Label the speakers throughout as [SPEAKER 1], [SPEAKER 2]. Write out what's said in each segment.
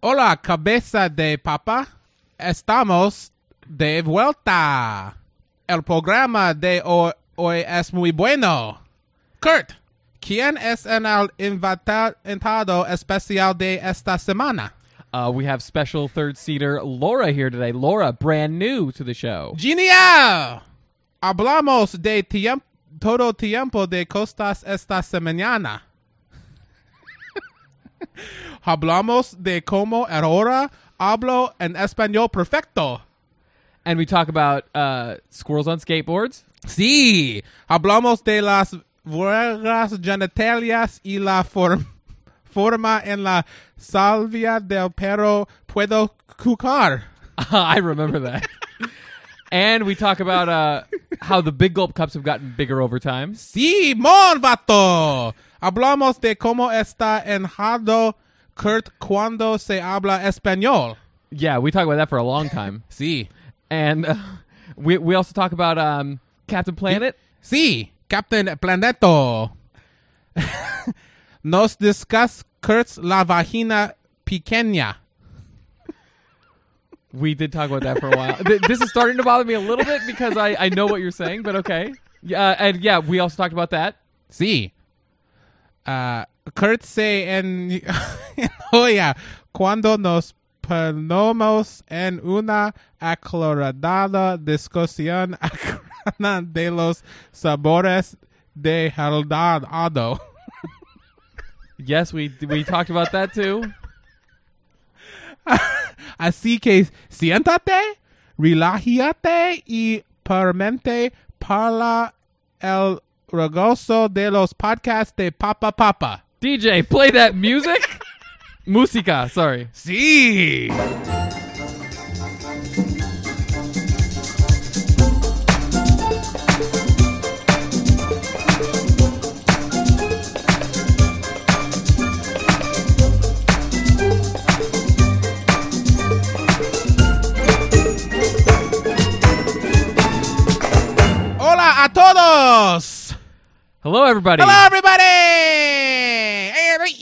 [SPEAKER 1] Hola, cabeza de papa. Estamos de vuelta. El programa de ho- hoy, es muy bueno. Kurt, ¿quién es en el invata- invitado especial de esta semana?
[SPEAKER 2] Uh, we have special third seater Laura here today. Laura, brand new to the show.
[SPEAKER 1] Genial. Hablamos de tiemp- todo tiempo de costas esta semana. Hablamos de cómo ahora hablo en español perfecto.
[SPEAKER 2] And we talk about uh, squirrels on skateboards.
[SPEAKER 1] Sí, hablamos de las vergas genitalias y la for- forma en la salvia del perro puedo cucar.
[SPEAKER 2] I remember that. and we talk about uh, how the Big Gulp cups have gotten bigger over time.
[SPEAKER 1] Sí, mon vato. Hablamos de cómo está enojado Kurt cuando se habla español.
[SPEAKER 2] Yeah, we talk about that for a long time.
[SPEAKER 1] Sí,
[SPEAKER 2] and uh, we, we also talk about um, Captain Planet.
[SPEAKER 1] sí, Captain Planeto. Nos discuss Kurt's la vagina pequeña.
[SPEAKER 2] We did talk about that for a while. Th- this is starting to bother me a little bit because I, I know what you're saying, but okay. Yeah, uh, and yeah, we also talked about that.
[SPEAKER 1] Sí. Ah, Kurt se en... Oye, cuando nos ponemos en una aclarada discusión acrana de los sabores de ado.
[SPEAKER 2] Yes, we we talked about that too.
[SPEAKER 1] Así que siéntate, relájate y permente para el regozo de los podcasts de Papa Papa.
[SPEAKER 2] DJ, play that music. Musica, sorry.
[SPEAKER 1] Sí. Hola a todos.
[SPEAKER 2] Hello, everybody.
[SPEAKER 1] Hello, everybody! Every-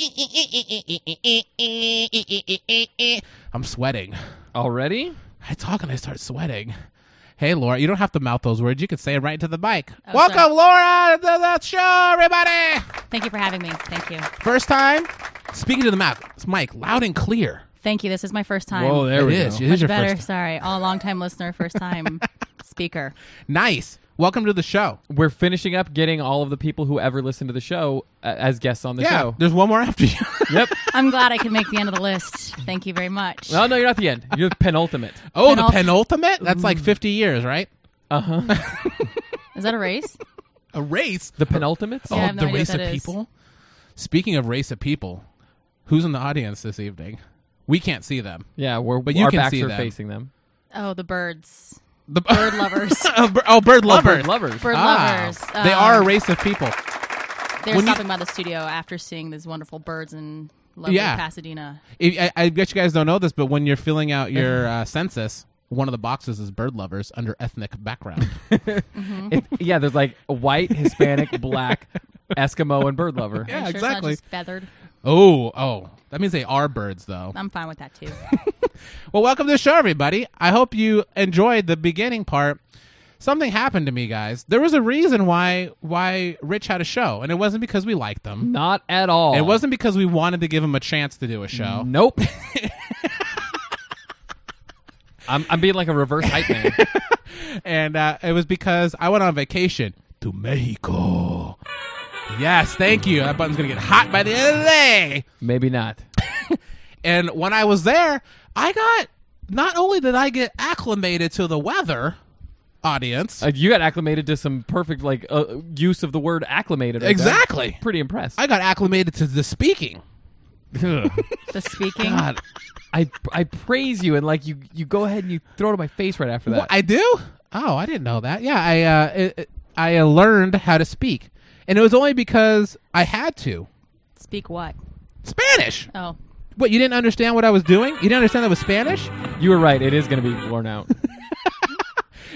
[SPEAKER 1] I'm sweating.
[SPEAKER 2] Already?
[SPEAKER 1] I talk and I start sweating. Hey, Laura, you don't have to mouth those words. You can say it right into the mic. Welcome, Laura, to the show, everybody!
[SPEAKER 3] Thank you for having me. Thank you.
[SPEAKER 1] First time speaking to the mic, mic loud and clear.
[SPEAKER 3] Thank you. This is my first time.
[SPEAKER 2] Whoa, there we
[SPEAKER 1] it is.
[SPEAKER 2] go.
[SPEAKER 1] It is your
[SPEAKER 3] Better,
[SPEAKER 1] first.
[SPEAKER 3] sorry. All long time listener, first time speaker.
[SPEAKER 1] Nice. Welcome to the show.
[SPEAKER 2] We're finishing up getting all of the people who ever listen to the show uh, as guests on the
[SPEAKER 1] yeah,
[SPEAKER 2] show.
[SPEAKER 1] there's one more after you.
[SPEAKER 2] yep.
[SPEAKER 3] I'm glad I could make the end of the list. Thank you very much.
[SPEAKER 2] Well, no, you're not the end. You're the penultimate.
[SPEAKER 1] oh, the
[SPEAKER 3] Penult-
[SPEAKER 1] penultimate? That's like 50 years, right?
[SPEAKER 3] Is that a race?
[SPEAKER 1] A race?
[SPEAKER 2] The penultimate?
[SPEAKER 3] Yeah, I
[SPEAKER 1] Oh,
[SPEAKER 3] have no
[SPEAKER 1] the
[SPEAKER 3] idea what
[SPEAKER 1] race of
[SPEAKER 3] that is.
[SPEAKER 1] people. Speaking of race of people, who's in the audience this evening? We can't see them.
[SPEAKER 2] Yeah, we're,
[SPEAKER 1] But you
[SPEAKER 2] our
[SPEAKER 1] can
[SPEAKER 2] backs
[SPEAKER 1] see
[SPEAKER 2] are
[SPEAKER 1] them.
[SPEAKER 2] facing them.
[SPEAKER 3] Oh, the birds.
[SPEAKER 1] The
[SPEAKER 3] Bird lovers.
[SPEAKER 1] oh, bir- oh, bird
[SPEAKER 2] Oh,
[SPEAKER 1] lovers.
[SPEAKER 2] bird lovers.
[SPEAKER 3] Bird
[SPEAKER 1] Ah,
[SPEAKER 3] lovers.
[SPEAKER 1] they
[SPEAKER 3] Um,
[SPEAKER 1] are a race of people.
[SPEAKER 3] They're
[SPEAKER 1] when you-
[SPEAKER 3] stopping by the studio after seeing these wonderful birds in lovely
[SPEAKER 1] Yeah.
[SPEAKER 3] Pasadena.
[SPEAKER 1] If, I, I bet you guys don't know this, but when you're filling out your uh, census, one of the boxes is bird lovers under ethnic background.
[SPEAKER 2] It- yeah, there's like a white, Hispanic, black, Eskimo, and bird lover.
[SPEAKER 3] Are
[SPEAKER 1] Yeah,
[SPEAKER 3] you sure it's not
[SPEAKER 1] exactly.
[SPEAKER 3] just feathered.
[SPEAKER 1] oh, oh, that means they are birds, though.
[SPEAKER 3] I'm fine with that too.
[SPEAKER 1] Well, welcome to the show, everybody. I hope you enjoyed the beginning part. Something happened to me, guys. There was a reason why why Rich had a show, and it wasn't because we liked them.
[SPEAKER 2] Not at all.
[SPEAKER 1] It wasn't because we wanted to give him a chance to do a show.
[SPEAKER 2] Nope. I'm, I'm being like a reverse hype man.
[SPEAKER 1] and uh, it was because I went on vacation to Mexico. Yes, thank you. That button's gonna get hot by the end of the day.
[SPEAKER 2] Maybe not.
[SPEAKER 1] And when I was there, I got not only did I get acclimated to the weather, audience,
[SPEAKER 2] Uh, you got acclimated to some perfect like uh, use of the word acclimated. right there.
[SPEAKER 1] Exactly.
[SPEAKER 2] Pretty impressed.
[SPEAKER 1] I got acclimated to the speaking.
[SPEAKER 3] the speaking.
[SPEAKER 2] God, I I praise you and like you you go ahead and you throw it in my face right after that.
[SPEAKER 1] What, I do? Oh, I didn't know that. Yeah, I uh, it, it- I uh, learned how to speak, and it was only because I had to
[SPEAKER 3] Speak what?
[SPEAKER 1] Spanish.
[SPEAKER 3] Oh.
[SPEAKER 1] What you didn't understand what I was doing? You didn't understand that was Spanish?
[SPEAKER 2] you were right. It is going to be worn out.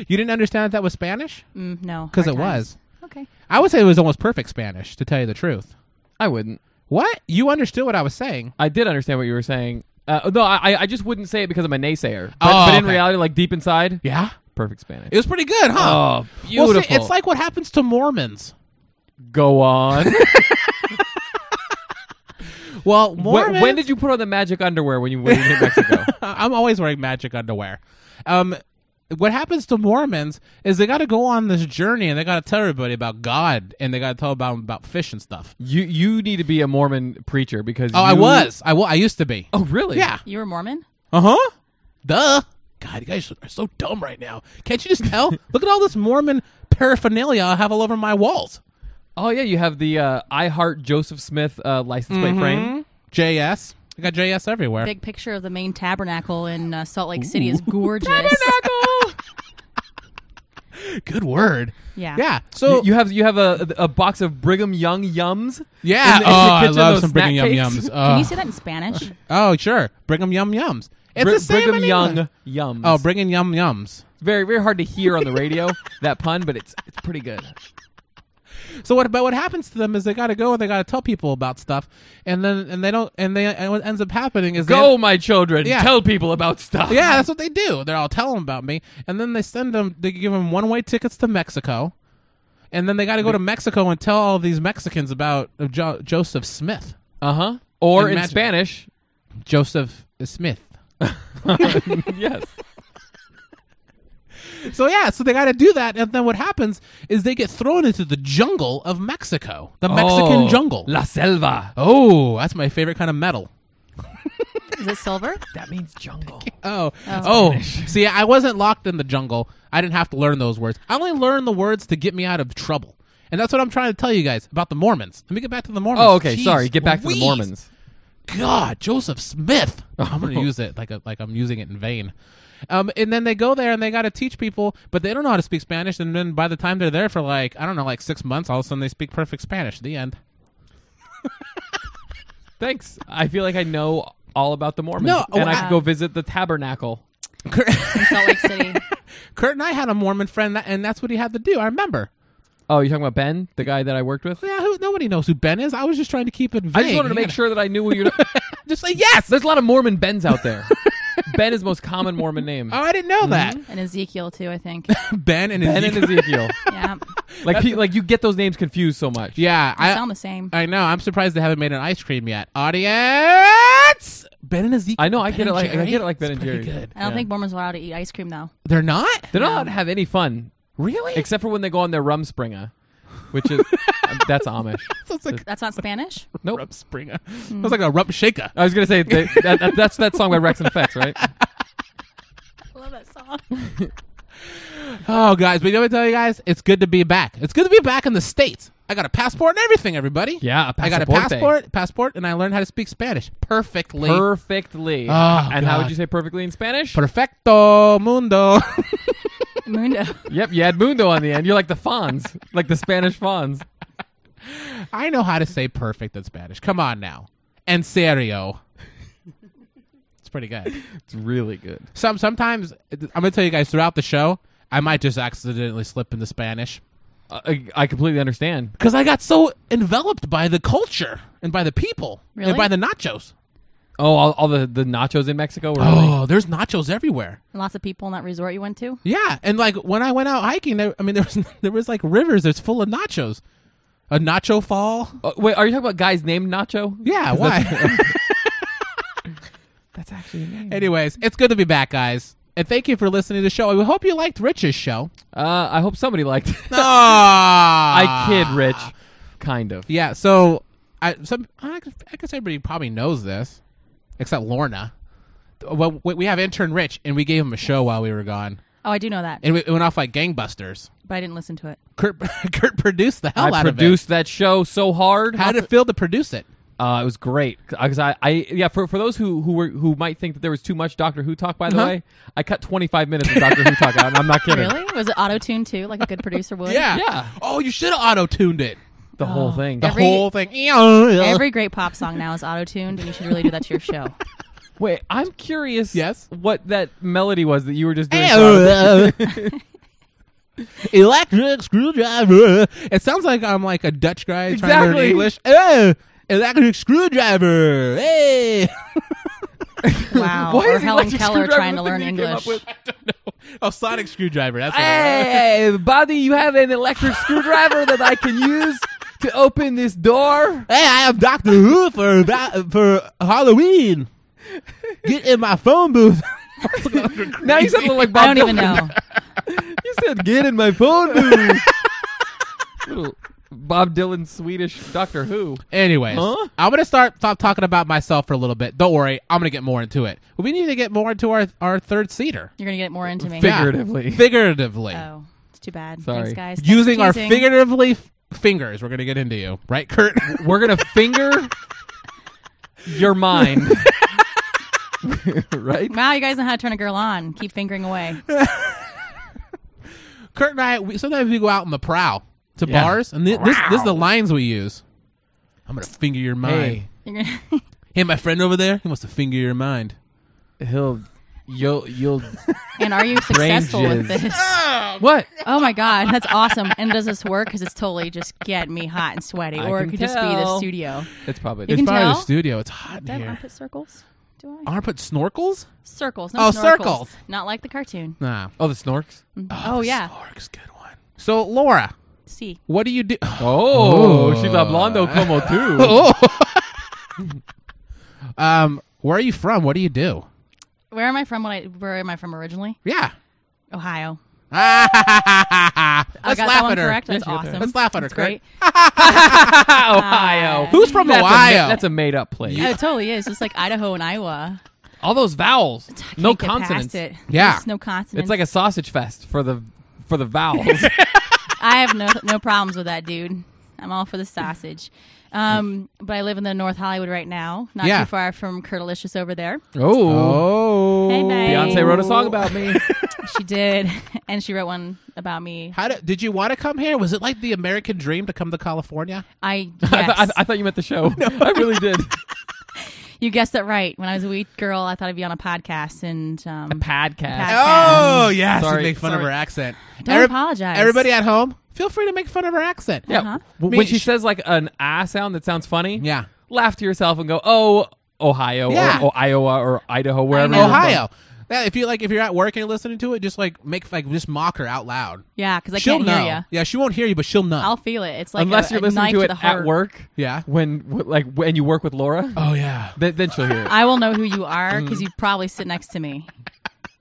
[SPEAKER 1] You didn't understand that that was Spanish?
[SPEAKER 3] Mm, no.
[SPEAKER 1] Because it
[SPEAKER 3] hard
[SPEAKER 1] was.
[SPEAKER 3] times. Okay.
[SPEAKER 1] I would say it was almost perfect Spanish, to tell you the truth.
[SPEAKER 2] I wouldn't.
[SPEAKER 1] What? You understood what I was saying.
[SPEAKER 2] I did understand what you were saying. Uh, no, I, I just wouldn't say it because I'm a naysayer. But,
[SPEAKER 1] Oh,
[SPEAKER 2] but in
[SPEAKER 1] okay.
[SPEAKER 2] reality, like deep inside,
[SPEAKER 1] Yeah.
[SPEAKER 2] perfect Spanish.
[SPEAKER 1] It was pretty good, huh?
[SPEAKER 2] Oh,
[SPEAKER 1] Well, see,
[SPEAKER 2] beautiful.
[SPEAKER 1] it's like what happens to Mormons.
[SPEAKER 2] Go on.
[SPEAKER 1] Well,
[SPEAKER 2] when,
[SPEAKER 1] Mormons.
[SPEAKER 2] when did you put on the magic underwear when you when you hit Mexico?
[SPEAKER 1] Uh, I'm always wearing magic underwear. Um, what happens to Mormons is they got to go on this journey and they got to tell everybody about God and they got to tell about about fish and stuff.
[SPEAKER 2] you you need to be a Mormon preacher because
[SPEAKER 1] Oh, I
[SPEAKER 2] you-
[SPEAKER 1] was. I wa- I used to be.
[SPEAKER 2] Oh, really?
[SPEAKER 1] Yeah.
[SPEAKER 3] You were Mormon?
[SPEAKER 1] Uh huh. Duh. God, you guys are so dumb right now. Can't you just tell? Look at all this Mormon paraphernalia I have all over my walls.
[SPEAKER 2] Oh, yeah. You have the uh, I Heart Joseph Smith uh, license
[SPEAKER 1] Mm-hmm.
[SPEAKER 2] plate frame.
[SPEAKER 1] JS. I got JS everywhere.
[SPEAKER 3] Big picture of the main tabernacle in uh, Salt Lake City is gorgeous.
[SPEAKER 1] Good word.
[SPEAKER 3] Yeah.
[SPEAKER 1] Yeah. So
[SPEAKER 2] you, you have you have a a box of Brigham Young yums.
[SPEAKER 1] yeah.
[SPEAKER 2] in the- in the
[SPEAKER 1] oh, I
[SPEAKER 2] kitchen,
[SPEAKER 1] love
[SPEAKER 2] those
[SPEAKER 1] some
[SPEAKER 2] snack
[SPEAKER 1] Brigham Yum
[SPEAKER 2] cakes.
[SPEAKER 1] Yums.
[SPEAKER 3] Can you
[SPEAKER 1] Oh.
[SPEAKER 3] say that in Spanish?
[SPEAKER 1] Oh, sure. Brigham Yum Yums. It's
[SPEAKER 2] Bri-
[SPEAKER 1] the same
[SPEAKER 2] Brigham
[SPEAKER 1] in England.
[SPEAKER 2] Young yums.
[SPEAKER 1] Oh, Brigham Yum Yums.
[SPEAKER 2] very very hard to hear on the radio that pun, but it's it's pretty good.
[SPEAKER 1] So what? But what happens to them is they got to go and they got to tell people about stuff, and then and they don't. And they and what ends up happening is
[SPEAKER 2] Go, my children,
[SPEAKER 1] Yeah.
[SPEAKER 2] tell people about stuff.
[SPEAKER 1] They, yeah, that's what they do. They're all telling about me, and then they send them. They give them one way tickets to Mexico, and then they got to go to Mexico and tell all these Mexicans about uh, jo- Joseph Smith.
[SPEAKER 2] Uh huh. Or in
[SPEAKER 1] Imagine.
[SPEAKER 2] Spanish,
[SPEAKER 1] Joseph Smith.
[SPEAKER 2] yes.
[SPEAKER 1] So yeah, so they got to do that, and then what happens is they get thrown into the jungle of Mexico, the Mexican
[SPEAKER 2] Oh,
[SPEAKER 1] jungle.
[SPEAKER 2] La selva.
[SPEAKER 1] oh, that's my favorite kind of metal.
[SPEAKER 3] Is it silver?
[SPEAKER 2] That means jungle.
[SPEAKER 1] Oh,
[SPEAKER 3] Oh.
[SPEAKER 1] oh. See, I wasn't locked in the jungle. I didn't have to learn those words. I only learned the words to get me out of trouble, and that's what I'm trying to tell you guys about the Mormons. Let me get back to the Mormons.
[SPEAKER 2] Oh, okay.
[SPEAKER 1] Jeez
[SPEAKER 2] Sorry. Get back to
[SPEAKER 1] Louise.
[SPEAKER 2] the Mormons.
[SPEAKER 1] God, Joseph Smith. I'm gonna use it like a, like I'm using it in vain. Um, and then they go there and they got to teach people, but they don't know how to speak Spanish. And then by the time they're there for like I don't know, like six months, all of a sudden they speak perfect Spanish. The end.
[SPEAKER 2] Thanks. I feel like I know all about the Mormons,
[SPEAKER 1] No,
[SPEAKER 2] and
[SPEAKER 1] oh,
[SPEAKER 2] I
[SPEAKER 1] I-
[SPEAKER 2] could go visit the tabernacle.
[SPEAKER 1] Kurt,
[SPEAKER 3] In Salt Lake City.
[SPEAKER 1] Kurt and I had a Mormon friend, that, and that's what he had to do. I remember.
[SPEAKER 2] Oh, you're talking about Ben, the guy that I worked with.
[SPEAKER 1] Yeah, who, nobody knows who Ben is. I was just trying to keep it. Vague.
[SPEAKER 2] I just wanted to make sure that I knew who you.
[SPEAKER 1] Just say yes.
[SPEAKER 2] There's a lot of Mormon Bens out there. ben is most common Mormon name.
[SPEAKER 1] Oh, I didn't know that.
[SPEAKER 3] And Ezekiel, too, I think.
[SPEAKER 1] Ben and
[SPEAKER 2] Mm-hmm. ben and
[SPEAKER 1] Ezekiel.
[SPEAKER 2] Ezekiel.
[SPEAKER 3] Yeah.
[SPEAKER 2] Like, pe- like you get those names confused so much.
[SPEAKER 1] yeah,
[SPEAKER 3] They
[SPEAKER 1] I
[SPEAKER 3] sound the same.
[SPEAKER 1] I know. I'm surprised they haven't made an ice cream yet. Audience, Ben and Ezekiel.
[SPEAKER 2] I know, I
[SPEAKER 1] Ben
[SPEAKER 2] get it
[SPEAKER 1] and
[SPEAKER 2] like- I
[SPEAKER 1] Jerry?
[SPEAKER 2] get it like Ben
[SPEAKER 1] It's
[SPEAKER 2] and
[SPEAKER 1] pretty
[SPEAKER 2] Jerry.
[SPEAKER 1] Good.
[SPEAKER 3] I don't
[SPEAKER 2] Yeah.
[SPEAKER 3] think Mormons are allowed to eat ice cream, though.
[SPEAKER 1] They're not
[SPEAKER 2] They don't have any fun
[SPEAKER 1] really.
[SPEAKER 2] except for when they go on their Rumspringa, which is um, that's Amish.
[SPEAKER 1] Sounds like
[SPEAKER 3] That's not Spanish?
[SPEAKER 2] Nope. Mm.
[SPEAKER 1] Rump Springer. Sounds like a Rump Shaker.
[SPEAKER 2] I was gonna say they, that, that, that's that song by Rex and Fex, right?
[SPEAKER 3] I love that song.
[SPEAKER 1] Oh, guys, but you know what I tell you guys? It's good to be back. It's good to be back in the states. I got a passport and everything. Everybody.
[SPEAKER 2] Yeah, a
[SPEAKER 1] I got a
[SPEAKER 2] pasaporte.
[SPEAKER 1] passport, passport, and I learned how to speak Spanish perfectly.
[SPEAKER 2] Perfectly.
[SPEAKER 1] Oh,
[SPEAKER 2] and how
[SPEAKER 1] God.
[SPEAKER 2] would you say perfectly in Spanish?
[SPEAKER 1] Perfecto mundo.
[SPEAKER 3] Mundo.
[SPEAKER 2] yep, you add mundo on the end. You're like the Fonz, like the Spanish Fonz.
[SPEAKER 1] I know how to say perfect in Spanish. Come on now. En serio. it's pretty good.
[SPEAKER 2] It's really good.
[SPEAKER 1] Some sometimes I'm gonna tell you guys throughout the show, I might just accidentally slip into Spanish
[SPEAKER 2] I, I completely understand.
[SPEAKER 1] because I got so enveloped by the culture and by the people
[SPEAKER 3] Really?
[SPEAKER 1] and by the nachos.
[SPEAKER 2] Oh, all, all the, the nachos in Mexico were really
[SPEAKER 1] Oh, there's nachos everywhere.
[SPEAKER 3] And lots of people in that resort you went to?
[SPEAKER 1] Yeah, and like when I went out hiking, there, I mean there was there was like rivers that's full of nachos. A nacho fall.
[SPEAKER 2] Oh, wait, are you talking about guys named Nacho?
[SPEAKER 1] Yeah, why?
[SPEAKER 2] That's actually a name.
[SPEAKER 1] Anyways, it's good to be back, guys. And thank you for listening to the show. We hope you liked Rich's show.
[SPEAKER 2] Uh, I hope somebody liked. it.
[SPEAKER 1] I Ah.
[SPEAKER 3] Ah.
[SPEAKER 2] I kid, Rich. Kind of.
[SPEAKER 1] Yeah, so I some I guess everybody probably knows this, except Lorna. Well, we we have intern Rich, and we gave him a show while we were gone,
[SPEAKER 3] Oh, I do know that,
[SPEAKER 1] and we- it went off like gangbusters.
[SPEAKER 3] but I didn't listen to it.
[SPEAKER 1] Kurt, Kurt produced the hell
[SPEAKER 2] I
[SPEAKER 1] out
[SPEAKER 2] produced that show so hard.
[SPEAKER 1] of it. How did it feel to produce it?
[SPEAKER 2] Uh, it was great because I, I, yeah, for, for those who who were who might think that there was too much Doctor Who talk. By the
[SPEAKER 1] Uh-huh.
[SPEAKER 2] way, I cut 25 minutes of Doctor Who talk out, and I'm not kidding.
[SPEAKER 3] Really? Was it auto tune too, like a good producer would?
[SPEAKER 1] Yeah,
[SPEAKER 2] Yeah.
[SPEAKER 1] Oh, you should have auto tuned it.
[SPEAKER 2] The whole thing.
[SPEAKER 1] The
[SPEAKER 3] Every-
[SPEAKER 1] whole thing.
[SPEAKER 3] Every great pop song now is auto tuned, and you should really do that to your show.
[SPEAKER 2] Wait, I'm curious.
[SPEAKER 1] Yes? oh,
[SPEAKER 2] what that melody was that you were just doing?
[SPEAKER 1] uh, Electric screwdriver. It sounds like I'm like a Dutch guy trying to learn
[SPEAKER 2] Exactly.
[SPEAKER 1] English. Eh, electric screwdriver. Hey.
[SPEAKER 3] Wow.
[SPEAKER 2] Why
[SPEAKER 3] or
[SPEAKER 2] is the
[SPEAKER 3] Helen
[SPEAKER 2] electric
[SPEAKER 3] Keller
[SPEAKER 2] screwdriver
[SPEAKER 3] trying
[SPEAKER 2] the
[SPEAKER 3] to
[SPEAKER 2] thing
[SPEAKER 3] learn
[SPEAKER 2] that you came up
[SPEAKER 3] English.
[SPEAKER 2] with?
[SPEAKER 1] I don't know. Oh, sonic screwdriver. That's what it is.
[SPEAKER 2] Hey, buddy, you have an electric screwdriver that I can use to open this door?
[SPEAKER 1] Hey, I am Doctor Who for va- for Halloween. Get in my phone booth.
[SPEAKER 2] Now you sound like Bob
[SPEAKER 3] I don't even
[SPEAKER 2] Dylan.
[SPEAKER 3] know.
[SPEAKER 2] You said, get in my phone booth. Little Bob Dylan Swedish Doctor Who.
[SPEAKER 1] Anyways,
[SPEAKER 2] Huh?
[SPEAKER 1] I'm gonna start stop talking about myself for a little bit. Don't worry, I'm gonna get more into it. We need to get more into our our third seater
[SPEAKER 3] You're going to get more into me.
[SPEAKER 2] Fig- Figuratively.
[SPEAKER 1] Yeah. figuratively,
[SPEAKER 3] Oh, it's too bad.
[SPEAKER 2] Sorry.
[SPEAKER 3] Thanks, guys. Thanks for
[SPEAKER 1] using our
[SPEAKER 3] teasing.
[SPEAKER 1] figuratively f- fingers. We're gonna get into you, right, Kurt?
[SPEAKER 2] We're going to finger your mind. right?
[SPEAKER 3] Wow, you guys know how to turn a girl on. Keep fingering away.
[SPEAKER 1] Kurt and I, we, sometimes we go out on the prowl to
[SPEAKER 2] Yeah.
[SPEAKER 1] bars, and thi- this this is the lines we use. I'm gonna finger your mind.
[SPEAKER 2] Hey,
[SPEAKER 3] You're gonna-
[SPEAKER 1] Hey, my friend over there, he wants to finger your mind.
[SPEAKER 2] he'll. You'll. You'll.
[SPEAKER 3] and are you successful with
[SPEAKER 2] Ranges.
[SPEAKER 3] this?
[SPEAKER 2] What?
[SPEAKER 3] Oh my god, that's awesome! And does this work? Because it's totally just get me hot and sweaty,
[SPEAKER 2] I
[SPEAKER 3] or it
[SPEAKER 2] can
[SPEAKER 3] could just be the
[SPEAKER 2] tell.
[SPEAKER 3] studio.
[SPEAKER 2] It's probably.
[SPEAKER 3] You
[SPEAKER 1] it's
[SPEAKER 3] can
[SPEAKER 1] probably the
[SPEAKER 3] tell?
[SPEAKER 1] studio. It's hot in
[SPEAKER 3] Do I have
[SPEAKER 1] here.
[SPEAKER 3] armpit circles? Do I?
[SPEAKER 1] Armpit snorkels?
[SPEAKER 3] Circles.
[SPEAKER 1] Uh, Oh,
[SPEAKER 3] Not
[SPEAKER 1] circles.
[SPEAKER 3] Not like the cartoon.
[SPEAKER 1] Nah.
[SPEAKER 2] oh, the snorks?
[SPEAKER 3] Oh,
[SPEAKER 1] the
[SPEAKER 3] yeah.
[SPEAKER 1] Snork's good one. So Laura,
[SPEAKER 3] See.
[SPEAKER 1] what do you do?
[SPEAKER 2] Oh,
[SPEAKER 1] Oh.
[SPEAKER 2] she's hablando como tú.
[SPEAKER 1] um, where are you from? What do you do?
[SPEAKER 3] Where am I from? When I where am I from originally?
[SPEAKER 1] Yeah.
[SPEAKER 3] Ohio.
[SPEAKER 1] Let's
[SPEAKER 3] I
[SPEAKER 1] laugh
[SPEAKER 3] got that one
[SPEAKER 1] at her.
[SPEAKER 3] correct.
[SPEAKER 2] Yes,
[SPEAKER 3] That's
[SPEAKER 2] you got that.
[SPEAKER 3] awesome.
[SPEAKER 1] Let's laugh at her,
[SPEAKER 3] That's
[SPEAKER 1] Kurt.
[SPEAKER 3] great.
[SPEAKER 2] Ohio.
[SPEAKER 1] Who's from
[SPEAKER 2] That's a ma-
[SPEAKER 1] Ohio?
[SPEAKER 2] that's a made up place.
[SPEAKER 3] Yeah, Oh, it totally is. Just like Idaho and Iowa.
[SPEAKER 2] All those vowels.
[SPEAKER 3] I
[SPEAKER 2] No
[SPEAKER 3] can't get past
[SPEAKER 2] consonants.
[SPEAKER 3] it.
[SPEAKER 1] Yeah.
[SPEAKER 3] There's no consonants.
[SPEAKER 2] It's like a sausage fest for the for the vowels.
[SPEAKER 3] I have no no problems with that, dude. I'm all for the sausage. Um, but I live in the North Hollywood right now, not
[SPEAKER 1] Yeah.
[SPEAKER 3] too far from Curtilicious over there.
[SPEAKER 2] oh.
[SPEAKER 1] Oh.
[SPEAKER 3] Hey, babe.
[SPEAKER 2] Beyonce wrote a song about me.
[SPEAKER 3] She did, and she wrote one about me.
[SPEAKER 1] How did, did you want to come here? Was it like the American dream to come to California?
[SPEAKER 3] I
[SPEAKER 2] I, th- I,
[SPEAKER 3] yes,
[SPEAKER 2] th- I thought you meant the show. I really did.
[SPEAKER 3] you guessed it right. When I was a wee girl, I thought I'd be on a podcast, and um,
[SPEAKER 2] Podcast.
[SPEAKER 3] Podcast. Oh,
[SPEAKER 1] yes.
[SPEAKER 2] Sorry,
[SPEAKER 1] make fun of
[SPEAKER 2] sorry.
[SPEAKER 1] her accent.
[SPEAKER 3] Don't
[SPEAKER 1] Every-
[SPEAKER 3] apologize.
[SPEAKER 1] Everybody at home, feel free to make fun of her accent.
[SPEAKER 2] Yeah.
[SPEAKER 3] Uh-huh.
[SPEAKER 2] W- When
[SPEAKER 1] Me-
[SPEAKER 2] she says like an ah sound that sounds funny,
[SPEAKER 1] Yeah.
[SPEAKER 2] laugh to yourself and go, oh, Ohio
[SPEAKER 1] Yeah.
[SPEAKER 2] or, or Iowa or Idaho, wherever.
[SPEAKER 3] know.
[SPEAKER 2] you're from.
[SPEAKER 1] Ohio. Yeah, if you like, if you're at work and you're listening to it, just like make like just mock her out loud.
[SPEAKER 3] yeah, because I
[SPEAKER 1] she'll
[SPEAKER 3] can't
[SPEAKER 1] know.
[SPEAKER 3] hear you.
[SPEAKER 1] Yeah, she won't hear you, but she'll know.
[SPEAKER 3] I'll feel it. It's like
[SPEAKER 2] Unless
[SPEAKER 3] a,
[SPEAKER 2] you're
[SPEAKER 3] a knife
[SPEAKER 2] listening to it
[SPEAKER 3] the
[SPEAKER 2] at
[SPEAKER 3] heart.
[SPEAKER 2] work,
[SPEAKER 1] yeah.
[SPEAKER 2] when w- like when you work with Laura,
[SPEAKER 1] Oh yeah.
[SPEAKER 2] then, then she'll hear it
[SPEAKER 3] I will know who you are
[SPEAKER 2] Mm-hmm.
[SPEAKER 3] because you probably sit next to me,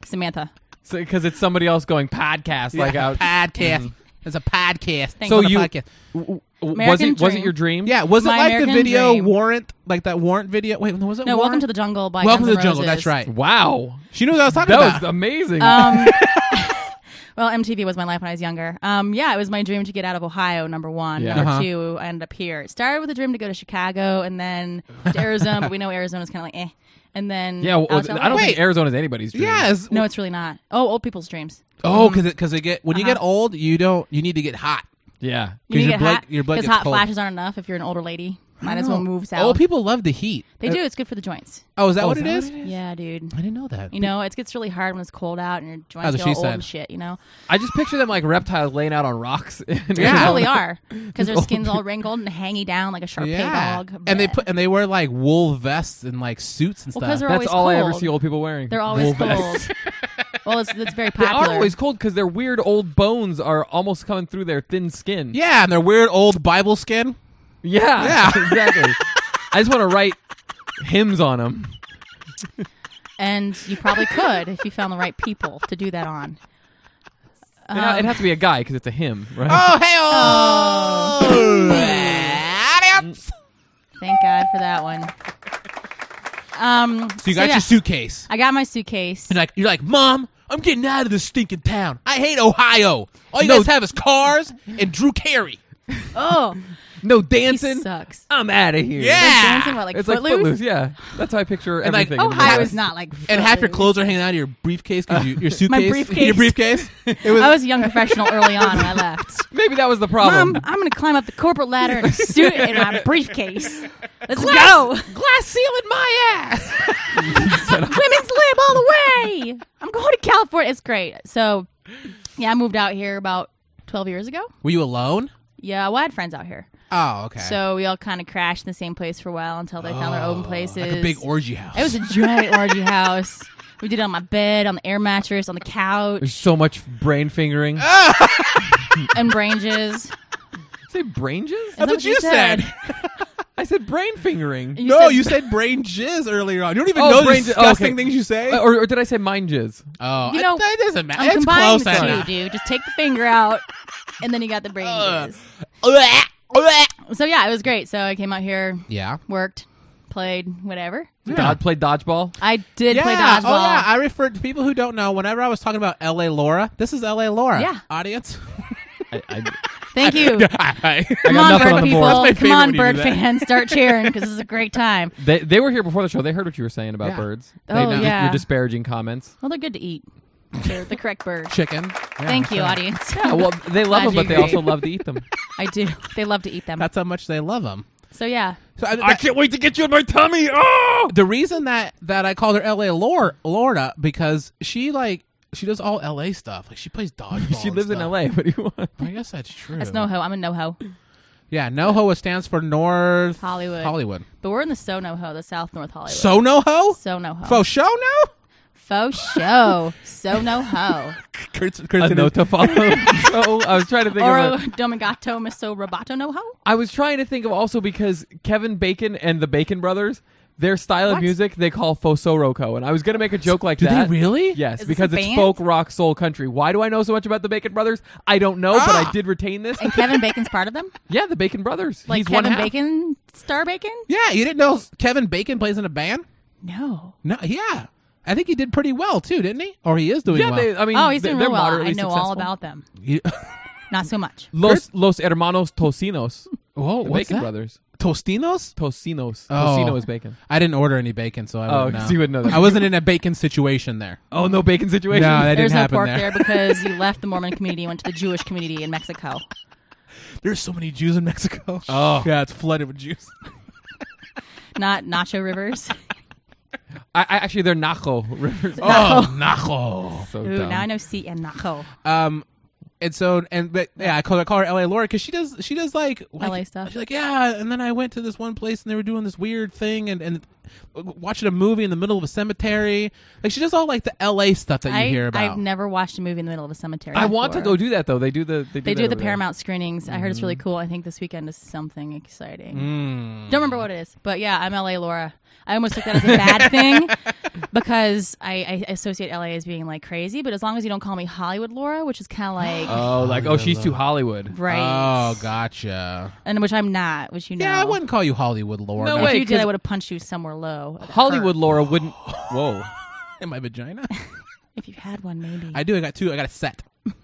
[SPEAKER 3] Samantha.
[SPEAKER 2] because it's somebody else going podcast like out. Mm-hmm.
[SPEAKER 1] podcast. It's a podcast.
[SPEAKER 3] Thank
[SPEAKER 1] so you.
[SPEAKER 3] you.
[SPEAKER 2] w- w- was
[SPEAKER 3] American
[SPEAKER 2] it was it
[SPEAKER 3] Dream.
[SPEAKER 2] your dream?
[SPEAKER 1] Yeah. Was it
[SPEAKER 3] My
[SPEAKER 1] like the
[SPEAKER 3] American
[SPEAKER 1] video
[SPEAKER 3] Dream.
[SPEAKER 1] warrant, like that warrant video? Wait, was it?
[SPEAKER 3] No,
[SPEAKER 1] warrant?
[SPEAKER 3] welcome to the jungle by
[SPEAKER 1] Welcome to
[SPEAKER 3] Guns
[SPEAKER 1] the
[SPEAKER 3] N'
[SPEAKER 1] jungle.
[SPEAKER 3] Roses.
[SPEAKER 1] That's right.
[SPEAKER 2] Wow,
[SPEAKER 1] She knew what I was talking
[SPEAKER 2] that was
[SPEAKER 1] about.
[SPEAKER 2] amazing.
[SPEAKER 3] Um, well, MTV was my life when I was younger. Um, yeah, it was my dream to get out of Ohio. Number one,
[SPEAKER 2] Yeah.
[SPEAKER 3] number
[SPEAKER 1] Uh-huh.
[SPEAKER 3] two, I ended up here. It started with a dream to go to Chicago and then to Arizona, but we know Arizona's kind of like eh. And then
[SPEAKER 2] yeah, well,
[SPEAKER 3] out to
[SPEAKER 2] I don't
[SPEAKER 3] LA.
[SPEAKER 1] Wait.
[SPEAKER 2] think Arizona is anybody's dream.
[SPEAKER 1] yeah. it's-
[SPEAKER 3] No, it's really not. Oh, old people's dreams.
[SPEAKER 1] Oh, because because they get when you
[SPEAKER 3] Uh-huh.
[SPEAKER 1] get old, you don't you need to get hot.
[SPEAKER 2] yeah.
[SPEAKER 3] You
[SPEAKER 1] 'Cause
[SPEAKER 3] need to
[SPEAKER 1] your
[SPEAKER 3] get
[SPEAKER 1] blood-
[SPEAKER 3] hot
[SPEAKER 1] your blood
[SPEAKER 3] because
[SPEAKER 1] gets
[SPEAKER 3] hot
[SPEAKER 1] cold.
[SPEAKER 3] flashes aren't enough. If you're an older lady, might as well move south.
[SPEAKER 1] Old people love the heat.
[SPEAKER 3] they do. It's good for the joints.
[SPEAKER 1] Oh, is that
[SPEAKER 2] Oh,
[SPEAKER 1] what
[SPEAKER 2] is
[SPEAKER 1] it
[SPEAKER 2] that
[SPEAKER 1] is?
[SPEAKER 2] what
[SPEAKER 3] Yeah, dude.
[SPEAKER 1] I didn't know that.
[SPEAKER 3] You know, it gets really hard when it's cold out and your joints
[SPEAKER 1] That's what
[SPEAKER 3] get all
[SPEAKER 1] she
[SPEAKER 3] old
[SPEAKER 1] said.
[SPEAKER 3] and shit. You know,
[SPEAKER 2] I just picture them like reptiles laying out on rocks. in
[SPEAKER 3] they
[SPEAKER 1] Yeah.
[SPEAKER 3] totally are because their skin's all wrinkled and hangy down like a Shar
[SPEAKER 1] yeah.
[SPEAKER 3] dog.
[SPEAKER 1] And they
[SPEAKER 3] Bleh.
[SPEAKER 1] put and they wear like wool vests and like suits and
[SPEAKER 3] Well, 'cause
[SPEAKER 1] stuff.
[SPEAKER 3] they're
[SPEAKER 2] That's
[SPEAKER 3] always
[SPEAKER 2] all I ever
[SPEAKER 3] cold.
[SPEAKER 2] see old people wearing.
[SPEAKER 3] They're always
[SPEAKER 2] Wool vests.
[SPEAKER 3] cold. well, it's, it's very
[SPEAKER 2] They
[SPEAKER 3] popular.
[SPEAKER 2] are always cold because their weird old bones are almost coming through their thin skin.
[SPEAKER 1] yeah, and their weird old Bible skin.
[SPEAKER 2] yeah,
[SPEAKER 1] Yeah.
[SPEAKER 2] exactly. I just want to write hymns on them.
[SPEAKER 3] and you probably could if you found the right people to do that on. Um,
[SPEAKER 2] it'd have to be a guy because it's a hymn, right?
[SPEAKER 3] uh,
[SPEAKER 1] Oh,
[SPEAKER 3] Oh.
[SPEAKER 1] hell!
[SPEAKER 3] Thank God for that one. Um,
[SPEAKER 1] So you got
[SPEAKER 3] yeah,
[SPEAKER 1] your suitcase.
[SPEAKER 3] I got my suitcase.
[SPEAKER 1] And like you're like, Mom, I'm getting out of this stinking town. I hate Ohio. All you
[SPEAKER 2] No.
[SPEAKER 1] guys have is cars and Drew Carey.
[SPEAKER 3] Oh,
[SPEAKER 2] no
[SPEAKER 3] he
[SPEAKER 2] dancing.
[SPEAKER 3] sucks.
[SPEAKER 2] I'm out of here.
[SPEAKER 1] Yeah.
[SPEAKER 3] Like dancing what, like
[SPEAKER 2] Ah! it's
[SPEAKER 3] Footloose? "Oh,
[SPEAKER 2] like Footloose. Yeah, that's how I picture
[SPEAKER 1] And, like,
[SPEAKER 2] everything. in the
[SPEAKER 3] Ohio
[SPEAKER 2] Midwest.
[SPEAKER 3] is not like
[SPEAKER 1] And half your
[SPEAKER 3] Footloose.
[SPEAKER 1] clothes are hanging out of your briefcase because you, your suitcase.
[SPEAKER 3] briefcase.
[SPEAKER 1] Your briefcase. It was,
[SPEAKER 3] I was a young professional early on when I left.
[SPEAKER 2] Maybe that was the problem.
[SPEAKER 3] Mom, I'm going to climb up the corporate ladder in a suit and my briefcase. Let's go.
[SPEAKER 1] glass ceiling my ass.
[SPEAKER 3] women's lib all the way. I'm going to California. It's great. So, yeah, I moved out here about 12 years ago.
[SPEAKER 1] Were you alone?
[SPEAKER 3] Yeah, well, I had friends out here.
[SPEAKER 1] Oh, okay. Oh,
[SPEAKER 3] So we all kind of crashed in the same place for a while until they found their own places.
[SPEAKER 1] like a big orgy house.
[SPEAKER 3] It was a giant orgy house. We did it on my bed, on the air mattress, on the
[SPEAKER 2] There's
[SPEAKER 3] couch,
[SPEAKER 2] so much brain fingering.
[SPEAKER 3] Uh. and ranges.
[SPEAKER 2] say branges?
[SPEAKER 1] That's
[SPEAKER 3] That's
[SPEAKER 1] what
[SPEAKER 3] what you
[SPEAKER 1] you said.
[SPEAKER 2] I said brain fingering.
[SPEAKER 3] You
[SPEAKER 1] no,
[SPEAKER 3] said-
[SPEAKER 1] you said brain jizz earlier on. You don't even
[SPEAKER 2] Oh,
[SPEAKER 1] know the
[SPEAKER 2] brain jizz. Oh,
[SPEAKER 1] disgusting
[SPEAKER 2] okay.
[SPEAKER 1] things you say.
[SPEAKER 2] Uh, or, or did I say mind jizz?
[SPEAKER 1] oh,
[SPEAKER 3] You
[SPEAKER 1] it-
[SPEAKER 3] know,
[SPEAKER 1] that doesn't matter.
[SPEAKER 3] I'm
[SPEAKER 1] it's
[SPEAKER 3] combining
[SPEAKER 1] close
[SPEAKER 3] the two,
[SPEAKER 1] enough.
[SPEAKER 3] dude. Just take the finger out, and then you got the brain jizz. So yeah, it was great. So I came out here,
[SPEAKER 1] Yeah.
[SPEAKER 3] worked, played, whatever.
[SPEAKER 2] God played dodgeball.
[SPEAKER 3] I did play
[SPEAKER 1] Yeah.
[SPEAKER 3] dodgeball.
[SPEAKER 1] Oh, yeah. I referred to people who don't know. Whenever I was talking about L.A. Laura, this is L.A. Laura.
[SPEAKER 3] Yeah.
[SPEAKER 1] Audience.
[SPEAKER 2] I, I,
[SPEAKER 3] Thank you.
[SPEAKER 2] I
[SPEAKER 3] Come
[SPEAKER 2] got
[SPEAKER 3] on,
[SPEAKER 2] nothing
[SPEAKER 3] bird
[SPEAKER 2] on the
[SPEAKER 3] people.
[SPEAKER 2] board.
[SPEAKER 1] That's my
[SPEAKER 3] Come
[SPEAKER 1] favorite
[SPEAKER 3] on,
[SPEAKER 1] when you do
[SPEAKER 3] bird
[SPEAKER 1] that.
[SPEAKER 3] fans. Start cheering because this is a great time.
[SPEAKER 2] They, they were here before the show. They heard what you were saying about
[SPEAKER 1] Yeah.
[SPEAKER 2] birds. They,
[SPEAKER 3] Oh,
[SPEAKER 2] your-
[SPEAKER 3] yeah.
[SPEAKER 2] Your disparaging comments.
[SPEAKER 3] Well, they're good to eat. They're the correct bird.
[SPEAKER 1] Chicken.
[SPEAKER 3] Thank you, audience.
[SPEAKER 2] Yeah, Oh, well, they love
[SPEAKER 3] Glad
[SPEAKER 2] them,
[SPEAKER 3] you
[SPEAKER 2] but they
[SPEAKER 3] agree.
[SPEAKER 2] also love to eat them.
[SPEAKER 3] I do. They love to eat them.
[SPEAKER 1] That's how much they love them.
[SPEAKER 3] so yeah,
[SPEAKER 1] So I, that-
[SPEAKER 2] can't wait to get you in my tummy. Oh!
[SPEAKER 1] the reason that that I called her L.A. Lor- Laura because she like she does all L.A. stuff. Like she plays dodgeball.
[SPEAKER 2] She
[SPEAKER 1] and
[SPEAKER 2] lives in
[SPEAKER 1] stuff.
[SPEAKER 2] L.A. What do you want?
[SPEAKER 1] I guess that's true.
[SPEAKER 3] that's no ho. I'm a no ho.
[SPEAKER 1] Yeah, NoHo stands for North
[SPEAKER 3] Hollywood.
[SPEAKER 1] Hollywood.
[SPEAKER 3] But we're in the so no ho, the South North Hollywood.
[SPEAKER 1] So NoHo?
[SPEAKER 3] so no ho.
[SPEAKER 1] Faux show no?
[SPEAKER 3] Faux show. So no ho.
[SPEAKER 1] Kurt's,
[SPEAKER 2] A
[SPEAKER 1] Kurt's
[SPEAKER 2] note to follow. so I was trying to think
[SPEAKER 3] Or
[SPEAKER 2] of. A,
[SPEAKER 3] domingato miso robato no ho.
[SPEAKER 2] I was trying to think of also because Kevin Bacon and the Bacon Brothers, their style of
[SPEAKER 3] What?
[SPEAKER 2] music they call fosoroco, and I was gonna make a joke like
[SPEAKER 1] Do
[SPEAKER 2] that.
[SPEAKER 1] they really?
[SPEAKER 2] Yes,
[SPEAKER 3] Is this
[SPEAKER 2] because
[SPEAKER 3] a
[SPEAKER 2] it's
[SPEAKER 3] band?
[SPEAKER 2] folk rock soul country. Why do I know so much about the Bacon Brothers? I don't know, but
[SPEAKER 1] Ah!
[SPEAKER 2] I did retain this.
[SPEAKER 3] And Kevin Bacon's part of them.
[SPEAKER 2] yeah, the Bacon Brothers.
[SPEAKER 3] Like
[SPEAKER 2] He's one
[SPEAKER 3] Kevin
[SPEAKER 2] half.
[SPEAKER 3] Bacon, Star Bacon.
[SPEAKER 1] Yeah, you didn't know Kevin Bacon plays in a band?
[SPEAKER 3] No.
[SPEAKER 1] No, yeah. I think he did pretty well too, didn't he? Or he is doing
[SPEAKER 2] Yeah,
[SPEAKER 1] well.
[SPEAKER 2] they, uh, I mean,
[SPEAKER 3] Oh, he's
[SPEAKER 2] they-
[SPEAKER 3] doing
[SPEAKER 2] they're
[SPEAKER 3] real well. I know
[SPEAKER 2] moderately
[SPEAKER 3] all
[SPEAKER 2] successful.
[SPEAKER 3] about them.
[SPEAKER 1] You-
[SPEAKER 3] Not so much.
[SPEAKER 2] Los Los Hermanos Tocinos,
[SPEAKER 1] Whoa,
[SPEAKER 2] the
[SPEAKER 1] what's
[SPEAKER 2] Bacon
[SPEAKER 1] that?
[SPEAKER 2] Brothers.
[SPEAKER 1] Tostinos?
[SPEAKER 2] Tocinos.
[SPEAKER 1] Oh.
[SPEAKER 2] Tocino is bacon.
[SPEAKER 1] I didn't order any bacon, so I
[SPEAKER 2] Oh,
[SPEAKER 1] wouldn't know.
[SPEAKER 2] so you wouldn't know that.
[SPEAKER 1] I wasn't in a bacon situation there.
[SPEAKER 2] Oh, no bacon
[SPEAKER 1] No,
[SPEAKER 2] situation.
[SPEAKER 1] that
[SPEAKER 3] There's
[SPEAKER 1] didn't
[SPEAKER 3] no
[SPEAKER 1] happen
[SPEAKER 3] pork
[SPEAKER 1] there.
[SPEAKER 3] there because you left the Mormon community and went to the Jewish community in Mexico.
[SPEAKER 1] There's so many Jews in Mexico.
[SPEAKER 2] Oh.
[SPEAKER 1] yeah, it's flooded with Jews.
[SPEAKER 3] Not Nacho Rivers.
[SPEAKER 2] I, I actually they're Nacho rivers.
[SPEAKER 1] Oh, nacho.
[SPEAKER 2] so
[SPEAKER 3] Ooh,
[SPEAKER 2] dumb.
[SPEAKER 3] now I know C and Nacho.
[SPEAKER 1] Um, and so and but yeah, I call I call her L.A. Laura because she does she does like, like
[SPEAKER 3] LA stuff.
[SPEAKER 1] She's like yeah, and then I went to this one place and they were doing this weird thing and and uh, watching a movie in the middle of a cemetery. Like she does all like the L.A. stuff that you
[SPEAKER 3] I,
[SPEAKER 1] hear about.
[SPEAKER 3] I've never watched a movie in the middle of a cemetery.
[SPEAKER 2] I want to
[SPEAKER 3] before.
[SPEAKER 2] go do that though. They do the they do,
[SPEAKER 3] They
[SPEAKER 2] that
[SPEAKER 3] do the
[SPEAKER 2] over there. Mm-hmm.
[SPEAKER 3] Paramount screenings. I heard it's really cool. I think this weekend is something exciting.
[SPEAKER 1] Mm.
[SPEAKER 3] Don't remember what it is, but yeah, I'm LA Laura. I almost took that as a bad thing because I, I associate LA as being like crazy. But as long as you don't call me Hollywood Laura, which is kind of like
[SPEAKER 2] Oh, like oh, she's too Hollywood.
[SPEAKER 3] right,
[SPEAKER 1] Oh, gotcha.
[SPEAKER 3] and which I'm not, which you know.
[SPEAKER 1] Yeah, I wouldn't call you Hollywood Laura.
[SPEAKER 2] No
[SPEAKER 3] If
[SPEAKER 2] way.
[SPEAKER 3] you did, I
[SPEAKER 2] 'cause-
[SPEAKER 3] would have punched you somewhere low. It
[SPEAKER 2] Hollywood
[SPEAKER 3] hurt.
[SPEAKER 2] Laura wouldn't. Whoa.
[SPEAKER 1] in my vagina.
[SPEAKER 3] If you had one, maybe
[SPEAKER 1] I do. I got two. I got a set.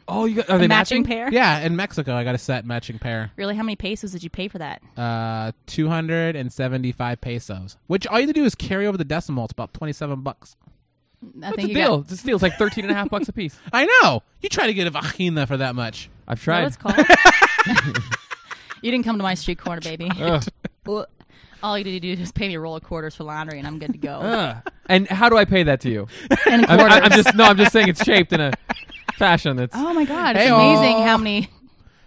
[SPEAKER 2] Oh, you got, are they
[SPEAKER 3] a matching,
[SPEAKER 2] matching?
[SPEAKER 3] pair.
[SPEAKER 1] Yeah, in Mexico, I got a set matching pair.
[SPEAKER 3] Really, how many pesos did you pay for that?
[SPEAKER 1] Uh, two hundred and seventy-five pesos. Which all you have to do is carry over the decimal. It's about twenty-seven bucks.
[SPEAKER 3] I
[SPEAKER 2] What's
[SPEAKER 3] think
[SPEAKER 2] the
[SPEAKER 3] you
[SPEAKER 2] deal?
[SPEAKER 3] got-
[SPEAKER 2] It's a steal. It's like 13 and a half bucks a piece.
[SPEAKER 1] I know. You try to get a vagina for that much.
[SPEAKER 2] I've
[SPEAKER 3] Is that
[SPEAKER 2] tried.
[SPEAKER 3] what it's called? you didn't come to my street corner, baby.
[SPEAKER 2] Ugh.
[SPEAKER 3] Ugh. All you did to do is pay me a roll of quarters for laundry, and I'm good to go.
[SPEAKER 2] Ugh. And how do I pay that to you?
[SPEAKER 3] and
[SPEAKER 2] I'm,
[SPEAKER 3] quarters.
[SPEAKER 2] I- I'm just no. I'm just saying it's shaped in a fashion that's.
[SPEAKER 3] oh my god, it's
[SPEAKER 1] Hey,
[SPEAKER 3] amazing
[SPEAKER 1] oh.
[SPEAKER 3] how many.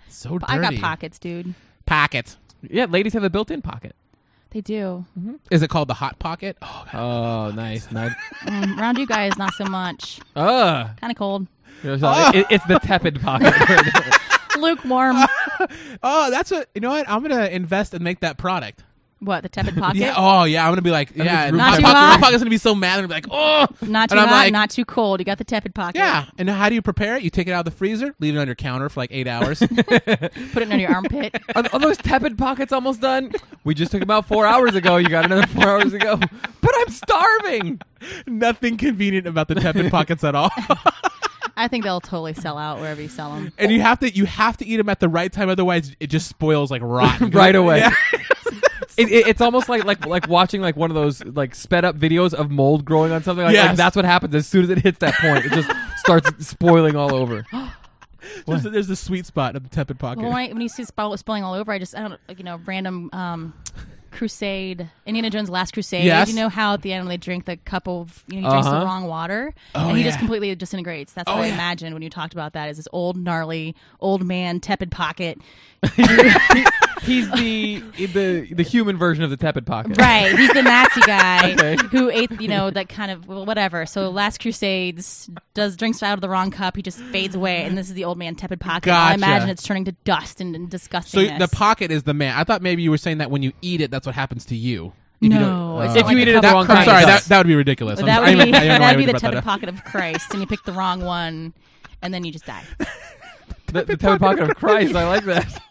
[SPEAKER 1] So dirty.
[SPEAKER 3] I got pockets, dude.
[SPEAKER 1] Pocket.
[SPEAKER 2] Yeah, ladies have a built-in pocket.
[SPEAKER 3] They do.
[SPEAKER 1] Is it called the hot pocket? Oh, God.
[SPEAKER 2] Oh, nice. nice.
[SPEAKER 3] Mm, around you guys, not so much.
[SPEAKER 2] Ugh.
[SPEAKER 3] Kind of cold,
[SPEAKER 2] It- it's the tepid pocket.
[SPEAKER 3] lukewarm.
[SPEAKER 1] oh, that's what. You know what? I'm gonna invest and make that product.
[SPEAKER 3] what the tepid pocket?
[SPEAKER 1] Yeah. Oh, yeah. I'm gonna be like,
[SPEAKER 2] it's
[SPEAKER 1] yeah. and
[SPEAKER 2] Not
[SPEAKER 1] hot
[SPEAKER 3] too
[SPEAKER 1] pocket-
[SPEAKER 3] hot.
[SPEAKER 1] hot pocket's gonna be so mad. and be like, oh,
[SPEAKER 3] Not too
[SPEAKER 1] and I'm
[SPEAKER 3] hot,
[SPEAKER 1] like-
[SPEAKER 3] not too cold. You got the tepid pocket.
[SPEAKER 1] yeah. And how do you prepare it? You take it out of the freezer, leave it on your counter for like eight hours.
[SPEAKER 3] Put it under your armpit.
[SPEAKER 2] are, are those tepid pockets almost done? We just took about four hours ago. You got another four hours ago. But I'm starving.
[SPEAKER 1] Nothing convenient about the tepid pockets at all.
[SPEAKER 3] I think they'll totally sell out wherever you sell them.
[SPEAKER 1] and you have to you have to eat them at the right time, otherwise it just spoils like rotten.
[SPEAKER 2] right away.
[SPEAKER 1] Yeah.
[SPEAKER 2] It, it, it's almost like like like watching like one of those like sped up videos of mold growing on something. Like, like,
[SPEAKER 1] Yes.
[SPEAKER 2] that's what happens as soon as it hits that point. It just starts spoiling all over.
[SPEAKER 1] There's, there's the sweet spot of the tepid pocket.
[SPEAKER 3] Well, when, Oh, I, when you see spell, spelling all over, I just I don't like you know random um, crusade Indiana Jones Last Crusade.
[SPEAKER 1] Yes.
[SPEAKER 3] You know how at the end when they drink the cup of you know he drinks
[SPEAKER 2] Uh-huh.
[SPEAKER 3] the wrong water
[SPEAKER 1] Oh,
[SPEAKER 3] and he
[SPEAKER 1] yeah.
[SPEAKER 3] just completely disintegrates. That's
[SPEAKER 1] Oh,
[SPEAKER 3] what I
[SPEAKER 1] yeah.
[SPEAKER 3] imagined when you talked about that is this old gnarly old man tepid pocket.
[SPEAKER 2] He's the the the human version of the tepid pocket.
[SPEAKER 3] Right, he's the Nazi guy
[SPEAKER 2] Okay.
[SPEAKER 3] who ate, you know, that kind of well, whatever. So Last Crusades does drinks out of the wrong cup. He just fades away, and this is the old man tepid pocket. I
[SPEAKER 1] Gotcha.
[SPEAKER 3] imagine it's turning to dust and, and
[SPEAKER 1] So
[SPEAKER 3] disgustingness.
[SPEAKER 1] the pocket is the man. I thought maybe you were saying that when you eat it, that's what happens to you. you don't-
[SPEAKER 3] no, it's
[SPEAKER 1] Oh.
[SPEAKER 3] not
[SPEAKER 2] If you eat
[SPEAKER 3] like a
[SPEAKER 2] it at the
[SPEAKER 3] cup of
[SPEAKER 2] wrong
[SPEAKER 1] I'm
[SPEAKER 2] time,
[SPEAKER 3] Christ.
[SPEAKER 2] it
[SPEAKER 1] sorry, that,
[SPEAKER 2] does.
[SPEAKER 1] that would be ridiculous.
[SPEAKER 3] But
[SPEAKER 1] I'm
[SPEAKER 3] that
[SPEAKER 1] sorry.
[SPEAKER 3] would be
[SPEAKER 1] I don't know why
[SPEAKER 3] that
[SPEAKER 1] I
[SPEAKER 3] would be the
[SPEAKER 1] brought that
[SPEAKER 3] tepid
[SPEAKER 1] up.
[SPEAKER 3] pocket of Christ, and you pick the wrong one, and then you just die.
[SPEAKER 2] The, the tepid pocket of Christ. I like that.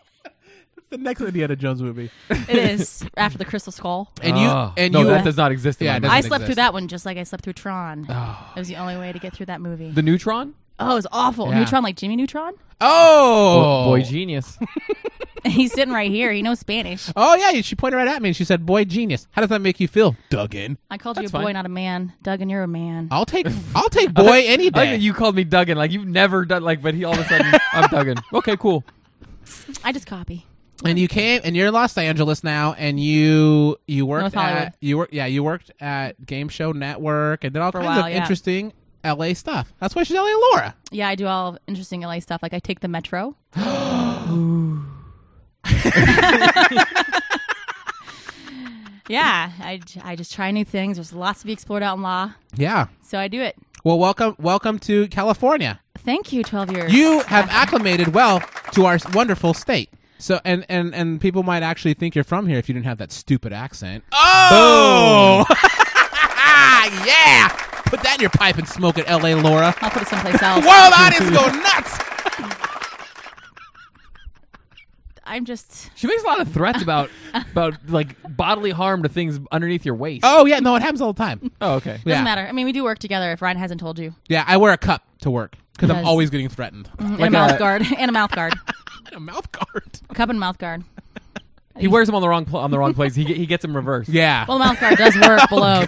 [SPEAKER 1] The next Indiana Jones movie.
[SPEAKER 3] It is after the Crystal Skull.
[SPEAKER 1] And you
[SPEAKER 2] Oh,
[SPEAKER 1] and
[SPEAKER 2] no,
[SPEAKER 1] you
[SPEAKER 2] that does not exist. In
[SPEAKER 1] Yeah,
[SPEAKER 2] my
[SPEAKER 1] it
[SPEAKER 2] mind.
[SPEAKER 1] doesn't
[SPEAKER 3] I slept through
[SPEAKER 1] exist. Oh.
[SPEAKER 3] that one just like I slept through Tron. It was the only way to get through that movie.
[SPEAKER 2] the neutron.
[SPEAKER 3] oh, it was awful.
[SPEAKER 1] Yeah.
[SPEAKER 3] Neutron, like Jimmy Neutron.
[SPEAKER 1] Oh,
[SPEAKER 2] Boy, genius.
[SPEAKER 3] He's sitting right here. He knows Spanish.
[SPEAKER 1] Oh yeah, she pointed right at me and she said, "Boy genius." How does that make you feel, Duggan?
[SPEAKER 3] I called you a
[SPEAKER 2] That's
[SPEAKER 3] boy,
[SPEAKER 2] fine.
[SPEAKER 3] not a man. Duggan, you're a man.
[SPEAKER 1] I'll take I'll take boy any
[SPEAKER 2] I like
[SPEAKER 1] day.
[SPEAKER 2] that you called me Duggan. Like you've never done. Like, but he all of a sudden, I'm Duggan. Okay, cool.
[SPEAKER 3] I just copy.
[SPEAKER 1] and you came and you're in Los Angeles now, and you you worked
[SPEAKER 3] North Hollywood.
[SPEAKER 1] at you work yeah you worked at Game Show Network and did all
[SPEAKER 3] For a
[SPEAKER 1] kinds
[SPEAKER 3] while,
[SPEAKER 1] of
[SPEAKER 3] yeah.
[SPEAKER 1] interesting LA stuff. That's why she's LA Laura.
[SPEAKER 3] Yeah, I do all interesting LA stuff. Like I take the metro. yeah, I, j- I just try new things. There's lots to be explored out in law,
[SPEAKER 1] Yeah.
[SPEAKER 3] so I do it.
[SPEAKER 1] Well, welcome welcome to California.
[SPEAKER 3] Thank you, 12 years.
[SPEAKER 1] You have acclimated well to our wonderful state. So and and and people might actually think you're from here if you didn't have that stupid accent. Oh, yeah! Put that in your pipe and smoke it, L.A. Laura.
[SPEAKER 3] I'll put it someplace else.
[SPEAKER 1] World audience go nuts.
[SPEAKER 3] I'm just
[SPEAKER 2] She makes a lot of threats about about like bodily harm to things underneath your waist.
[SPEAKER 1] Oh yeah, no, it happens all the time.
[SPEAKER 2] Oh, okay.
[SPEAKER 1] Yeah.
[SPEAKER 3] doesn't matter. I mean, we do work together. If Ryan hasn't told you,
[SPEAKER 1] Yeah, I wear a cup to work because I'm
[SPEAKER 3] Yes. Mm-hmm.
[SPEAKER 1] always getting threatened.
[SPEAKER 3] and
[SPEAKER 2] Like
[SPEAKER 3] a mouth
[SPEAKER 2] a-
[SPEAKER 3] guard, and a mouth guard,
[SPEAKER 1] a mouth guard.
[SPEAKER 3] cup and mouth guard.
[SPEAKER 2] He wears them on the wrong pl- on the wrong place. He get, he gets them reversed.
[SPEAKER 1] Yeah.
[SPEAKER 3] Well, the mouth guard does work
[SPEAKER 1] Oh,
[SPEAKER 3] below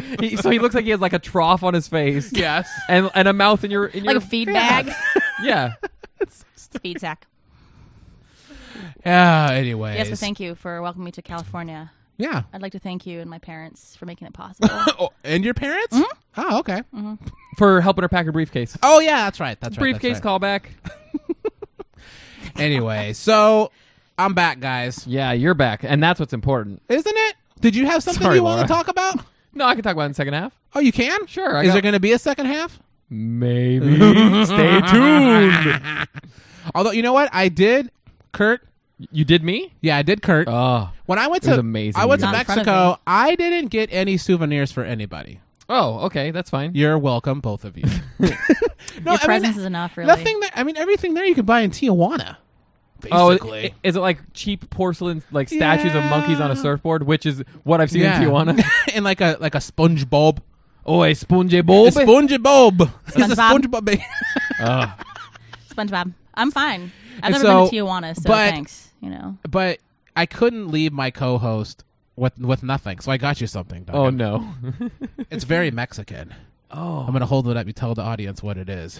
[SPEAKER 3] too,
[SPEAKER 2] He, so he looks like he has like a trough on his face.
[SPEAKER 1] yes.
[SPEAKER 2] And, and a mouth in your in
[SPEAKER 3] like
[SPEAKER 2] your
[SPEAKER 3] a feed bag,
[SPEAKER 2] yeah.
[SPEAKER 3] feed sack.
[SPEAKER 1] Yeah. Anyway.
[SPEAKER 3] Yes, but thank you for welcoming me to California.
[SPEAKER 1] Yeah.
[SPEAKER 3] I'd like to thank you and my parents for making it possible.
[SPEAKER 1] Oh, and your parents?
[SPEAKER 3] Mm-hmm.
[SPEAKER 1] Oh, okay.
[SPEAKER 2] for helping her pack her briefcase.
[SPEAKER 1] Oh, yeah. That's right. That's right. that's
[SPEAKER 2] briefcase
[SPEAKER 1] right.
[SPEAKER 2] callback.
[SPEAKER 1] Anyway, so I'm back, guys.
[SPEAKER 2] Yeah, you're back, and that's what's important.
[SPEAKER 1] Isn't it? Did you have something
[SPEAKER 2] Sorry,
[SPEAKER 1] you want
[SPEAKER 2] Laura.
[SPEAKER 1] to talk about?
[SPEAKER 2] No, I can talk about it in the second half.
[SPEAKER 1] Oh, you can?
[SPEAKER 2] Sure, I
[SPEAKER 1] Is
[SPEAKER 2] got-
[SPEAKER 1] there going to be a second half?
[SPEAKER 2] Maybe. Stay tuned.
[SPEAKER 1] Although, you know what? I did Kurt.
[SPEAKER 2] You did me?
[SPEAKER 1] Yeah, I did Kurt.
[SPEAKER 2] Oh.
[SPEAKER 1] when I went
[SPEAKER 2] it was
[SPEAKER 1] to
[SPEAKER 2] amazing
[SPEAKER 1] I went to
[SPEAKER 2] you
[SPEAKER 3] did. Not in front of
[SPEAKER 1] Mexico, I didn't get any souvenirs for anybody.
[SPEAKER 2] Oh, okay, that's fine.
[SPEAKER 1] You're welcome, both of you. no, I
[SPEAKER 3] Your
[SPEAKER 1] mean,
[SPEAKER 3] presence is enough, really.
[SPEAKER 1] Nothing that I mean, everything there you can buy in Tijuana.
[SPEAKER 2] Oh, i-
[SPEAKER 1] Basically.
[SPEAKER 2] i- is it like cheap porcelain, like statues of monkeys on a
[SPEAKER 1] Yeah.
[SPEAKER 2] surfboard, which is what I've seen
[SPEAKER 1] Yeah.
[SPEAKER 2] in Tijuana?
[SPEAKER 1] and like a like a SpongeBob.
[SPEAKER 2] oh, a sponge
[SPEAKER 1] A
[SPEAKER 2] bulb.
[SPEAKER 1] SpongeBob. It's a
[SPEAKER 3] SpongeBob.
[SPEAKER 1] SpongeBob.
[SPEAKER 2] Oh.
[SPEAKER 3] SpongeBob. I'm fine. I've
[SPEAKER 1] And
[SPEAKER 3] never
[SPEAKER 1] so-
[SPEAKER 3] been to Tijuana, so
[SPEAKER 1] but-
[SPEAKER 3] thanks. You know,
[SPEAKER 1] but I couldn't leave my co-host with with nothing, so I got you something. Duncan.
[SPEAKER 2] oh no.
[SPEAKER 1] It's very Mexican.
[SPEAKER 2] Oh,
[SPEAKER 1] I'm gonna hold it up. You tell the audience what it is.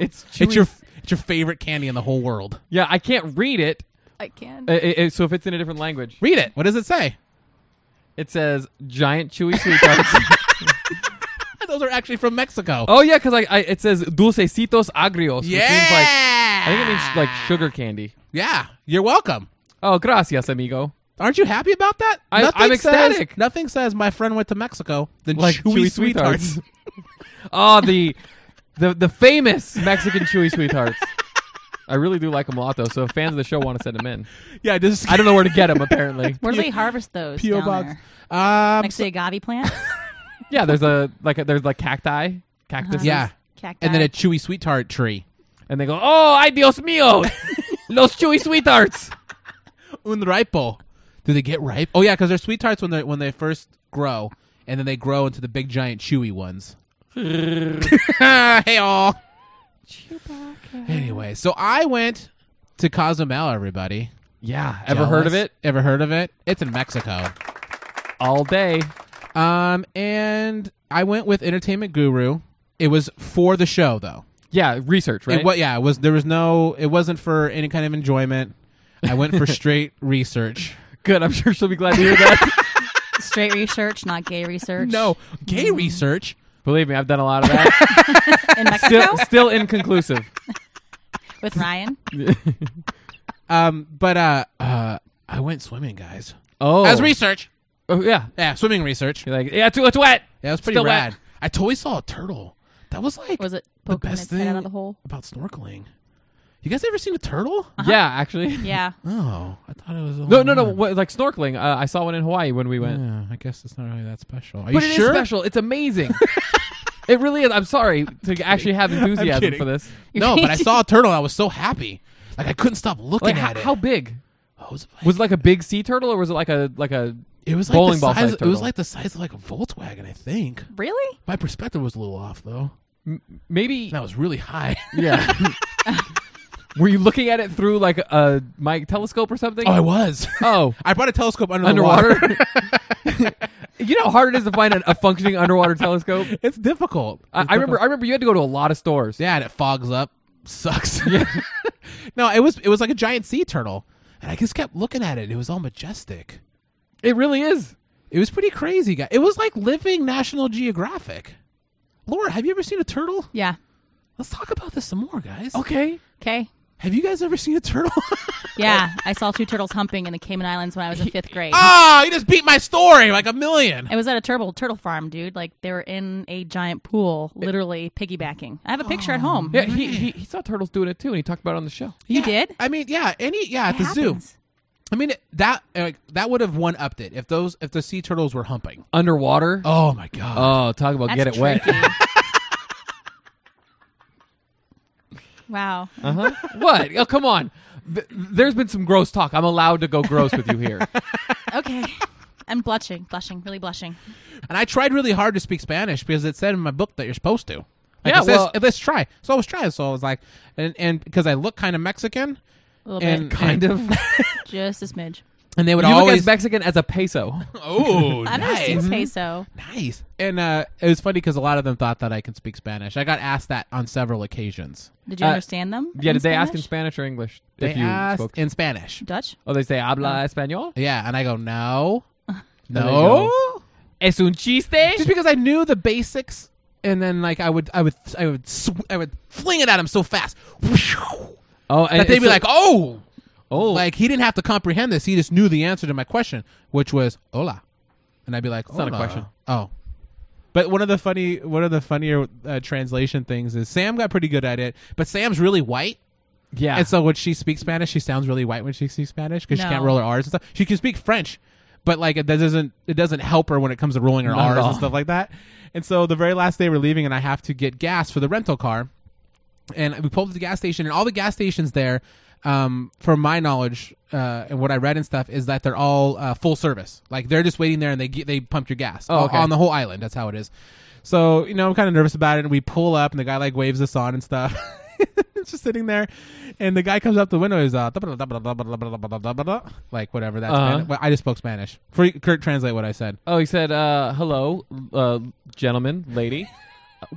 [SPEAKER 2] it's chewy.
[SPEAKER 1] It's your it's your favorite candy in the whole world.
[SPEAKER 2] yeah. I can't read it.
[SPEAKER 3] I can.
[SPEAKER 2] Uh, uh, uh, so if it's in a different language,
[SPEAKER 1] Read it. What does it say?
[SPEAKER 2] it says giant chewy sweet tarts.
[SPEAKER 1] Those are actually from Mexico.
[SPEAKER 2] oh yeah, because I, I it says dulcecitos agrios. Which means like
[SPEAKER 1] yeah.
[SPEAKER 2] I think it means like sugar candy.
[SPEAKER 1] Yeah. You're welcome.
[SPEAKER 2] Oh, gracias, amigo.
[SPEAKER 1] Aren't you happy about that?
[SPEAKER 2] I- I'm ecstatic.
[SPEAKER 1] Says, nothing says my friend went to Mexico than
[SPEAKER 2] Like
[SPEAKER 1] chewy, sweet tarts.
[SPEAKER 2] oh, the the the famous Mexican chewy sweethearts. I really do like them a lot, though. So if fans of the show want to send them in.
[SPEAKER 1] yeah, just
[SPEAKER 2] I don't know where to get them. Apparently,
[SPEAKER 3] Where do they harvest those?
[SPEAKER 1] PO
[SPEAKER 3] down
[SPEAKER 1] box.
[SPEAKER 3] There?
[SPEAKER 1] Um,
[SPEAKER 3] Next to the agave plant,
[SPEAKER 2] yeah. There's a like a, there's like cacti, cactus.
[SPEAKER 1] yeah,
[SPEAKER 3] cacti.
[SPEAKER 1] and then a chewy sweet tart tree.
[SPEAKER 2] and they go, "Oh, ay Dios mío, los chewy sweethearts."
[SPEAKER 1] Un ripo. Do they get ripe? Oh yeah, because they're sweet tarts when they when they first grow, and then they grow into the big giant chewy ones. hey all. Anyway, so I went to Cozumel. Everybody,
[SPEAKER 2] Yeah, ever heard of
[SPEAKER 1] Jealous?
[SPEAKER 2] it?
[SPEAKER 1] Ever heard of it? It's in Mexico.
[SPEAKER 2] All day.
[SPEAKER 1] Um, and I went with Entertainment Guru. It was for the show, though.
[SPEAKER 2] Yeah, research, right?
[SPEAKER 1] It wa- yeah, it was there was no, it wasn't for any kind of enjoyment. I went for straight research.
[SPEAKER 2] Good. I'm sure she'll be glad to hear that.
[SPEAKER 3] Straight research, not gay research.
[SPEAKER 1] No, gay research.
[SPEAKER 2] Believe me, I've done a lot of that.
[SPEAKER 3] in Mexico
[SPEAKER 2] Still, still inconclusive.
[SPEAKER 3] with Ryan.
[SPEAKER 1] Um, but uh, uh, I went swimming, guys.
[SPEAKER 2] Oh,
[SPEAKER 1] As research.
[SPEAKER 2] oh, yeah.
[SPEAKER 1] Yeah, swimming research.
[SPEAKER 2] You're like, yeah, it's, it's wet.
[SPEAKER 1] Yeah, it was pretty
[SPEAKER 2] Still wet.
[SPEAKER 1] rad. I totally saw a turtle. That was like
[SPEAKER 3] Was it
[SPEAKER 1] the
[SPEAKER 3] poking
[SPEAKER 1] best
[SPEAKER 3] its head
[SPEAKER 1] thing
[SPEAKER 3] out of the hole? Uh.
[SPEAKER 1] about snorkeling. You guys ever seen a turtle?
[SPEAKER 2] Yeah, actually.
[SPEAKER 3] Yeah.
[SPEAKER 1] Oh, I thought it was.
[SPEAKER 2] No, no, no. What, like snorkeling. Uh, I saw one in Hawaii when we went.
[SPEAKER 1] Yeah, I guess it's not really that special. Are
[SPEAKER 2] But
[SPEAKER 1] you
[SPEAKER 2] it is
[SPEAKER 1] sure?
[SPEAKER 2] special. It's amazing. it really is. I'm sorry to actually have enthusiasm
[SPEAKER 1] kidding.
[SPEAKER 2] for this.
[SPEAKER 1] No, but I saw a turtle. I was so happy. Like I couldn't stop looking
[SPEAKER 2] Like,
[SPEAKER 1] at
[SPEAKER 2] how,
[SPEAKER 1] it.
[SPEAKER 2] how big?
[SPEAKER 1] Oh, it was, like,
[SPEAKER 2] Was it like a big sea turtle, or was it like a like a?
[SPEAKER 1] it was like
[SPEAKER 2] bowling
[SPEAKER 1] the
[SPEAKER 2] ball
[SPEAKER 1] size,
[SPEAKER 2] sized
[SPEAKER 1] It was
[SPEAKER 2] turtle.
[SPEAKER 1] like the size of like a Volkswagen, I think.
[SPEAKER 3] Really?
[SPEAKER 1] My perspective was a little off though.
[SPEAKER 2] m- Maybe
[SPEAKER 1] That was really high.
[SPEAKER 2] Yeah. Were you looking at it through like a my telescope or something?
[SPEAKER 1] oh, I was.
[SPEAKER 2] Oh,
[SPEAKER 1] I brought a telescope under The
[SPEAKER 2] underwater.
[SPEAKER 1] water.
[SPEAKER 2] you know how hard it is to find an, a functioning underwater telescope.
[SPEAKER 1] It's difficult.
[SPEAKER 2] I,
[SPEAKER 1] It's
[SPEAKER 2] I remember. I remember you had to go to a lot of stores.
[SPEAKER 1] Yeah, and it fogs up. Sucks. no, it was it was like a giant sea turtle, and I just kept looking at it. It was all majestic.
[SPEAKER 2] It really is.
[SPEAKER 1] It was pretty crazy, guy. It was like living National Geographic. Laura, have you ever seen a turtle?
[SPEAKER 3] Yeah.
[SPEAKER 1] Let's talk about this some more, guys.
[SPEAKER 2] Okay.
[SPEAKER 3] Okay.
[SPEAKER 1] Have you guys ever seen a turtle?
[SPEAKER 3] Yeah. I saw two turtles humping in the Cayman Islands when I was in fifth grade.
[SPEAKER 1] Ah, you just beat my story like a million.
[SPEAKER 3] It was at a turtle turtle farm, dude. Like they were in a giant pool, literally piggybacking. I have a picture at home.
[SPEAKER 2] Yeah. He, he he saw turtles doing it too, and he talked about it on the show.
[SPEAKER 3] You
[SPEAKER 1] Yeah,
[SPEAKER 3] did?
[SPEAKER 1] I mean, yeah, any yeah, at
[SPEAKER 3] It
[SPEAKER 1] the zoo.
[SPEAKER 3] happens.
[SPEAKER 1] I mean, that like, that would have one upped it if those if the sea turtles were humping.
[SPEAKER 2] Underwater. Oh,
[SPEAKER 1] Oh my god.
[SPEAKER 2] talk about
[SPEAKER 3] That's
[SPEAKER 2] get it wet.
[SPEAKER 3] tricky. wow.
[SPEAKER 2] Uh-huh. what? Oh, come on. Th- there's been some gross talk. I'm allowed to go gross with you here.
[SPEAKER 3] Okay. I'm blushing, blushing, really blushing.
[SPEAKER 1] And I tried really hard to speak Spanish because it said in my book that you're supposed to. Like,
[SPEAKER 2] Yeah,
[SPEAKER 1] it says,
[SPEAKER 2] well-
[SPEAKER 1] let's try. So I was trying. So I was like, and and because I look kind of Mexican,
[SPEAKER 3] A little
[SPEAKER 1] and
[SPEAKER 3] bit.
[SPEAKER 2] Kind of.
[SPEAKER 3] Just a smidge.
[SPEAKER 1] and they would
[SPEAKER 2] you look
[SPEAKER 1] always
[SPEAKER 2] as Mexican as a peso.
[SPEAKER 1] oh
[SPEAKER 3] I've never
[SPEAKER 1] nice
[SPEAKER 3] seen peso.
[SPEAKER 1] nice. And uh, it was funny because a lot of them thought that I could speak Spanish. I got asked that on several occasions.
[SPEAKER 3] Did you
[SPEAKER 2] Uh,
[SPEAKER 3] understand them?
[SPEAKER 2] Yeah,
[SPEAKER 3] in
[SPEAKER 2] did they ask in
[SPEAKER 3] Spanish?
[SPEAKER 2] Spanish or English?
[SPEAKER 1] They
[SPEAKER 2] if you
[SPEAKER 1] asked
[SPEAKER 2] spoke.
[SPEAKER 1] in Spanish.
[SPEAKER 3] Dutch?
[SPEAKER 2] Oh, they say habla español.
[SPEAKER 1] Yeah, and I go no,
[SPEAKER 2] they
[SPEAKER 1] no.
[SPEAKER 2] Es un
[SPEAKER 1] Just
[SPEAKER 2] chiste.
[SPEAKER 1] because I knew the basics, and then like I would, I would, I would, sw- I would fling it at him so fast that
[SPEAKER 2] Oh, and
[SPEAKER 1] they'd
[SPEAKER 2] it's
[SPEAKER 1] be
[SPEAKER 2] so-
[SPEAKER 1] like, oh.
[SPEAKER 2] oh,
[SPEAKER 1] Like he didn't have to comprehend this. He just knew the answer to my question, which was hola, and I'd be like,
[SPEAKER 2] not a
[SPEAKER 1] "Hola."
[SPEAKER 2] question.
[SPEAKER 1] Oh, but one of the funny, one of the funnier uh, translation things is Sam got pretty good at it, but Sam's really white,
[SPEAKER 2] yeah.
[SPEAKER 1] and so when she speaks Spanish, she sounds really white when she speaks Spanish because she
[SPEAKER 3] No.
[SPEAKER 1] can't roll her R's and stuff. She can speak French. But like it that doesn't it doesn't help her when it comes to rolling her
[SPEAKER 2] Not at
[SPEAKER 1] R's
[SPEAKER 2] all.
[SPEAKER 1] and stuff like that. And so the very last day we're leaving and I have to get gas for the rental car and we pulled up to the gas station and all the gas stations there um, from my knowledge uh, and what i read and stuff is that they're all uh, full service like they're just waiting there and they get, they pump your gas
[SPEAKER 2] Oh, okay.
[SPEAKER 1] on the whole island that's how it is so you know i'm kind of nervous about it and we pull up and the guy like waves us on and stuff it's just sitting there and the guy comes up the window is uh, like whatever that's
[SPEAKER 2] Uh-huh.
[SPEAKER 1] Spanish. Well, i just spoke spanish for kurt translate what i said
[SPEAKER 2] oh, he said, uh, "Hello, uh, gentlemen, lady.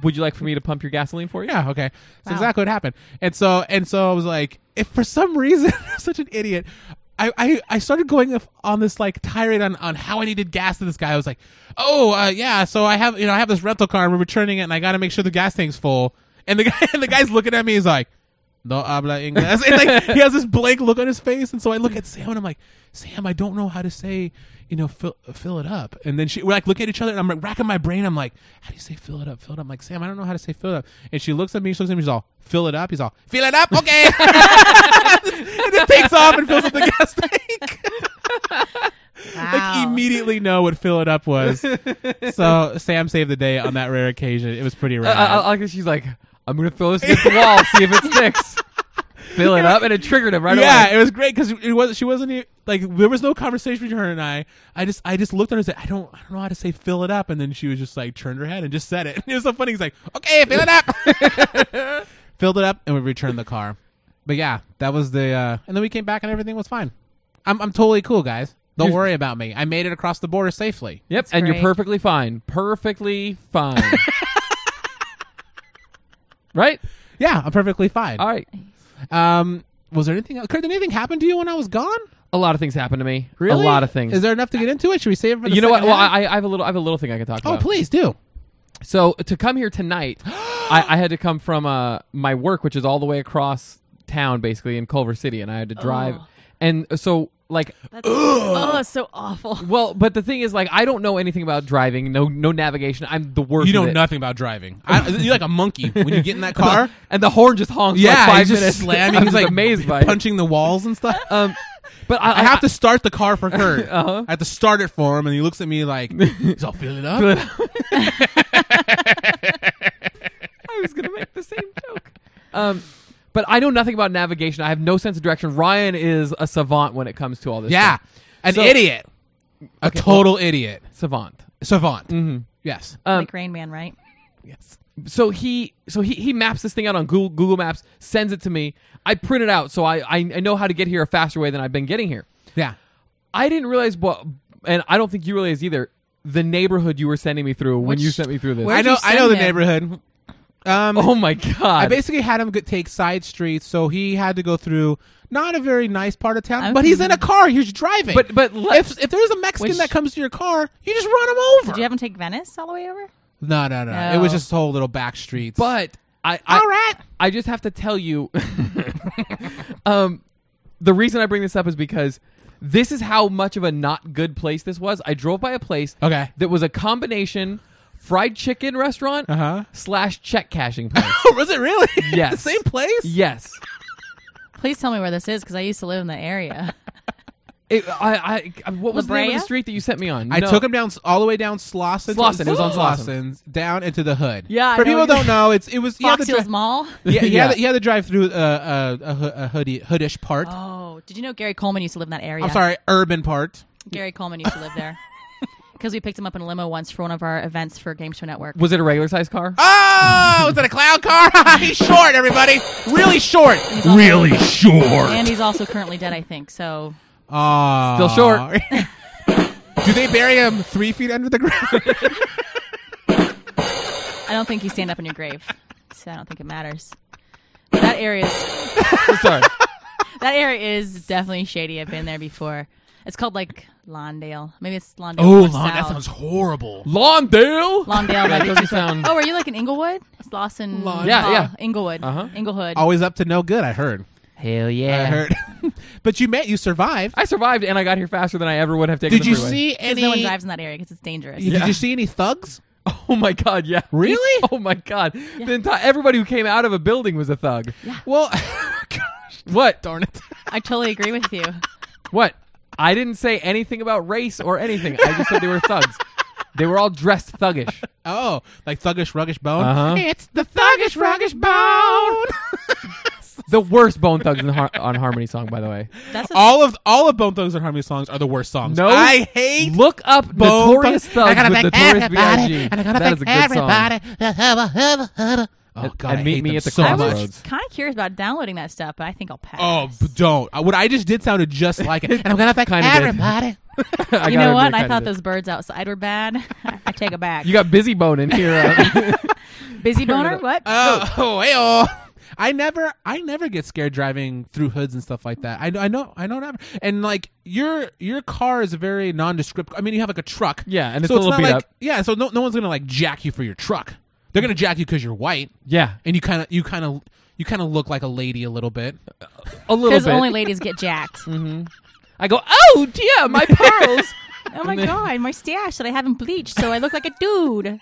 [SPEAKER 2] Would you like for me to pump your gasoline for you?"
[SPEAKER 1] Yeah, okay. That's
[SPEAKER 3] Wow.
[SPEAKER 1] exactly what happened. And so and so I was like, if for some reason I'm such an idiot, I, I, I started going off on this like tirade on, on how I needed gas to this guy. I was like, oh uh, yeah, so I have you know I have this rental car and we're returning it and I got to make sure the gas tank's full. And the guy and the guy's looking at me. He's like, no habla inglés. And like he has this blank look on his face. And so I look at Sam and I'm like, Sam, I don't know how to say you know fill, fill it up. And then she we're like looking at each other and I'm like racking my brain. I'm like, how do you say fill it up? Fill it up. I'm like Sam, I don't know how to say fill it up. And she looks at me. She looks at me. She's all fill it up. He's all fill it up. Okay. and then takes off and fills up the gas tank.
[SPEAKER 3] Wow.
[SPEAKER 1] like immediately know what fill it up was. so Sam saved the day on that rare occasion. It was pretty
[SPEAKER 2] I,
[SPEAKER 1] rad.
[SPEAKER 2] I, I like that she's like, "I'm gonna throw this against the wall, see if it sticks." Fill it up, and it triggered him right
[SPEAKER 1] yeah,
[SPEAKER 2] away.
[SPEAKER 1] it was great because it was she wasn't even, like there was no conversation between her and I. I just I just looked at her and said I don't I don't know how to say fill it up, and then she was just like turned her head and just said it. It was so funny. He's like, okay, fill it up, filled it up, and we returned the car. But yeah, that was the uh, and then we came back and everything was fine. I'm I'm totally cool, guys. Don't
[SPEAKER 2] You're-
[SPEAKER 1] worry about me. I made it across the border safely.
[SPEAKER 2] Yep,
[SPEAKER 3] That's
[SPEAKER 2] and you're
[SPEAKER 3] great.
[SPEAKER 2] perfectly fine. Perfectly fine. right?
[SPEAKER 1] Yeah, I'm perfectly fine.
[SPEAKER 2] All right.
[SPEAKER 1] Um, was there anything? Else? Kurt, did anything happen to you when I was gone?
[SPEAKER 2] A lot of things happened to me. A lot of things.
[SPEAKER 1] Is there enough to get into it? Should we save it for the
[SPEAKER 2] you know what?
[SPEAKER 1] second
[SPEAKER 2] Well,
[SPEAKER 1] half?
[SPEAKER 2] I, I have a little. I have a little thing I can talk
[SPEAKER 1] oh,
[SPEAKER 2] about.
[SPEAKER 1] please do.
[SPEAKER 2] So to come here tonight, I, I had to come from uh, my work, which is all the way across town basically in Culver City, and I had to drive.
[SPEAKER 3] Oh.
[SPEAKER 2] And so like
[SPEAKER 3] That's, oh, it's so awful.
[SPEAKER 2] well, but the thing is like I don't know anything about driving. No no navigation. I'm the worst.
[SPEAKER 1] You
[SPEAKER 2] at
[SPEAKER 1] know
[SPEAKER 2] it.
[SPEAKER 1] nothing about driving. I, you're like a monkey when you get in that car.
[SPEAKER 2] And the horn just honks.
[SPEAKER 1] yeah,
[SPEAKER 2] like five
[SPEAKER 1] he's just
[SPEAKER 2] minutes.
[SPEAKER 1] slamming.
[SPEAKER 2] I
[SPEAKER 1] He's
[SPEAKER 2] was
[SPEAKER 1] like
[SPEAKER 2] amazed by it.
[SPEAKER 1] punching the walls and stuff.
[SPEAKER 2] Um, but I,
[SPEAKER 1] I have to start the car for Kurt.
[SPEAKER 2] Uh-huh.
[SPEAKER 1] I have to start it for him, and he looks at me like, "He's all fill it up."
[SPEAKER 2] I was gonna make the same joke. Um, but I know nothing about navigation. I have no sense of direction. Ryan is a savant when it comes to all this.
[SPEAKER 1] Yeah,
[SPEAKER 2] stuff.
[SPEAKER 1] an
[SPEAKER 2] So-
[SPEAKER 1] idiot, a
[SPEAKER 2] Okay,
[SPEAKER 1] total idiot,
[SPEAKER 2] savant.
[SPEAKER 1] savant. Yes,
[SPEAKER 2] Um,
[SPEAKER 3] like Rain Man, right?
[SPEAKER 1] yes.
[SPEAKER 2] So he, so he, he maps this thing out on Google, Google Maps, sends it to me. I print it out, so I, I, I know how to get here a faster way than I've been getting here.
[SPEAKER 1] Yeah.
[SPEAKER 2] I didn't realize what, and I don't think you realized either. The neighborhood you were sending me through when
[SPEAKER 3] Which-
[SPEAKER 2] you sent me through this.
[SPEAKER 3] where-
[SPEAKER 1] I
[SPEAKER 3] Where'd
[SPEAKER 1] know.
[SPEAKER 3] you
[SPEAKER 1] I know
[SPEAKER 3] send
[SPEAKER 1] the
[SPEAKER 3] him?
[SPEAKER 1] neighborhood. Um,
[SPEAKER 2] oh my god!
[SPEAKER 1] I basically had him go- take side streets, so he had to go through not a very nice part of town.
[SPEAKER 3] I'm-
[SPEAKER 1] But he's in a car; he's driving.
[SPEAKER 2] But- but le-
[SPEAKER 1] if if there's a Mexican
[SPEAKER 2] Which-
[SPEAKER 1] that comes to your car, you just run him over.
[SPEAKER 3] Did you have him take Venice all the way over?
[SPEAKER 1] no, no, no, It was
[SPEAKER 3] No.
[SPEAKER 1] just this whole little back streets.
[SPEAKER 2] but I, I
[SPEAKER 1] all right,
[SPEAKER 2] I just have to tell you, um, the reason I bring this up is because this is how much of a not good place this was. I drove by a place
[SPEAKER 1] okay,
[SPEAKER 2] that was a combination fried chicken restaurant
[SPEAKER 1] uh
[SPEAKER 2] slash check cashing place.
[SPEAKER 1] huh. was it really?
[SPEAKER 2] Yes.
[SPEAKER 1] the same place.
[SPEAKER 2] yes,
[SPEAKER 3] Please tell me where this is because I used to live in the area.
[SPEAKER 2] it, I, I, what was the name of
[SPEAKER 3] Brea?
[SPEAKER 2] the street that you sent me on?
[SPEAKER 1] I
[SPEAKER 2] No.
[SPEAKER 1] took him down s- all the way down Slauson. to-
[SPEAKER 2] Slauson, it was on Slauson.
[SPEAKER 1] Slauson, down into the hood.
[SPEAKER 3] Yeah, I
[SPEAKER 1] for
[SPEAKER 3] know
[SPEAKER 1] people who
[SPEAKER 3] you-
[SPEAKER 1] don't know, it's it was you had
[SPEAKER 3] Fox
[SPEAKER 1] to
[SPEAKER 3] Hills
[SPEAKER 1] dri-
[SPEAKER 3] Mall.
[SPEAKER 1] yeah, you had
[SPEAKER 2] Yeah.
[SPEAKER 1] to- you had to drive through uh, uh, a, hoo- a hoodie hoodish part.
[SPEAKER 3] Oh, did you know Gary Coleman used to live in that area?
[SPEAKER 1] I'm sorry, urban part.
[SPEAKER 3] Gary Coleman used to live there. Because we picked him up in a limo once for one of our events for Game Show Network.
[SPEAKER 2] Was it a regular sized car?
[SPEAKER 1] Oh, is it a clown car? He's short, everybody. Really short.
[SPEAKER 3] also-
[SPEAKER 1] really short.
[SPEAKER 3] And he's also currently dead, I think. So
[SPEAKER 1] Aw.
[SPEAKER 2] Still short.
[SPEAKER 1] Do they bury him three feet under the ground?
[SPEAKER 3] I don't think you stand up in your grave. So I don't think it matters. But that area is
[SPEAKER 2] Sorry,
[SPEAKER 3] that area is definitely shady. I've been there before. It's called like Lawndale. Maybe it's Lawndale.
[SPEAKER 1] oh,
[SPEAKER 3] more
[SPEAKER 1] long, that
[SPEAKER 3] south.
[SPEAKER 1] sounds horrible.
[SPEAKER 2] Lawndale.
[SPEAKER 3] Lawndale.
[SPEAKER 2] That
[SPEAKER 3] like-
[SPEAKER 2] doesn't sound.
[SPEAKER 3] oh, are you like in Inglewood? It's Lawson.
[SPEAKER 1] Lawn-
[SPEAKER 2] Yeah, yeah.
[SPEAKER 3] Inglewood.
[SPEAKER 2] Uh-huh.
[SPEAKER 3] Inglewood.
[SPEAKER 1] Always up to no good. I heard.
[SPEAKER 2] Hell
[SPEAKER 1] I
[SPEAKER 2] yeah!
[SPEAKER 1] heard. but you met. You survived.
[SPEAKER 2] I survived and I got here faster than I ever would have taken.
[SPEAKER 1] Did
[SPEAKER 2] the
[SPEAKER 1] you
[SPEAKER 2] freeway.
[SPEAKER 1] see any?
[SPEAKER 3] Because no one drives in that area because it's dangerous.
[SPEAKER 1] Did
[SPEAKER 2] Yeah.
[SPEAKER 1] you see any thugs?
[SPEAKER 2] Oh my god, yeah.
[SPEAKER 1] Really?
[SPEAKER 2] Oh my god. The entire everybody who came out of a building was a thug.
[SPEAKER 1] Well,
[SPEAKER 2] What?
[SPEAKER 1] darn it.
[SPEAKER 3] I totally agree with you.
[SPEAKER 2] What? I didn't say anything about race or anything. I just said they were thugs. They were all dressed thuggish.
[SPEAKER 1] Oh, like thuggish, ruggish bone.
[SPEAKER 2] Uh-huh.
[SPEAKER 1] It's the thuggish, ruggish bone.
[SPEAKER 2] The worst Bone Thugs in Har- on Harmony song, by the way.
[SPEAKER 3] That's a,
[SPEAKER 1] all of all of Bone Thugs and Harmony songs are the worst songs.
[SPEAKER 2] No.
[SPEAKER 1] I hate
[SPEAKER 2] Look up
[SPEAKER 1] Bone
[SPEAKER 2] Notorious Thugs
[SPEAKER 1] I gotta
[SPEAKER 2] with
[SPEAKER 1] thank
[SPEAKER 2] Notorious
[SPEAKER 1] everybody,
[SPEAKER 2] B.I.G.
[SPEAKER 1] and I gotta
[SPEAKER 2] That is a
[SPEAKER 1] thank
[SPEAKER 2] good song.
[SPEAKER 1] everybody. Hubba, hubba, hubba. Oh
[SPEAKER 2] And-
[SPEAKER 1] God,
[SPEAKER 2] and
[SPEAKER 1] I
[SPEAKER 2] meet
[SPEAKER 1] hate
[SPEAKER 2] me
[SPEAKER 1] them
[SPEAKER 2] at the
[SPEAKER 1] so
[SPEAKER 3] I
[SPEAKER 2] crossroads.
[SPEAKER 1] much.
[SPEAKER 3] was kind of curious about downloading that stuff, but I think I'll pass.
[SPEAKER 1] Oh, b- don't. Uh, What I just did sounded just like it, and I'm gonna thank
[SPEAKER 2] Kinda did.
[SPEAKER 1] everybody.
[SPEAKER 2] I
[SPEAKER 3] you
[SPEAKER 2] gotta
[SPEAKER 3] know what?
[SPEAKER 2] admit,
[SPEAKER 3] I
[SPEAKER 2] kinda
[SPEAKER 3] thought
[SPEAKER 2] did.
[SPEAKER 3] those birds outside were bad. I take it back.
[SPEAKER 2] You got Busy Bone in here. uh,
[SPEAKER 3] Busy boner? What?
[SPEAKER 1] Oh, oh, hey-oh. I never, I never get scared driving through hoods and stuff like that. I know, I know, I know, never. And like your your car is very nondescript. I mean, you have like a truck,
[SPEAKER 2] Yeah, and it's
[SPEAKER 1] so
[SPEAKER 2] a little
[SPEAKER 1] not
[SPEAKER 2] beat
[SPEAKER 1] like,
[SPEAKER 2] up.
[SPEAKER 1] Yeah, so no, no one's gonna like jack you for your truck. They're gonna jack you because you're white,
[SPEAKER 2] yeah.
[SPEAKER 1] and you kind of, you kind of, you kind of look like a lady a little bit.
[SPEAKER 2] A little
[SPEAKER 3] Because
[SPEAKER 2] bit. Mm-hmm.
[SPEAKER 3] only ladies get jacked.
[SPEAKER 2] I go, "Oh dear, my pearls."
[SPEAKER 3] Oh my god, my stash that I haven't bleached, so I look like a dude.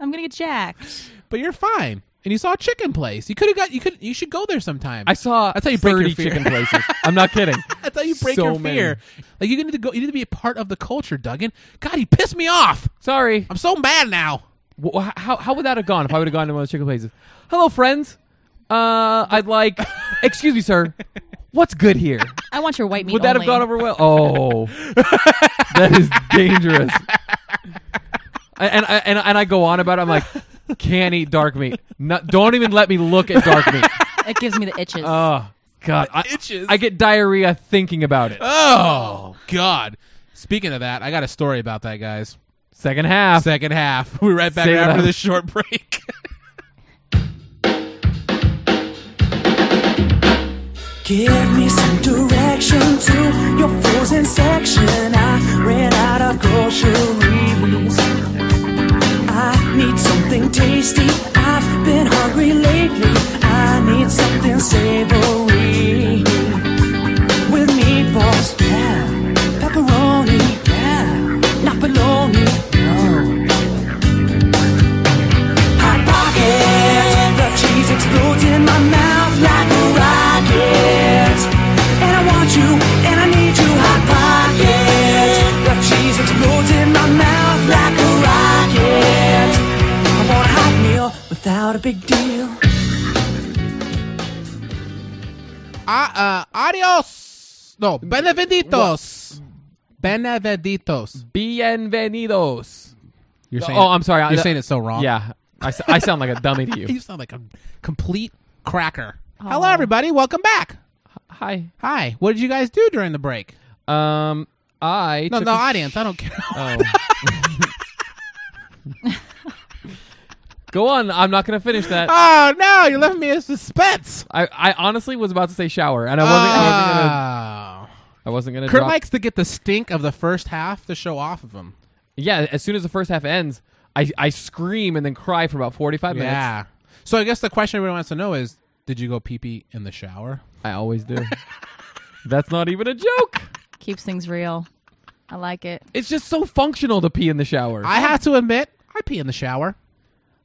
[SPEAKER 3] I'm gonna get jacked.
[SPEAKER 1] But you're fine, and you saw a chicken place. You could have got, you could, you should go there sometime.
[SPEAKER 2] I saw
[SPEAKER 1] That's how you break your
[SPEAKER 2] 30
[SPEAKER 1] fear.
[SPEAKER 2] chicken places. I'm not kidding.
[SPEAKER 1] That's how you break
[SPEAKER 2] So
[SPEAKER 1] your
[SPEAKER 2] many.
[SPEAKER 1] fear. Like you need to go, you need to be a part of the culture, Duggan. God, he pissed me off.
[SPEAKER 2] Sorry.
[SPEAKER 1] I'm so mad now.
[SPEAKER 2] Wh- wh- How, how would that have gone if I would have gone to one of those chicken places? Hello, friends. Uh, I'd like. Excuse me, sir. What's good here?
[SPEAKER 3] I want your white meat.
[SPEAKER 2] Would that
[SPEAKER 3] only.
[SPEAKER 2] have gone over well? Oh, that is dangerous. I- And I, and and I go on about. it. I'm like, can't eat dark meat. No, don't even let me look at dark meat.
[SPEAKER 3] It gives me the itches.
[SPEAKER 2] Oh God, I,
[SPEAKER 1] Itches.
[SPEAKER 2] I get diarrhea thinking about it.
[SPEAKER 1] Oh God! Speaking of that, I got a story about that, guys.
[SPEAKER 2] Second half.
[SPEAKER 1] Second half. We're right back
[SPEAKER 2] Save it
[SPEAKER 1] after
[SPEAKER 2] up.
[SPEAKER 1] this short break.
[SPEAKER 4] Give me some direction to your frozen section. I ran out of groceries. I need something tasty. I've been hungry lately. I need something savory. not a big deal.
[SPEAKER 1] Ah, uh, adios. No, benevenidos. Benevenidos.
[SPEAKER 2] Bienvenidos.
[SPEAKER 1] You're saying.
[SPEAKER 2] oh, I'm sorry. I-
[SPEAKER 1] You're saying it so wrong.
[SPEAKER 2] Yeah, I, s- I sound like a dummy to you.
[SPEAKER 1] You sound like a complete cracker. Hello, everybody. Welcome back.
[SPEAKER 2] Hi.
[SPEAKER 1] Hi. What did you guys do during the break?
[SPEAKER 2] Um, I
[SPEAKER 1] No,
[SPEAKER 2] took
[SPEAKER 1] no,
[SPEAKER 2] a-
[SPEAKER 1] audience. I don't care.
[SPEAKER 2] Oh. Go on. I'm not gonna finish that.
[SPEAKER 1] oh no, you left me in suspense.
[SPEAKER 2] I, I honestly was about to say shower, and I wasn't. Ah.
[SPEAKER 1] Oh.
[SPEAKER 2] I wasn't gonna. I wasn't gonna.
[SPEAKER 1] Kurt
[SPEAKER 2] drop-
[SPEAKER 1] likes to get the stink of the first half to show off of him.
[SPEAKER 2] Yeah. As soon as the first half ends, I I scream and then cry for about 45 minutes.
[SPEAKER 1] Yeah. So I guess the question everyone wants to know is, did you go pee pee in the shower?
[SPEAKER 2] I always do. That's not even a joke.
[SPEAKER 3] Keeps things real. I like it.
[SPEAKER 2] It's just so functional to pee in the shower.
[SPEAKER 1] I have to admit, I pee in the shower.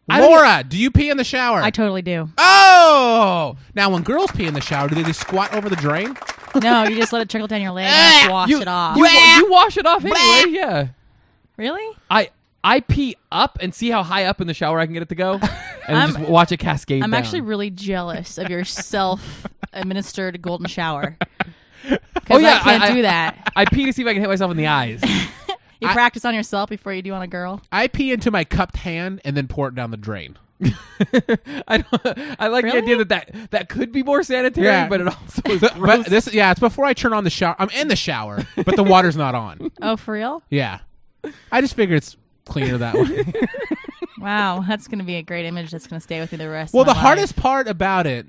[SPEAKER 2] I don't-
[SPEAKER 1] Laura, do you pee in the shower?
[SPEAKER 3] I totally do.
[SPEAKER 1] oh, now when girls pee in the shower, do they just squat over the drain?
[SPEAKER 3] No, you just let it trickle down your leg and just wash
[SPEAKER 2] Ah, you,
[SPEAKER 3] it off.
[SPEAKER 2] You, you wash it off anyway. Yeah.
[SPEAKER 3] really?
[SPEAKER 2] I I pee up and see how high up in the shower I can get it to go, and
[SPEAKER 3] I'm-
[SPEAKER 2] just watch it cascade.
[SPEAKER 3] I'm
[SPEAKER 2] down.
[SPEAKER 3] actually really jealous of your self-administered golden shower. 'Cause
[SPEAKER 2] Oh, yeah,
[SPEAKER 3] I can't
[SPEAKER 2] I- I-
[SPEAKER 3] do that.
[SPEAKER 2] I pee to see if I can hit myself in the eyes.
[SPEAKER 3] You practice on yourself before you do on a girl.
[SPEAKER 1] I pee into my cupped hand and then pour it down the drain.
[SPEAKER 2] I don't, I like the
[SPEAKER 3] Really?
[SPEAKER 2] idea that, that that could be more sanitary,
[SPEAKER 1] Yeah.
[SPEAKER 2] but it also is
[SPEAKER 1] Th-
[SPEAKER 2] gross.
[SPEAKER 1] but this, yeah, it's before I turn on the shower. I'm in the shower, but the water's not on.
[SPEAKER 3] Oh, for real?
[SPEAKER 1] Yeah, I just figure it's cleaner that way.
[SPEAKER 3] Wow, that's gonna be a great image. That's gonna stay with me the rest.
[SPEAKER 1] Well,
[SPEAKER 3] of my
[SPEAKER 1] the
[SPEAKER 3] life.
[SPEAKER 1] hardest part about it,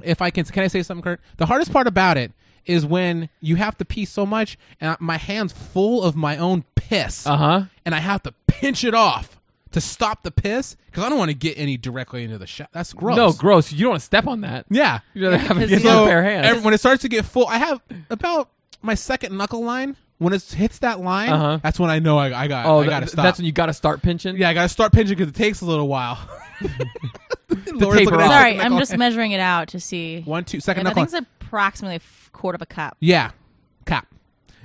[SPEAKER 1] if I can, can I say something, Kurt? The hardest part about it is when you have to pee so much, and I- my hands full of my own piss,
[SPEAKER 2] Uh huh.
[SPEAKER 1] and I have to pinch it off to stop the piss because I don't want to get any directly into the shot. That's gross.
[SPEAKER 2] No, gross. You don't want to step on that.
[SPEAKER 1] yeah.
[SPEAKER 2] You don't have to
[SPEAKER 3] because
[SPEAKER 2] get
[SPEAKER 3] you-
[SPEAKER 2] a
[SPEAKER 1] So
[SPEAKER 2] pair of hands.
[SPEAKER 1] every- when it starts to get full, I have about my second knuckle line. When it hits that line,
[SPEAKER 2] Uh-huh.
[SPEAKER 1] that's when I know I, I got.
[SPEAKER 2] oh,
[SPEAKER 1] I
[SPEAKER 2] th-
[SPEAKER 1] gotta
[SPEAKER 2] th-
[SPEAKER 1] stop.
[SPEAKER 2] that's when you got to start pinching.
[SPEAKER 1] yeah, I gotta start pinching because it takes a little while. Laura's
[SPEAKER 2] taper
[SPEAKER 1] looking at
[SPEAKER 2] off.
[SPEAKER 1] her
[SPEAKER 3] Sorry,
[SPEAKER 1] knuckle
[SPEAKER 3] I'm just
[SPEAKER 1] line.
[SPEAKER 3] measuring it out to see.
[SPEAKER 1] One, two, second
[SPEAKER 3] And I
[SPEAKER 1] knuckle.
[SPEAKER 3] think it's approximately a f- quarter of a cup.
[SPEAKER 1] Yeah, cop.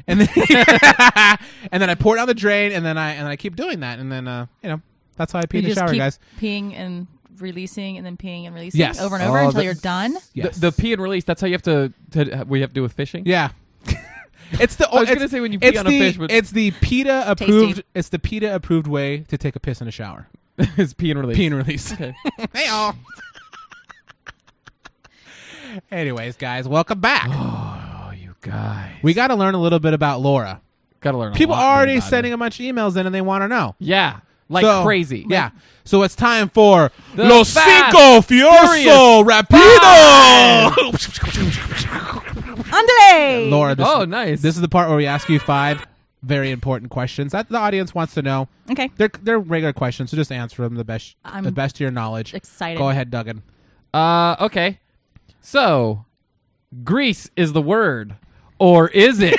[SPEAKER 1] And then and then I pour it down the drain, and then I and I keep doing that, and then uh, you know that's how I pee
[SPEAKER 3] You
[SPEAKER 1] in the
[SPEAKER 3] just
[SPEAKER 1] shower,
[SPEAKER 3] keep
[SPEAKER 1] guys.
[SPEAKER 3] peeing and releasing, and then peeing and releasing
[SPEAKER 1] Yes.
[SPEAKER 3] over and over
[SPEAKER 2] Oh,
[SPEAKER 3] until
[SPEAKER 2] that's-
[SPEAKER 3] you're done.
[SPEAKER 2] The-
[SPEAKER 1] Yes.
[SPEAKER 2] The, pee and release. That's how you have to. to we have to do with fishing.
[SPEAKER 1] Yeah. It's the.
[SPEAKER 2] was
[SPEAKER 1] it's-
[SPEAKER 2] gonna say when you pee
[SPEAKER 1] it's
[SPEAKER 2] on a
[SPEAKER 1] the-
[SPEAKER 2] fish, but-
[SPEAKER 1] it's the PETA
[SPEAKER 3] Tasty.
[SPEAKER 1] approved. It's the PETA approved way to take a piss in a shower.
[SPEAKER 2] it's pee and release.
[SPEAKER 1] Pee and release.
[SPEAKER 2] Okay.
[SPEAKER 1] hey all. Anyways, guys, welcome back.
[SPEAKER 2] oh, you guys.
[SPEAKER 1] we got to learn a little bit about Laura.
[SPEAKER 2] Gotta learn. a
[SPEAKER 1] People
[SPEAKER 2] lot
[SPEAKER 1] are already
[SPEAKER 2] about it.
[SPEAKER 1] sending a bunch of emails in, and they want to know.
[SPEAKER 2] Yeah, like
[SPEAKER 1] So,
[SPEAKER 2] crazy.
[SPEAKER 1] Yeah. So it's time for
[SPEAKER 2] The
[SPEAKER 1] Los
[SPEAKER 2] Fast
[SPEAKER 1] Cinco Furioso Rapido.
[SPEAKER 3] Underlay.
[SPEAKER 1] Laura, this,
[SPEAKER 2] Oh, nice.
[SPEAKER 1] this is the part where we ask you five very important questions that the audience wants to know.
[SPEAKER 3] Okay.
[SPEAKER 1] They're they're regular questions, so just answer them the best
[SPEAKER 3] I'm
[SPEAKER 1] the best to your knowledge.
[SPEAKER 3] excited.
[SPEAKER 1] Go ahead, Duggan.
[SPEAKER 2] Uh, okay. So, Greece is the word, or is it?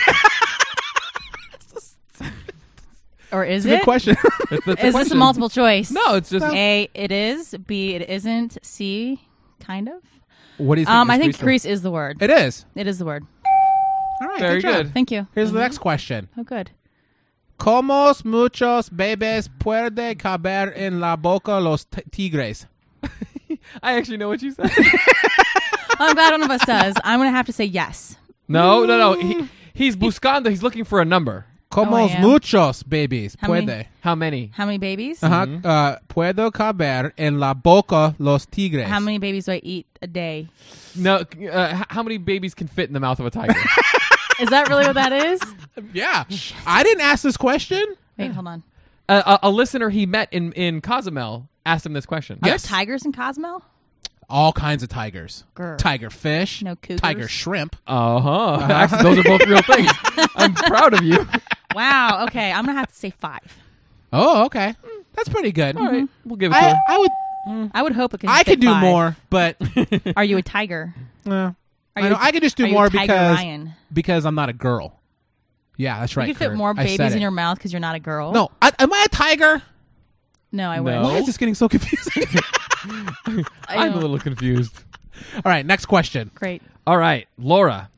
[SPEAKER 3] Or is
[SPEAKER 1] Good
[SPEAKER 3] it?
[SPEAKER 1] question.
[SPEAKER 2] It's- it's
[SPEAKER 3] Is this a
[SPEAKER 2] question.
[SPEAKER 3] multiple choice?
[SPEAKER 2] No, it's just.
[SPEAKER 3] A. It is. B. It isn't. C. Kind of.
[SPEAKER 1] what do you think?
[SPEAKER 3] Um,
[SPEAKER 1] is
[SPEAKER 3] I think
[SPEAKER 1] Greece-
[SPEAKER 3] Greece is the word.
[SPEAKER 1] It is.
[SPEAKER 3] It is the word.
[SPEAKER 1] All right.
[SPEAKER 2] Very
[SPEAKER 1] job.
[SPEAKER 2] good.
[SPEAKER 3] Thank you.
[SPEAKER 1] Here's the next question.
[SPEAKER 3] Oh, good.
[SPEAKER 1] Como muchos bebés puede caber en la boca los t- tigres?
[SPEAKER 2] I actually know what you said.
[SPEAKER 3] I'm glad one of us does. I'm gonna have to say yes.
[SPEAKER 2] no, no, no. He, he's buscando. He's looking for a number.
[SPEAKER 1] Como
[SPEAKER 3] Oh, I am.
[SPEAKER 1] muchos babies
[SPEAKER 3] How
[SPEAKER 1] puede.
[SPEAKER 3] many?
[SPEAKER 2] How many?
[SPEAKER 3] How many babies?
[SPEAKER 1] Ajá, uh, puedo caber en la boca los tigres.
[SPEAKER 3] How many babies do I eat a day?
[SPEAKER 2] No. Uh, h- how many babies can fit in the mouth of a tiger?
[SPEAKER 3] Is that really what that is?
[SPEAKER 1] Yeah. I didn't ask this question.
[SPEAKER 3] Wait, hold on.
[SPEAKER 2] uh, a, a listener he met in in Cozumel asked him this question.
[SPEAKER 3] Are
[SPEAKER 1] Yes.
[SPEAKER 3] there tigers in Cosmo?
[SPEAKER 1] All kinds of tigers.
[SPEAKER 3] Grr.
[SPEAKER 1] Tiger fish.
[SPEAKER 3] No cougars.
[SPEAKER 1] Tiger shrimp.
[SPEAKER 2] Uh huh. Actually, those are both real things. I'm proud of you.
[SPEAKER 3] Wow. Okay, I'm gonna have to say five.
[SPEAKER 1] Oh, okay. That's pretty good. Mm-hmm.
[SPEAKER 2] All right, we'll give it to
[SPEAKER 1] I,
[SPEAKER 2] her.
[SPEAKER 1] I would.
[SPEAKER 3] I would hope it could.
[SPEAKER 1] I
[SPEAKER 3] fit
[SPEAKER 1] could do
[SPEAKER 3] five.
[SPEAKER 1] more, but
[SPEAKER 3] Are you a tiger?
[SPEAKER 1] uh,
[SPEAKER 3] Are
[SPEAKER 1] I,
[SPEAKER 3] you
[SPEAKER 1] know, I could just
[SPEAKER 3] are
[SPEAKER 1] do
[SPEAKER 3] you
[SPEAKER 1] more
[SPEAKER 3] Tiger
[SPEAKER 1] because
[SPEAKER 3] Ryan?
[SPEAKER 1] because I'm not a girl. Yeah, that's right.
[SPEAKER 3] you could fit
[SPEAKER 1] Kurt.
[SPEAKER 3] more
[SPEAKER 1] I said
[SPEAKER 3] babies in
[SPEAKER 1] it.
[SPEAKER 3] your mouth because you're not a girl.
[SPEAKER 1] No, I, am I a tiger?
[SPEAKER 3] no, I
[SPEAKER 2] No.
[SPEAKER 3] would.
[SPEAKER 1] Why is this getting so confusing?
[SPEAKER 2] I'm a little confused.
[SPEAKER 1] All right, next question.
[SPEAKER 3] Great.
[SPEAKER 2] All right, Laura.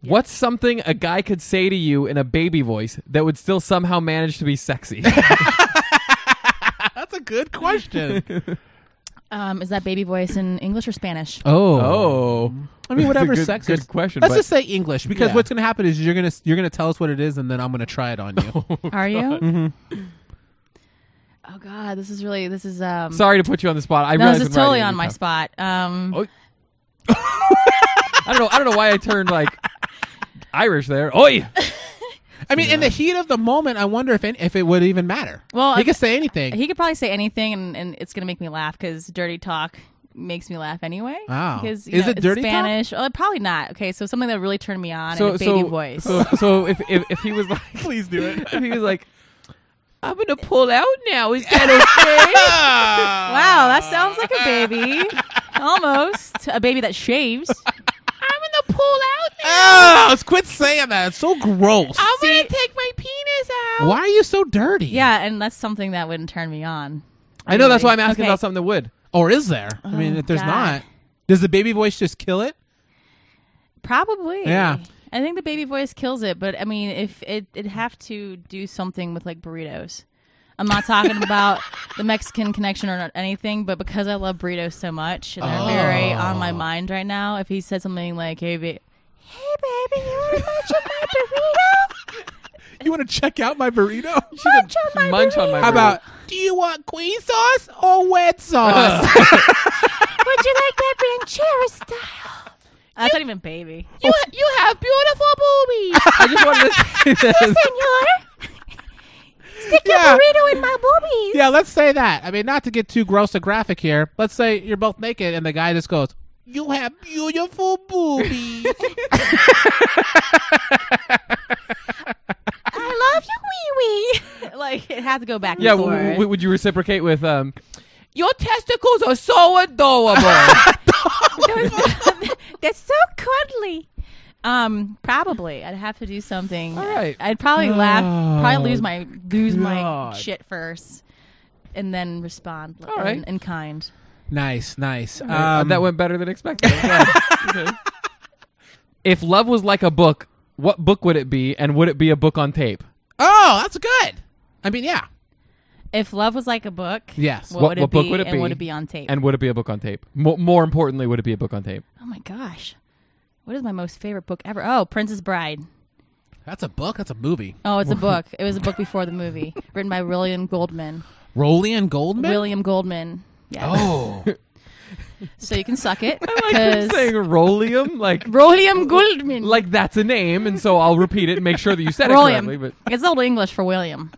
[SPEAKER 2] What's something a guy could say to you in a baby voice that would still somehow manage to be sexy?
[SPEAKER 1] That's a good question.
[SPEAKER 3] Um, is that baby voice in English or Spanish?
[SPEAKER 1] Oh.
[SPEAKER 2] Oh,
[SPEAKER 1] I mean, whatever
[SPEAKER 2] That's a good-
[SPEAKER 1] sex
[SPEAKER 2] good
[SPEAKER 1] is-
[SPEAKER 2] question,
[SPEAKER 1] Let's
[SPEAKER 2] but-
[SPEAKER 1] just say English because
[SPEAKER 2] Yeah.
[SPEAKER 1] what's going to happen is you're going to you're going to tell us what it is, and then I'm going to try it on you.
[SPEAKER 3] Are you? Oh God, this is really this is um.
[SPEAKER 2] sorry to put you on the spot. I
[SPEAKER 3] no,
[SPEAKER 2] realize
[SPEAKER 3] this is
[SPEAKER 2] I'm
[SPEAKER 3] totally
[SPEAKER 2] writing
[SPEAKER 3] on
[SPEAKER 2] it
[SPEAKER 3] my
[SPEAKER 2] down.
[SPEAKER 3] spot. Um,
[SPEAKER 2] Oh. I don't know. I don't know why I turned like Irish there. Oi,
[SPEAKER 1] I mean, in the heat of the moment, I wonder if any, if it would even matter.
[SPEAKER 3] Well,
[SPEAKER 1] he
[SPEAKER 3] okay.
[SPEAKER 1] could say anything.
[SPEAKER 3] he could probably say anything, and, and it's gonna make me laugh because dirty talk makes me laugh anyway.
[SPEAKER 1] Wow.
[SPEAKER 3] Because you
[SPEAKER 1] Is
[SPEAKER 3] know,
[SPEAKER 1] it
[SPEAKER 3] it's
[SPEAKER 1] dirty talk?
[SPEAKER 3] Spanish? Oh, probably not. Okay, so something that really turned me on
[SPEAKER 2] so
[SPEAKER 3] in a baby
[SPEAKER 2] so,
[SPEAKER 3] voice.
[SPEAKER 2] so so if, if if he was like,
[SPEAKER 1] Please do it.
[SPEAKER 2] if he was like, I'm gonna pull out now. Is that
[SPEAKER 1] Ah!
[SPEAKER 3] wow, that sounds like a baby. Almost a baby that shaves. I'm in the pool out
[SPEAKER 1] Oh, quit saying that. It's so gross.
[SPEAKER 3] gonna take my penis out.
[SPEAKER 1] Why are you so dirty?
[SPEAKER 3] Yeah, and that's something that wouldn't turn me on.
[SPEAKER 2] I know. That's why I'm
[SPEAKER 3] Really.
[SPEAKER 2] asking
[SPEAKER 3] Okay.
[SPEAKER 2] about something that would.
[SPEAKER 1] Or is there? I mean,
[SPEAKER 3] Oh,
[SPEAKER 1] if there's
[SPEAKER 3] God.
[SPEAKER 1] not, does the baby voice just kill it?
[SPEAKER 3] Probably.
[SPEAKER 1] Yeah.
[SPEAKER 3] I think the baby voice kills it, but I mean, if it, it'd have to do something with like burritos. I'm not talking about the Mexican connection or not anything, but because I love burritos so much and they're very
[SPEAKER 2] Oh.
[SPEAKER 3] on my mind right now, if he said something like, hey, ba- hey baby, you want to munch on my burrito?
[SPEAKER 1] You want to check out my burrito?
[SPEAKER 3] Munch on my
[SPEAKER 2] Munch on my.
[SPEAKER 1] How about? Do you want queen sauce or wet sauce?
[SPEAKER 3] burrito. Would you like that ranchera style? That's not even baby. You, you have beautiful boobies,
[SPEAKER 2] I just wanted to say this.
[SPEAKER 3] senor. Stick
[SPEAKER 1] Yeah.
[SPEAKER 3] burrito in my boobies.
[SPEAKER 1] yeah, let's say that. I mean, not to get too gross and graphic here. Let's say you're both naked, and the guy just goes, "You have beautiful boobies."
[SPEAKER 3] I love you, wee wee. like it had to go back.
[SPEAKER 2] Yeah,
[SPEAKER 3] and
[SPEAKER 2] w-
[SPEAKER 3] forth.
[SPEAKER 2] w- would you reciprocate with um? Your testicles are so adorable.
[SPEAKER 3] that's so cuddly. Um, probably I'd have to do something.
[SPEAKER 2] All right.
[SPEAKER 3] I'd probably laugh, probably lose
[SPEAKER 1] Oh,
[SPEAKER 3] my lose my
[SPEAKER 1] God.
[SPEAKER 3] shit first, and then respond. All
[SPEAKER 2] right.
[SPEAKER 3] in, in kind.
[SPEAKER 1] nice, nice. Um,
[SPEAKER 2] Uh, that went better than expected. I'm glad. if love was like a book, what book would it be, and would it be a book on tape?
[SPEAKER 1] Oh, that's good. I mean, yeah.
[SPEAKER 3] If love was like a book,
[SPEAKER 1] Yes.
[SPEAKER 3] what,
[SPEAKER 2] What-
[SPEAKER 3] would,
[SPEAKER 2] what
[SPEAKER 3] it
[SPEAKER 2] book
[SPEAKER 3] be,
[SPEAKER 2] would it
[SPEAKER 3] and
[SPEAKER 2] be?
[SPEAKER 3] Would it be on tape?
[SPEAKER 2] And would it be a book on tape? Mo- more importantly, would it be a book on tape?
[SPEAKER 3] oh my gosh, what is my most favorite book ever? Oh, Princess Bride.
[SPEAKER 1] That's a book. That's a movie.
[SPEAKER 3] Oh, it's a book. It was a book before the movie, written by William Goldman.
[SPEAKER 1] Rolian Goldman.
[SPEAKER 3] William Goldman. Yes.
[SPEAKER 1] Oh,
[SPEAKER 3] So you can suck it.
[SPEAKER 2] I'm
[SPEAKER 3] Because
[SPEAKER 2] saying Rolium, like
[SPEAKER 3] William Goldman.
[SPEAKER 2] like that's a name, and so I'll repeat it and make sure that you said it correctly.
[SPEAKER 3] William.
[SPEAKER 2] But
[SPEAKER 3] It's Old English for William.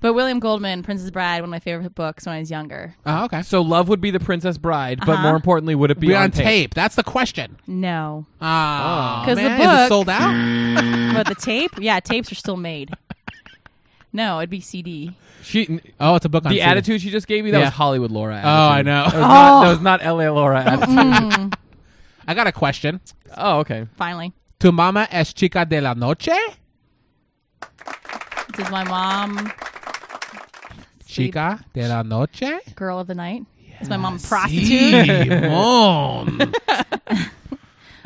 [SPEAKER 3] But William Goldman, Princess Bride, one of my favorite books when I was younger.
[SPEAKER 1] oh okay.
[SPEAKER 2] so love would be the Princess Bride, but
[SPEAKER 3] Uh-huh.
[SPEAKER 2] more importantly, would it be
[SPEAKER 1] Be
[SPEAKER 2] on,
[SPEAKER 1] on tape. That's the question.
[SPEAKER 3] No.
[SPEAKER 1] Ah,
[SPEAKER 3] 'Cause the
[SPEAKER 1] man, is it
[SPEAKER 3] book-
[SPEAKER 1] sold out.
[SPEAKER 3] But the tape? Yeah, tapes are still made. No, it'd be CD.
[SPEAKER 2] She, the
[SPEAKER 1] Oh, it's a book on CD.
[SPEAKER 2] attitude she just gave you that
[SPEAKER 1] Yeah.
[SPEAKER 2] was Hollywood Laura. Attitude.
[SPEAKER 1] Oh, I know.
[SPEAKER 2] That was, not, that
[SPEAKER 3] Oh.
[SPEAKER 2] was not L.A. Laura attitude.
[SPEAKER 1] I got a question.
[SPEAKER 2] oh, okay.
[SPEAKER 3] Finally.
[SPEAKER 1] Tu mama es chica de la noche?
[SPEAKER 3] This is my mom,
[SPEAKER 1] Chica de la noche?
[SPEAKER 3] girl of the night. Is my mom a prostitute?
[SPEAKER 1] Simone.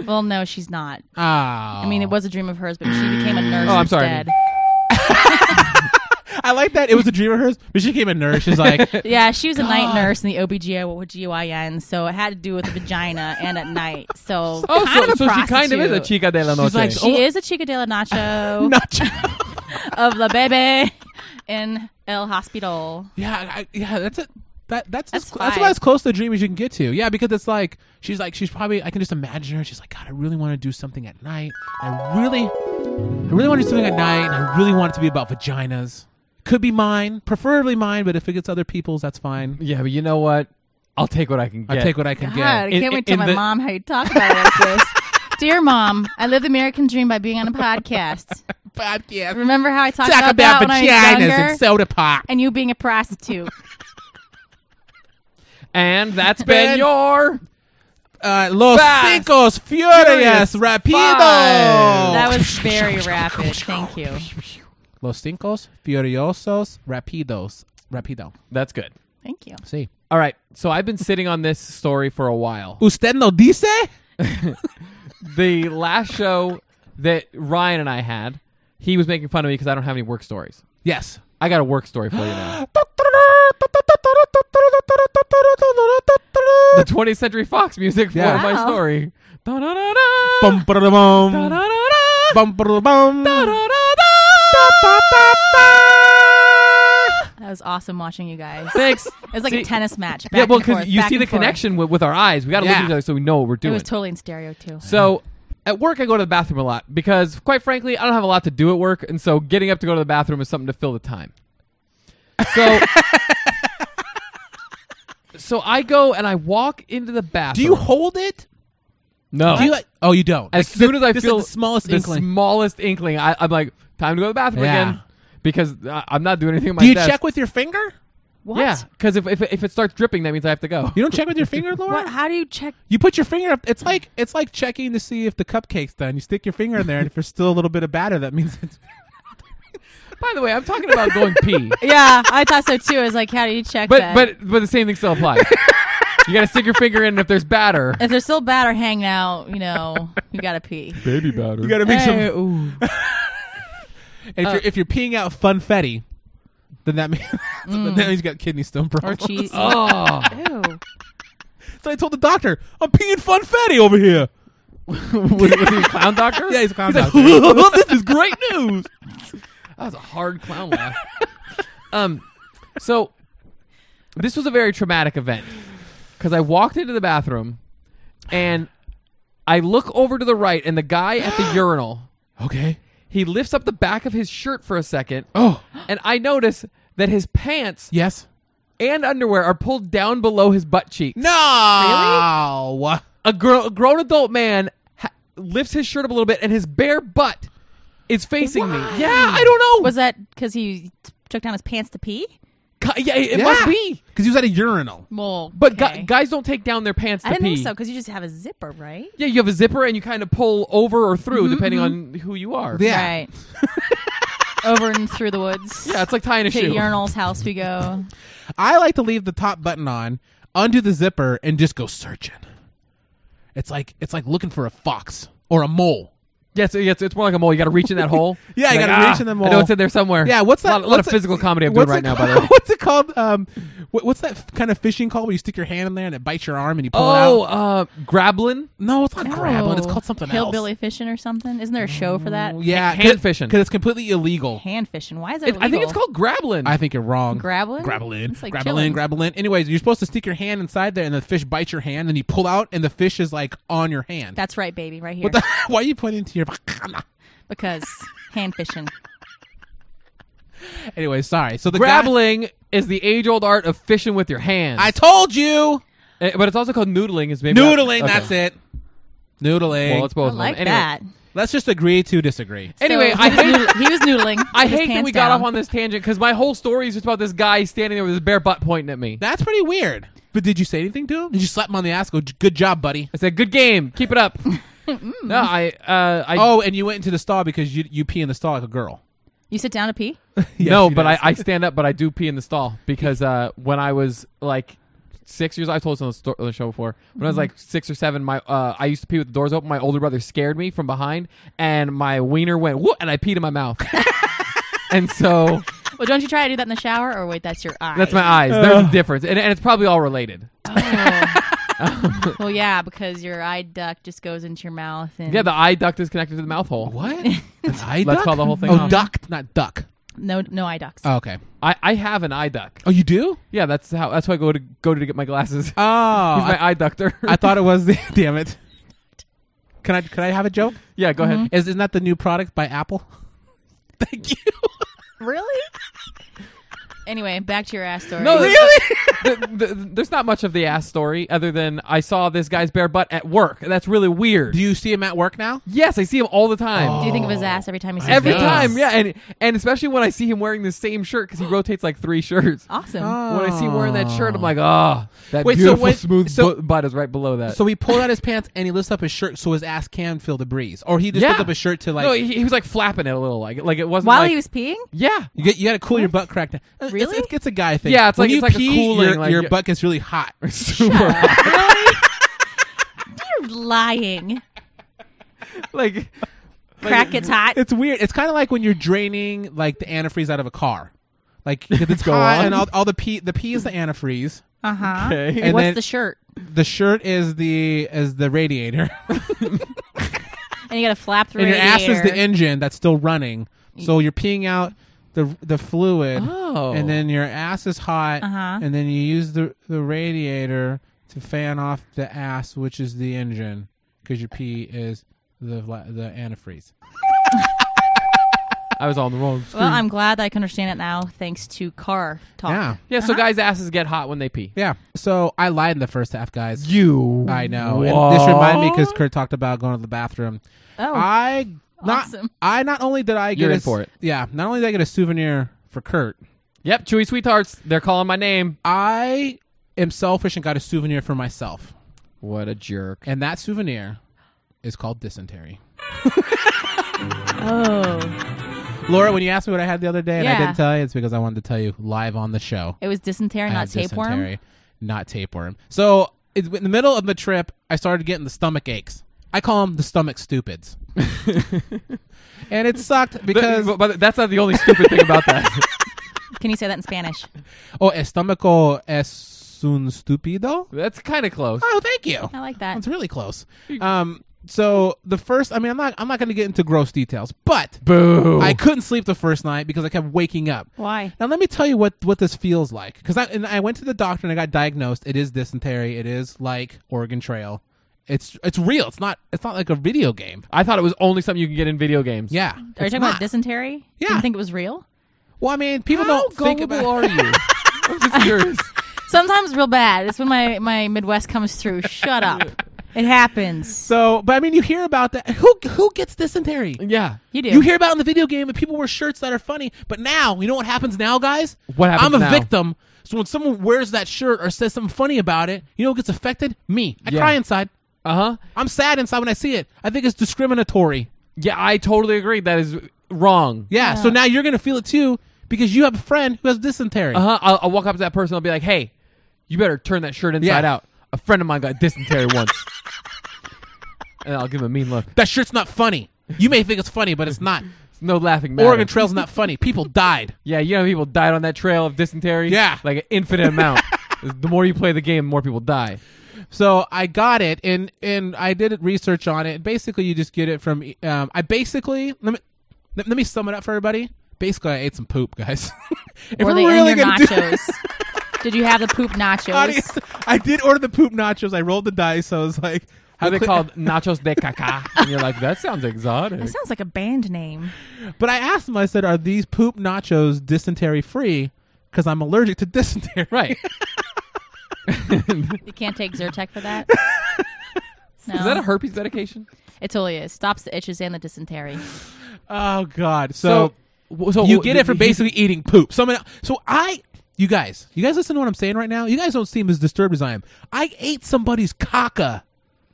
[SPEAKER 3] Well, no, she's not.
[SPEAKER 1] oh. I
[SPEAKER 3] I mean, it was a dream of hers, but she became a nurse
[SPEAKER 2] Oh, I'm sorry.
[SPEAKER 3] instead.
[SPEAKER 1] I like that. It was a dream of hers, but she came a nurse. She's like,
[SPEAKER 3] Yeah, she was a night nurse in the OBGYN, so it had to do with the vagina and at night. So
[SPEAKER 2] Oh,
[SPEAKER 3] kind
[SPEAKER 2] so,
[SPEAKER 3] of a
[SPEAKER 2] so she kind of is a
[SPEAKER 3] prostitute.
[SPEAKER 2] chica de la noche.
[SPEAKER 1] like,
[SPEAKER 3] She is a chica de la nacho
[SPEAKER 1] nacho.
[SPEAKER 3] of La Bebe in El Hospital.
[SPEAKER 1] Yeah, I, yeah, that's it. That that's
[SPEAKER 3] That's
[SPEAKER 1] as, that's
[SPEAKER 3] fine.
[SPEAKER 1] about as close to a dream as you can get to. Yeah, because it's like she's like she's probably I can just imagine her. She's like, God, I really want to do something at night. I really, I really want to do something at night, and I really want it to be about vaginas. Could be mine, preferably mine, but if it gets other people's, that's fine.
[SPEAKER 2] yeah, but you know what? I'll take what I can
[SPEAKER 1] I
[SPEAKER 2] get.
[SPEAKER 1] take what I can
[SPEAKER 3] God, I
[SPEAKER 1] get.
[SPEAKER 3] can't
[SPEAKER 2] In-
[SPEAKER 3] wait to tell
[SPEAKER 2] in
[SPEAKER 3] my
[SPEAKER 2] the-
[SPEAKER 3] mom how you talk about it like this. Dear mom, I live the American dream by being on a podcast.
[SPEAKER 1] Podcast.
[SPEAKER 3] Remember how I talked
[SPEAKER 1] Talk
[SPEAKER 3] about,
[SPEAKER 1] about
[SPEAKER 3] that when I was
[SPEAKER 1] vaginas
[SPEAKER 3] younger?
[SPEAKER 1] and soda pop.
[SPEAKER 3] and you being a prostitute.
[SPEAKER 2] and that's been
[SPEAKER 1] Ben-
[SPEAKER 2] your.
[SPEAKER 1] Uh, Los
[SPEAKER 2] Fast,
[SPEAKER 1] Cinco's
[SPEAKER 2] furious,
[SPEAKER 1] Furious, Rapido.
[SPEAKER 2] fine.
[SPEAKER 3] That was very
[SPEAKER 2] Oh,
[SPEAKER 3] rapid. Thank you.
[SPEAKER 1] Los Cinco's Furiosos Rapidos. Rapido.
[SPEAKER 2] That's good.
[SPEAKER 3] Thank you.
[SPEAKER 1] See.
[SPEAKER 2] All right. So I've been sitting on this story for a while.
[SPEAKER 1] Usted no dice?
[SPEAKER 2] The last show that Ryan and I had, he was making fun of me because I don't have any work stories.
[SPEAKER 1] Yes.
[SPEAKER 2] I got a work story for you now. the 20th Century Fox music for
[SPEAKER 1] Yeah.
[SPEAKER 2] my
[SPEAKER 3] Wow.
[SPEAKER 2] story. Da-da-da-da.
[SPEAKER 1] Bum, ba-da-da, bum.
[SPEAKER 2] Da-da-da-da.
[SPEAKER 1] Bum, ba-da-da, bum.
[SPEAKER 2] Da-da-da-da.
[SPEAKER 3] That was awesome watching you guys.
[SPEAKER 2] Thanks.
[SPEAKER 3] It was like
[SPEAKER 2] See-
[SPEAKER 3] a tennis match. Back
[SPEAKER 2] Yeah, well,
[SPEAKER 3] because
[SPEAKER 2] because you see the connection with, with our eyes. We got to look
[SPEAKER 1] Yeah.
[SPEAKER 2] at each other so we know what we're
[SPEAKER 3] It
[SPEAKER 2] doing.
[SPEAKER 3] was totally in stereo too.
[SPEAKER 2] So at work, I go to the bathroom a lot because, quite frankly, I don't have a lot to do at work, and so getting up to go to the bathroom is something to fill the time. So, so I go and I walk into the
[SPEAKER 1] Do
[SPEAKER 2] bathroom.
[SPEAKER 1] you hold it?
[SPEAKER 2] no?
[SPEAKER 1] Do you, oh, you don't.
[SPEAKER 2] as
[SPEAKER 1] Like,
[SPEAKER 2] soon
[SPEAKER 1] this-
[SPEAKER 2] as I
[SPEAKER 1] this is
[SPEAKER 2] feel
[SPEAKER 1] the smallest
[SPEAKER 2] the
[SPEAKER 1] inkling.
[SPEAKER 2] smallest inkling, I, I'm like, time to go to the bathroom
[SPEAKER 1] Yeah.
[SPEAKER 2] again because I, I'm not doing anything. at my
[SPEAKER 1] Do you
[SPEAKER 2] desk.
[SPEAKER 1] check with your finger?
[SPEAKER 3] What?
[SPEAKER 2] Yeah, because if, if if it starts dripping, that means I have to go.
[SPEAKER 1] You don't check with your finger, Laura.
[SPEAKER 3] What? How do you check?
[SPEAKER 1] You put your finger up. It's like it's like checking to see if the cupcake's done. You stick your finger in there, and if there's still a little bit of batter, that means it's.
[SPEAKER 2] By the way, I'm talking about going pee.
[SPEAKER 3] Yeah, I thought so too. I was like, how do you check
[SPEAKER 2] But
[SPEAKER 3] that?
[SPEAKER 2] but but the same thing still applies. you gotta stick your finger in and if there's batter.
[SPEAKER 3] if there's still batter hanging out, you know, you gotta pee.
[SPEAKER 2] Baby batter.
[SPEAKER 1] You gotta make some.
[SPEAKER 3] Hey,
[SPEAKER 1] And
[SPEAKER 2] Uh.
[SPEAKER 1] if you're if you're peeing out funfetti, then that means then
[SPEAKER 2] Mm.
[SPEAKER 1] that means you got kidney stone
[SPEAKER 3] Or
[SPEAKER 1] problems.
[SPEAKER 3] cheese.
[SPEAKER 2] Oh.
[SPEAKER 3] Ew.
[SPEAKER 1] So I told the doctor, I'm peeing funfetti over here.
[SPEAKER 2] was, was he a clown doctor?
[SPEAKER 1] Yeah, he's a clown
[SPEAKER 2] like,
[SPEAKER 1] doctor. this is great news.
[SPEAKER 2] that was a hard clown laugh. um so this was a very traumatic event. Cause I walked into the bathroom and I look over to the right and the guy at the urinal,
[SPEAKER 1] Okay.
[SPEAKER 2] he lifts up the back of his shirt for a second,
[SPEAKER 1] Oh
[SPEAKER 2] and I notice that his pants
[SPEAKER 1] yes.
[SPEAKER 2] and underwear are pulled down below his butt cheek.
[SPEAKER 1] No. Really?
[SPEAKER 2] a, gro- a grown adult man ha- lifts his shirt up a little bit and his bare butt is facing me. Yeah, I don't know.
[SPEAKER 3] Was that because he t- took down his pants to pee?
[SPEAKER 2] Gu- yeah, it must be.
[SPEAKER 1] because he was at a urinal.
[SPEAKER 3] Well,
[SPEAKER 2] But gu-
[SPEAKER 3] okay.
[SPEAKER 2] guys don't take down their pants to
[SPEAKER 3] I didn't
[SPEAKER 2] pee.
[SPEAKER 3] think so because you just have a zipper, right?
[SPEAKER 2] Yeah, you have a zipper and you kind of pull over or through depending on who you are.
[SPEAKER 1] Mm-hmm, Yeah.
[SPEAKER 3] Right. Over and through the woods.
[SPEAKER 2] Yeah, it's like tying a
[SPEAKER 3] to
[SPEAKER 2] shoe.
[SPEAKER 3] urinal's house we go.
[SPEAKER 1] I like to leave the top button on, undo the zipper, and just go searching. It's like it's like looking for a fox or a mole.
[SPEAKER 2] Yes, yeah, it's, it's more like a mole. You got to reach in that hole.
[SPEAKER 1] Yeah, you
[SPEAKER 2] Like,
[SPEAKER 1] gotta
[SPEAKER 2] ah,
[SPEAKER 1] reach in the
[SPEAKER 2] I know
[SPEAKER 1] mole.
[SPEAKER 2] it's in there somewhere.
[SPEAKER 1] Yeah, what's that?
[SPEAKER 2] A lot, a lot
[SPEAKER 1] what's
[SPEAKER 2] of
[SPEAKER 1] it-
[SPEAKER 2] physical comedy I'm
[SPEAKER 1] what's
[SPEAKER 2] doing right
[SPEAKER 1] it
[SPEAKER 2] now, by the
[SPEAKER 1] called-
[SPEAKER 2] way.
[SPEAKER 1] What's it called? Um, what, what's that kind of fishing call where you stick your hand in there and it bites your arm and you pull
[SPEAKER 2] Oh,
[SPEAKER 1] it out?
[SPEAKER 2] uh, grablin.
[SPEAKER 1] No, it's not grabbing. It's
[SPEAKER 3] Oh,
[SPEAKER 1] called something
[SPEAKER 3] Hillbilly
[SPEAKER 1] else.
[SPEAKER 3] fishing or something. Isn't there a show for that?
[SPEAKER 1] Yeah,
[SPEAKER 2] Hand fishing.
[SPEAKER 1] because it's completely illegal.
[SPEAKER 3] Hand fishing. Why is it?
[SPEAKER 2] Mm, It, I think
[SPEAKER 3] illegal?
[SPEAKER 2] it's called grablin.
[SPEAKER 1] I think you're wrong.
[SPEAKER 3] Grabbling?
[SPEAKER 1] Grabbling.
[SPEAKER 3] It's like
[SPEAKER 1] grabbling,
[SPEAKER 3] chilling.
[SPEAKER 1] grabbling. Anyways, you're supposed to stick your hand inside there and the fish bites your hand and you pull out and the fish is like on your hand.
[SPEAKER 3] That's right, baby, right here.
[SPEAKER 1] What the, why are you pointing to your.
[SPEAKER 3] because hand fishing.
[SPEAKER 1] Anyway, sorry. So the guy-
[SPEAKER 2] Grabbling is the age-old art of fishing with your hands.
[SPEAKER 1] I told you.
[SPEAKER 2] Eh, but it's also called noodling. Is maybe
[SPEAKER 1] Noodling.
[SPEAKER 2] okay.
[SPEAKER 1] That's it. Noodling.
[SPEAKER 2] Well, it's
[SPEAKER 3] I
[SPEAKER 2] both. of them.
[SPEAKER 3] like
[SPEAKER 2] anyway,
[SPEAKER 3] that.
[SPEAKER 1] Let's just agree to disagree.
[SPEAKER 2] Anyway,
[SPEAKER 3] So
[SPEAKER 2] I
[SPEAKER 3] he was
[SPEAKER 2] hate.
[SPEAKER 3] noodling- he was noodling.
[SPEAKER 2] I
[SPEAKER 3] with his
[SPEAKER 2] hate that
[SPEAKER 3] pants
[SPEAKER 2] we got
[SPEAKER 3] down.
[SPEAKER 2] off on this tangent because my whole story is just about this guy standing there with his bare butt pointing at me.
[SPEAKER 1] That's pretty weird. But did you say anything to him? Did you slap him on the ass? Go, good job, buddy.
[SPEAKER 2] I said, "Good game, keep it up."
[SPEAKER 3] Mm.
[SPEAKER 2] no, I, uh, I
[SPEAKER 1] Oh, and you went into the stall because you you pee in the stall like a girl.
[SPEAKER 3] You sit down to pee.
[SPEAKER 2] no,
[SPEAKER 1] she
[SPEAKER 2] but I,
[SPEAKER 1] does.
[SPEAKER 2] I stand up, but I do pee in the stall because uh, when I was like six years, I told this on the, sto- on the show before. When
[SPEAKER 3] Mm-hmm.
[SPEAKER 2] I was like six or seven, my uh, I used to pee with the doors open. My older brother scared me from behind, and my wiener went whoop, and I peed in my mouth. and so
[SPEAKER 3] Well, don't you try to do that in the shower? Or wait, that's your eye.
[SPEAKER 2] that's my eyes. There's a difference, and, and it's probably all related.
[SPEAKER 3] Oh. well, yeah, because your eye duct just goes into your mouth, and
[SPEAKER 2] Yeah, the eye duct is connected to the mouth hole.
[SPEAKER 1] What? An eye
[SPEAKER 2] Let's
[SPEAKER 1] duck?
[SPEAKER 2] call the whole thing
[SPEAKER 1] Oh,
[SPEAKER 2] off.
[SPEAKER 1] duck, not duck.
[SPEAKER 3] no, no eye ducts.
[SPEAKER 2] Uh.
[SPEAKER 1] Oh, okay.
[SPEAKER 2] I, I have an eye duct.
[SPEAKER 1] Oh, you do?
[SPEAKER 2] Yeah, that's how. That's why I go to go to get my glasses.
[SPEAKER 1] Oh,
[SPEAKER 2] He's
[SPEAKER 1] I,
[SPEAKER 2] my eye doctor.
[SPEAKER 1] I thought it was the. Damn it. Can I can I have a joke?
[SPEAKER 2] yeah, go ahead.
[SPEAKER 1] Is isn't that the new product by Apple? Thank you.
[SPEAKER 3] really? Anyway, back to your ass story.
[SPEAKER 2] No, really? there's not much of the ass story other than I saw this guy's bare butt at work. and That's really weird.
[SPEAKER 1] Do Oh, you see him at work now?
[SPEAKER 2] yes, I see him all the time.
[SPEAKER 3] do you think of his ass every time you see his
[SPEAKER 2] Oh. Every
[SPEAKER 3] face?
[SPEAKER 2] time, yeah, and and especially when I see him wearing the same shirt because he rotates like three shirts.
[SPEAKER 3] Awesome.
[SPEAKER 2] When I see him wearing that shirt, I'm like, ah, that
[SPEAKER 1] Wait, so
[SPEAKER 2] beautiful
[SPEAKER 1] when-
[SPEAKER 2] smooth
[SPEAKER 1] so-
[SPEAKER 2] bu- butt is right below that.
[SPEAKER 1] So he pulled out his pants and he lifts up his shirt so his ass can feel the breeze, or he just
[SPEAKER 2] yeah,
[SPEAKER 1] lifted up his shirt to like.
[SPEAKER 2] no, he, he was like flapping it a little, like like it wasn't
[SPEAKER 3] While
[SPEAKER 2] like-
[SPEAKER 3] he was peeing,
[SPEAKER 2] yeah,
[SPEAKER 1] you get you got to cool your butt crack down. Uh,
[SPEAKER 3] Really?
[SPEAKER 1] It's, it's, it's a guy thing.
[SPEAKER 2] Yeah, it's
[SPEAKER 1] When
[SPEAKER 2] like-
[SPEAKER 1] you
[SPEAKER 2] it's like a
[SPEAKER 1] pee,
[SPEAKER 2] cooling,
[SPEAKER 1] Your,
[SPEAKER 2] like-
[SPEAKER 1] your butt gets really hot.
[SPEAKER 2] super.
[SPEAKER 3] you're lying.
[SPEAKER 2] like
[SPEAKER 3] Crack gets hot.
[SPEAKER 1] It's weird. It's kind of like when you're draining like the antifreeze out of a car. Like 'cause it's
[SPEAKER 2] Go
[SPEAKER 1] hot,
[SPEAKER 2] on.
[SPEAKER 1] and all, all the pee the pee is the antifreeze.
[SPEAKER 3] Uh huh.
[SPEAKER 2] Okay.
[SPEAKER 1] And
[SPEAKER 3] What's
[SPEAKER 1] then
[SPEAKER 3] the shirt?
[SPEAKER 1] the shirt is the is the radiator,
[SPEAKER 3] And you got to flap the
[SPEAKER 1] and your
[SPEAKER 3] radiator.
[SPEAKER 1] ass is the engine that's still running. So you're peeing out the the fluid,
[SPEAKER 2] Oh.
[SPEAKER 1] and then your ass is hot,
[SPEAKER 3] Uh-huh.
[SPEAKER 1] and then you use the the radiator to fan off the ass, which is the engine, because your pee is the la- the antifreeze.
[SPEAKER 2] I was on the wrong. Screen.
[SPEAKER 3] well, I'm glad I can understand it now, thanks to car talk.
[SPEAKER 1] Yeah,
[SPEAKER 2] yeah. So guys' asses get hot when they pee.
[SPEAKER 1] yeah. So I lied in the first half, guys.
[SPEAKER 2] You.
[SPEAKER 1] I know. And this reminded me because Kurt talked about going to the bathroom.
[SPEAKER 3] Oh,
[SPEAKER 1] I not
[SPEAKER 3] Awesome.
[SPEAKER 1] I not only did I get
[SPEAKER 2] You're
[SPEAKER 1] a
[SPEAKER 2] in
[SPEAKER 1] s-
[SPEAKER 2] for it.
[SPEAKER 1] Yeah, not only did I get a souvenir for Kurt,
[SPEAKER 2] Yep. Chewy sweethearts. They're calling my name.
[SPEAKER 1] I am selfish and got a souvenir for myself,
[SPEAKER 2] What a jerk.
[SPEAKER 1] and that souvenir is called dysentery.
[SPEAKER 3] oh,
[SPEAKER 1] Laura, when you asked me what I had the other day and I
[SPEAKER 3] Yeah.
[SPEAKER 1] didn't tell you, it's because I wanted to tell you live on the show.
[SPEAKER 3] it was dysentery,
[SPEAKER 1] I
[SPEAKER 3] not
[SPEAKER 1] had
[SPEAKER 3] tapeworm.
[SPEAKER 1] dysentery, not tapeworm. So it, in the middle of the trip, I started getting the stomach aches. I call them the stomach stupids. and it sucked because
[SPEAKER 2] But, but that's not the only stupid thing about that.
[SPEAKER 3] Can you say that in Spanish?
[SPEAKER 1] Oh, estomaco es un estúpido.
[SPEAKER 2] That's kind of close.
[SPEAKER 1] Oh, thank you.
[SPEAKER 3] I like that.
[SPEAKER 1] That's really close. Um, so the first, I mean, I'm not, I'm not going to get into gross details, but
[SPEAKER 2] Boo.
[SPEAKER 1] I couldn't sleep the first night because I kept waking up.
[SPEAKER 3] Why?
[SPEAKER 1] Now let me tell you what what this feels like because I and I went to the doctor and I got diagnosed. It is dysentery. It is like Oregon Trail. It's it's real. It's not it's not like a video game.
[SPEAKER 2] I thought it was only something you can get in video games.
[SPEAKER 1] Yeah.
[SPEAKER 3] Are you
[SPEAKER 1] it's
[SPEAKER 3] talking
[SPEAKER 1] not.
[SPEAKER 3] about dysentery?
[SPEAKER 1] Yeah.
[SPEAKER 3] Didn't think it was real.
[SPEAKER 1] Well, I mean, people
[SPEAKER 2] How
[SPEAKER 1] don't think
[SPEAKER 2] gullible
[SPEAKER 1] about.
[SPEAKER 2] are you? I'm just curious.
[SPEAKER 3] Sometimes real bad. It's when my my Midwest comes through. Shut up. It happens.
[SPEAKER 1] so, but I mean, you hear about that. Who who gets dysentery?
[SPEAKER 2] Yeah.
[SPEAKER 3] You do.
[SPEAKER 1] You hear about it in the video game that people wear shirts that are funny, but now you know what happens now, guys.
[SPEAKER 2] What
[SPEAKER 1] I'm
[SPEAKER 2] happens
[SPEAKER 1] a
[SPEAKER 2] now?
[SPEAKER 1] victim. So when someone wears that shirt or says something funny about it, you know who gets affected? Me. I
[SPEAKER 2] Yeah.
[SPEAKER 1] cry inside.
[SPEAKER 2] Uh huh.
[SPEAKER 1] I'm sad inside when I see it. I think it's discriminatory.
[SPEAKER 2] Yeah, I totally agree. That is wrong.
[SPEAKER 1] Yeah. So now you're gonna feel it too because you have a friend who has dysentery.
[SPEAKER 3] Uh-huh.
[SPEAKER 2] Uh huh. I'll, I'll walk up to that person. I'll be like, "Hey, you better turn that shirt inside
[SPEAKER 1] Yeah.
[SPEAKER 2] out." A friend of mine got dysentery once, and I'll give him a mean look.
[SPEAKER 1] That shirt's not funny. You may think it's funny, but it's not.
[SPEAKER 2] No laughing matter.
[SPEAKER 1] Oregon Trail's not funny. People died.
[SPEAKER 2] Yeah, you know how people died on that trail of dysentery.
[SPEAKER 1] Yeah.
[SPEAKER 2] like an infinite amount. the more you play the game, the more people die.
[SPEAKER 1] So I got it, and and I did research on it. Basically, you just get it from. Um, I basically let me let, let me sum it up for everybody. Basically, I ate some poop, guys. if
[SPEAKER 3] Were
[SPEAKER 1] we're
[SPEAKER 3] they
[SPEAKER 1] really
[SPEAKER 3] in your
[SPEAKER 1] gonna do
[SPEAKER 3] nachos? Did you have the poop nachos?
[SPEAKER 1] audience, I did order the poop nachos. I rolled the dice. So I was like,
[SPEAKER 2] How they
[SPEAKER 1] cle-
[SPEAKER 2] called nachos de caca? And you're like, that sounds exotic.
[SPEAKER 3] That sounds like a band name.
[SPEAKER 1] But I asked them. I said, "Are these poop nachos dysentery free? Because I'm allergic to dysentery."
[SPEAKER 2] right.
[SPEAKER 3] You can't take Zyrtec for that. No,
[SPEAKER 2] Is that a herpes medication?
[SPEAKER 3] it totally is. Stops the itches and the dysentery.
[SPEAKER 1] Oh God. So,
[SPEAKER 2] w- so
[SPEAKER 1] you
[SPEAKER 2] w-
[SPEAKER 1] get
[SPEAKER 2] did
[SPEAKER 1] it for
[SPEAKER 2] he-
[SPEAKER 1] basically eating poop. Someone. So I. You guys, you guys listen to what I'm saying right now. You guys don't seem as disturbed as I am. I ate somebody's caca.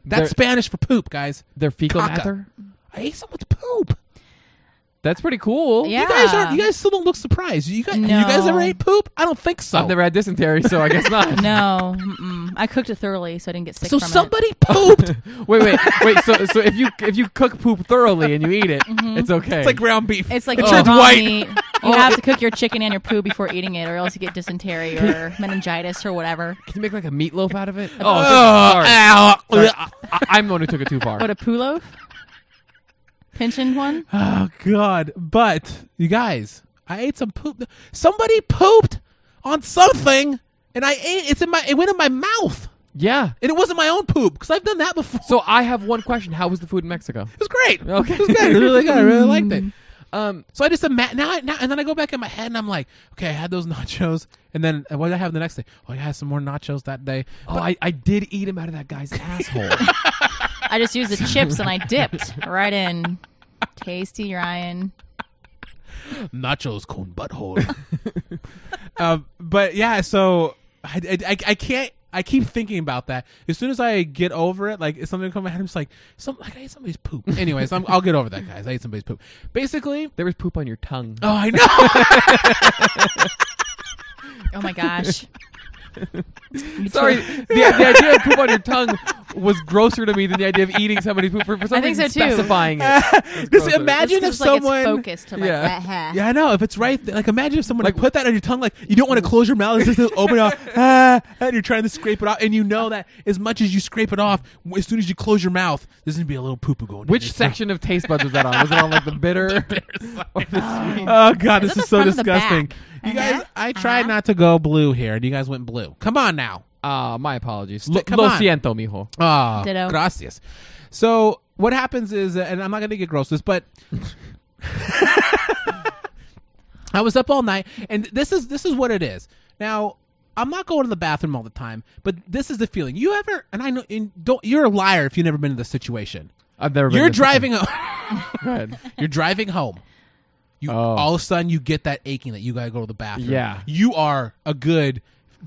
[SPEAKER 1] That's
[SPEAKER 2] They're-
[SPEAKER 1] Spanish for poop, guys.
[SPEAKER 2] their fecal
[SPEAKER 1] Caca.
[SPEAKER 2] matter.
[SPEAKER 1] I ate someone's poop.
[SPEAKER 2] That's pretty cool.
[SPEAKER 3] Yeah.
[SPEAKER 1] You guys are. You guys still don't look surprised. You guys. You guys
[SPEAKER 3] No.
[SPEAKER 1] ever ate poop? I don't think so.
[SPEAKER 2] I've never had dysentery, so I guess not.
[SPEAKER 3] No, mm-mm. I cooked it thoroughly, so I didn't get sick.
[SPEAKER 1] so
[SPEAKER 3] from it.
[SPEAKER 1] somebody pooped.
[SPEAKER 2] Wait, wait, wait. So, so if you if you cook poop thoroughly and you eat it,
[SPEAKER 3] Mm-hmm.
[SPEAKER 2] it's okay.
[SPEAKER 1] it's like ground beef.
[SPEAKER 3] It's like
[SPEAKER 1] It
[SPEAKER 3] raw
[SPEAKER 1] turns white. Oh.
[SPEAKER 3] meat. You have to cook your chicken and your poo before eating it, or else you get dysentery or meningitis or whatever.
[SPEAKER 2] Can you make like a meatloaf out of it? Oh,
[SPEAKER 1] Oh,
[SPEAKER 2] sorry.
[SPEAKER 1] ow.
[SPEAKER 2] Sorry. I, I- I'm the one who took it too far.
[SPEAKER 3] What a poo loaf? Pension one?
[SPEAKER 1] Oh God! But you guys, I ate some poop. Somebody pooped on something, and I ate. It's in my. It went in my mouth,
[SPEAKER 2] yeah.
[SPEAKER 1] and it wasn't my own poop because I've done that before.
[SPEAKER 2] So I have one question. How was the food in Mexico?
[SPEAKER 1] It was great.
[SPEAKER 2] Okay.
[SPEAKER 1] It was good. I really, good. I really liked it.
[SPEAKER 2] Um,
[SPEAKER 1] So I just imagine now, I- now, and then I go back in my head, and I'm like, okay, I had those nachos, and then uh, what did I have the next day? Oh, I had some more nachos that day.
[SPEAKER 2] oh, I, I did eat him out of that guy's asshole.
[SPEAKER 3] I just used the chips and I dipped right in. Tasty, Ryan.
[SPEAKER 1] nachos con butthole. um, but yeah, so I, I, I, I can't. I keep thinking about that. As soon as I get over it, like it's something come in my head, I'm just like, some like I ate somebody's poop. Anyways, I'm, I'll get over that, guys. I ate somebody's poop. Basically,
[SPEAKER 2] there was poop on your tongue.
[SPEAKER 1] oh, I know.
[SPEAKER 3] Oh my gosh. Oh
[SPEAKER 2] Sorry, the, the idea of poop on your tongue was grosser to me than the idea of eating somebody's poop for, for some
[SPEAKER 3] I think
[SPEAKER 2] reason
[SPEAKER 3] so, too.
[SPEAKER 2] specifying it. It's
[SPEAKER 1] Just
[SPEAKER 2] grosser.
[SPEAKER 1] imagine if
[SPEAKER 5] It's 'cause, like,
[SPEAKER 1] someone.
[SPEAKER 5] it's focused. I'm like,
[SPEAKER 2] Yeah.
[SPEAKER 5] "Ah-ha."
[SPEAKER 1] Yeah, I know. If it's right, th- like imagine if someone like
[SPEAKER 2] Like-
[SPEAKER 1] put that on your tongue, like you don't want to close your mouth, it's just this open up, ah, and you're trying to scrape it off, and you know that as much as you scrape it off, w- as soon as you close your mouth, there's gonna be a little poo poo going. in
[SPEAKER 2] Which
[SPEAKER 1] there.
[SPEAKER 2] section of taste buds was that on? Was it on like the bitter? or the sweet?
[SPEAKER 1] Oh god, this
[SPEAKER 3] Look
[SPEAKER 1] is so
[SPEAKER 3] front of the
[SPEAKER 1] disgusting.
[SPEAKER 3] back. Uh-huh.
[SPEAKER 1] You guys, I tried not to go blue here, and you guys went blue. Come on now.
[SPEAKER 2] Ah, my apologies.
[SPEAKER 1] Stick-
[SPEAKER 2] Lo,
[SPEAKER 1] come
[SPEAKER 2] lo
[SPEAKER 1] on.
[SPEAKER 2] siento, mijo.
[SPEAKER 1] Ah,
[SPEAKER 3] Ditto.
[SPEAKER 1] gracias. So what happens is, uh, and I'm not going to get gross this, but I was up all night, and this is this is what it is. Now I'm not going to the bathroom all the time, but this is the feeling. You ever? And I know, and don't. You're a liar if you've never been in this situation.
[SPEAKER 2] I've never. been
[SPEAKER 1] You're
[SPEAKER 2] to such a-
[SPEAKER 1] driving. A,
[SPEAKER 2] Go ahead.
[SPEAKER 1] You're driving home. You
[SPEAKER 2] Oh.
[SPEAKER 1] all of a sudden you get that aching that you gotta go to the bathroom.
[SPEAKER 2] Yeah.
[SPEAKER 1] you are a good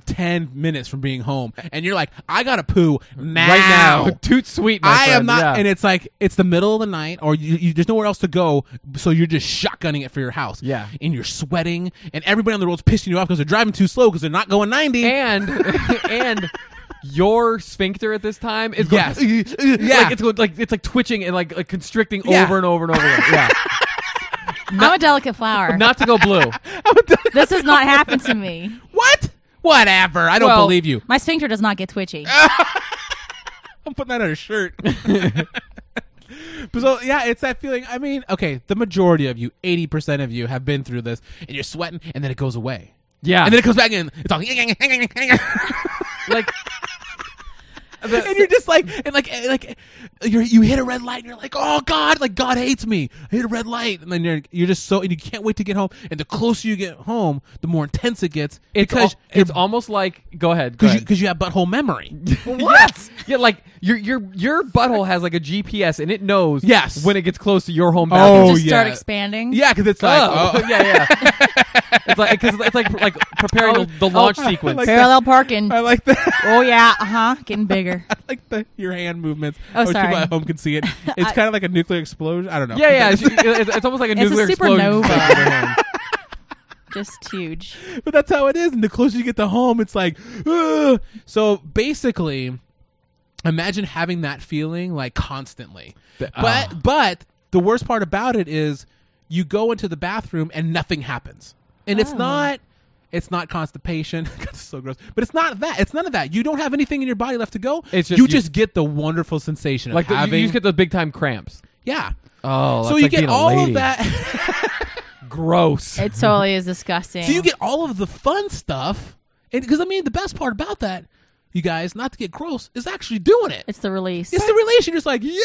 [SPEAKER 1] ten minutes from being home, and you're like, I gotta poo now.
[SPEAKER 2] Right now, toot sweet. my
[SPEAKER 1] I am
[SPEAKER 2] friend,
[SPEAKER 1] not,
[SPEAKER 2] yeah.
[SPEAKER 1] and it's like it's the middle of the night, or you, you, there's nowhere else to go, so you're just shotgunning it for your house.
[SPEAKER 2] Yeah.
[SPEAKER 1] and you're sweating, and everybody on the road's pissing you off because they're driving too slow because they're not going ninety.
[SPEAKER 2] and and your sphincter at this time is going,
[SPEAKER 1] yes, yeah,
[SPEAKER 2] like it's going, like it's like twitching and like, like constricting
[SPEAKER 1] Yeah.
[SPEAKER 2] over and over and over. Again. Yeah,
[SPEAKER 3] I'm a delicate flower.
[SPEAKER 2] not to go blue.
[SPEAKER 3] this has not happened to me.
[SPEAKER 1] what? Whatever. I don't
[SPEAKER 2] Well-
[SPEAKER 1] believe you.
[SPEAKER 3] My sphincter does not get twitchy.
[SPEAKER 1] I'm putting that on a shirt. But so yeah, it's that feeling. I mean, okay, the majority of you, eighty percent of you, have been through this, and you're sweating, and then it goes away,
[SPEAKER 2] Yeah,
[SPEAKER 1] and then it comes back in. It's all, and
[SPEAKER 2] like
[SPEAKER 1] you're just like, and like, and like, you you hit a red light, and you're like, oh god, like God hates me. I hit a red light, and then you're you're just so, and you can't wait to get home. And the closer you get home, the more intense it gets
[SPEAKER 2] it's
[SPEAKER 1] because
[SPEAKER 2] al- it's almost like go ahead. Go
[SPEAKER 1] because you,
[SPEAKER 2] ahead.
[SPEAKER 1] 'cause you have butthole memory.
[SPEAKER 2] what? Yeah. Yeah, like your your your butthole has like a GPS and it knows
[SPEAKER 1] Yes.
[SPEAKER 2] when it gets close to your home
[SPEAKER 1] Oh,
[SPEAKER 2] bathroom.
[SPEAKER 3] Just start
[SPEAKER 1] yeah.
[SPEAKER 3] expanding.
[SPEAKER 1] yeah, because it's like,
[SPEAKER 2] Oh,
[SPEAKER 1] oh.
[SPEAKER 2] yeah, yeah. It's like because it's like like preparing the, the launch sequence.
[SPEAKER 1] Oh. like-
[SPEAKER 3] Parallel parking.
[SPEAKER 1] I like that.
[SPEAKER 3] oh yeah. Uh huh. Getting bigger.
[SPEAKER 1] like the your hand movements.
[SPEAKER 3] Oh,
[SPEAKER 1] I wish
[SPEAKER 3] sorry.
[SPEAKER 1] People at home can see it. It's
[SPEAKER 3] I-
[SPEAKER 1] kind of like a nuclear explosion. I don't know.
[SPEAKER 2] yeah, yeah. It's, it's, it's almost like a
[SPEAKER 3] It's a
[SPEAKER 2] nuclear explosion.
[SPEAKER 3] supernova.
[SPEAKER 2] Just, like, in your hand.
[SPEAKER 3] Just huge.
[SPEAKER 1] but that's how it is. And the closer you get to home, it's like, "Ugh." so basically, imagine having that feeling like constantly.
[SPEAKER 2] The-
[SPEAKER 1] but
[SPEAKER 2] ah.
[SPEAKER 1] but the worst part about it is you go into the bathroom and nothing happens, and
[SPEAKER 3] Oh.
[SPEAKER 1] it's not. It's not constipation. God, it's so gross. But it's not that. It's none of that. You don't have anything in your body left to go.
[SPEAKER 2] It's just
[SPEAKER 1] you,
[SPEAKER 2] you-
[SPEAKER 1] just get the wonderful sensation
[SPEAKER 2] like
[SPEAKER 1] of
[SPEAKER 2] the, you-
[SPEAKER 1] having.
[SPEAKER 2] you just get those big time cramps.
[SPEAKER 1] yeah.
[SPEAKER 2] Oh,
[SPEAKER 1] so you get all of that.
[SPEAKER 2] Gross.
[SPEAKER 3] It totally is disgusting.
[SPEAKER 1] So you get all of the fun stuff, and because I mean the best part about that, you guys, not to get gross, is actually doing it. It's,
[SPEAKER 3] it's the release.
[SPEAKER 1] the relation. You're just like, yeah.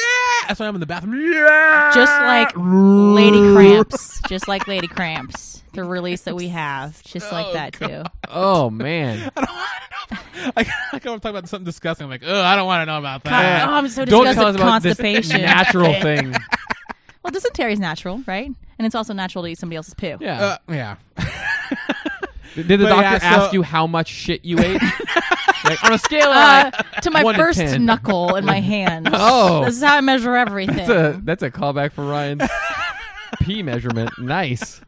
[SPEAKER 1] That's why I'm in the bathroom. Yeah.
[SPEAKER 3] just like lady cramps. Just like lady cramps. The release that we have. Just like that too.
[SPEAKER 2] oh man.
[SPEAKER 1] I don't want to know. I, like I'm talking about something disgusting. I'm like, oh, I don't want to know about
[SPEAKER 3] God,
[SPEAKER 1] that.
[SPEAKER 3] oh, I'm so
[SPEAKER 2] Don't
[SPEAKER 3] disgusted
[SPEAKER 2] tell us
[SPEAKER 3] with
[SPEAKER 2] about this
[SPEAKER 3] constipation.
[SPEAKER 2] natural thing.
[SPEAKER 3] Well, dysentery is natural, right? And it's also natural to eat somebody else's poo.
[SPEAKER 2] Yeah.
[SPEAKER 1] Uh, yeah.
[SPEAKER 2] Did the
[SPEAKER 1] but
[SPEAKER 2] doctor
[SPEAKER 1] yeah, so-
[SPEAKER 2] ask you how much shit you ate? like, on a scale of
[SPEAKER 3] Uh,
[SPEAKER 2] like,
[SPEAKER 3] to my
[SPEAKER 2] One to
[SPEAKER 3] first
[SPEAKER 2] ten.
[SPEAKER 3] knuckle in my hand.
[SPEAKER 2] Oh.
[SPEAKER 3] this is how I measure everything.
[SPEAKER 2] that's a that's a callback for Ryan's pee measurement. Nice.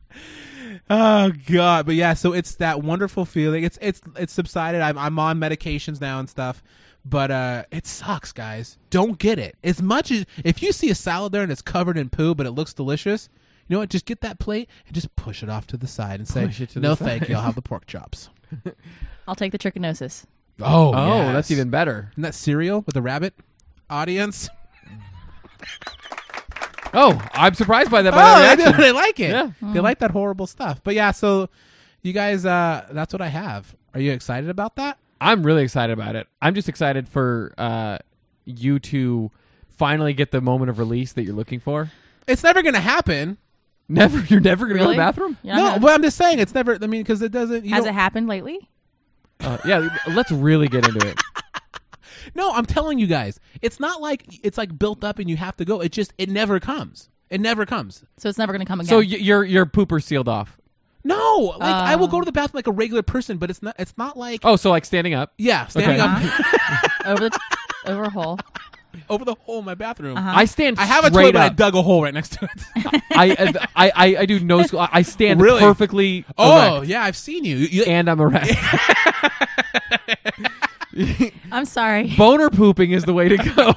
[SPEAKER 1] Oh god, but yeah, so it's that wonderful feeling. It's it's it's subsided. I'm I'm on medications now and stuff, but uh it sucks, guys. Don't get it. As much as if you see a salad there and it's covered in poo, but it looks delicious, you know what? Just get that plate and just push it off to the side and say,
[SPEAKER 2] Push it to the
[SPEAKER 1] "No,
[SPEAKER 2] side."
[SPEAKER 1] thank you. I'll have the pork chops."
[SPEAKER 3] I'll take the trichinosis.
[SPEAKER 1] Oh,
[SPEAKER 2] Oh, that's even better.
[SPEAKER 1] and that cereal with the rabbit audience.
[SPEAKER 2] Oh, I'm surprised by that. By
[SPEAKER 1] oh,
[SPEAKER 2] that
[SPEAKER 1] they, do.
[SPEAKER 2] reaction.
[SPEAKER 1] they like it.
[SPEAKER 2] Yeah.
[SPEAKER 1] They like that horrible stuff. But yeah, so you guys, uh that's what I have. Are you excited about that?
[SPEAKER 2] I'm really excited about it. I'm just excited for uh, you to finally get the moment of release that you're looking for.
[SPEAKER 1] It's never gonna happen.
[SPEAKER 2] Never, you're never gonna go to
[SPEAKER 3] Really?
[SPEAKER 2] the bathroom.
[SPEAKER 3] Yeah,
[SPEAKER 1] no,
[SPEAKER 3] I know.
[SPEAKER 1] but I'm just saying it's never. I mean, because it doesn't. You
[SPEAKER 3] Uh-huh. Has it
[SPEAKER 1] don't-
[SPEAKER 3] happened lately?
[SPEAKER 2] Uh, yeah, let's really get into it.
[SPEAKER 1] no, I'm telling you guys, it's not like it's like built up and you have to go. It just it never comes. It never comes.
[SPEAKER 3] So it's never going to come again.
[SPEAKER 2] So y- your your pooper sealed off.
[SPEAKER 1] No, like I will
[SPEAKER 3] Oh.
[SPEAKER 1] go to the bathroom like a regular person, but it's not. It's not like
[SPEAKER 2] Oh, so like standing up.
[SPEAKER 1] yeah, standing
[SPEAKER 2] Okay.
[SPEAKER 3] Uh-huh.
[SPEAKER 1] up
[SPEAKER 3] over the over a hole.
[SPEAKER 1] over the hole in my bathroom.
[SPEAKER 3] Uh-huh.
[SPEAKER 2] I stand.
[SPEAKER 1] I have a toilet,
[SPEAKER 2] straight
[SPEAKER 1] but I
[SPEAKER 2] up.
[SPEAKER 1] dug a hole right next to it.
[SPEAKER 2] I, I I I do no. squ- I stand
[SPEAKER 1] Really?
[SPEAKER 2] perfectly.
[SPEAKER 1] oh
[SPEAKER 2] erect,
[SPEAKER 1] yeah, I've seen you. You- you-
[SPEAKER 2] and I'm erect.
[SPEAKER 3] I'm sorry.
[SPEAKER 2] Boner pooping is the way to go.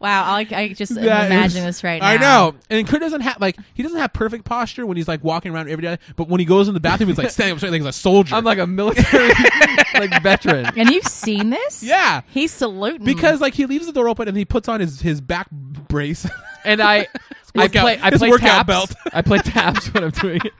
[SPEAKER 3] Wow, I, I just am
[SPEAKER 1] That
[SPEAKER 3] imagining
[SPEAKER 1] is-
[SPEAKER 3] this right now.
[SPEAKER 1] I know. And Kurt doesn't have like he doesn't have perfect posture when he's like walking around every day. But when he goes in the bathroom, he's like standing up straight like he's a soldier.
[SPEAKER 2] I'm like a military like veteran.
[SPEAKER 3] And you've seen this?
[SPEAKER 1] Yeah.
[SPEAKER 3] He's saluting
[SPEAKER 1] because like he leaves the door open and he puts on his his back brace.
[SPEAKER 2] And I I
[SPEAKER 1] workout-
[SPEAKER 2] play I
[SPEAKER 1] his
[SPEAKER 2] play
[SPEAKER 1] workout
[SPEAKER 2] taps.
[SPEAKER 1] belt.
[SPEAKER 2] I play taps when I'm doing it.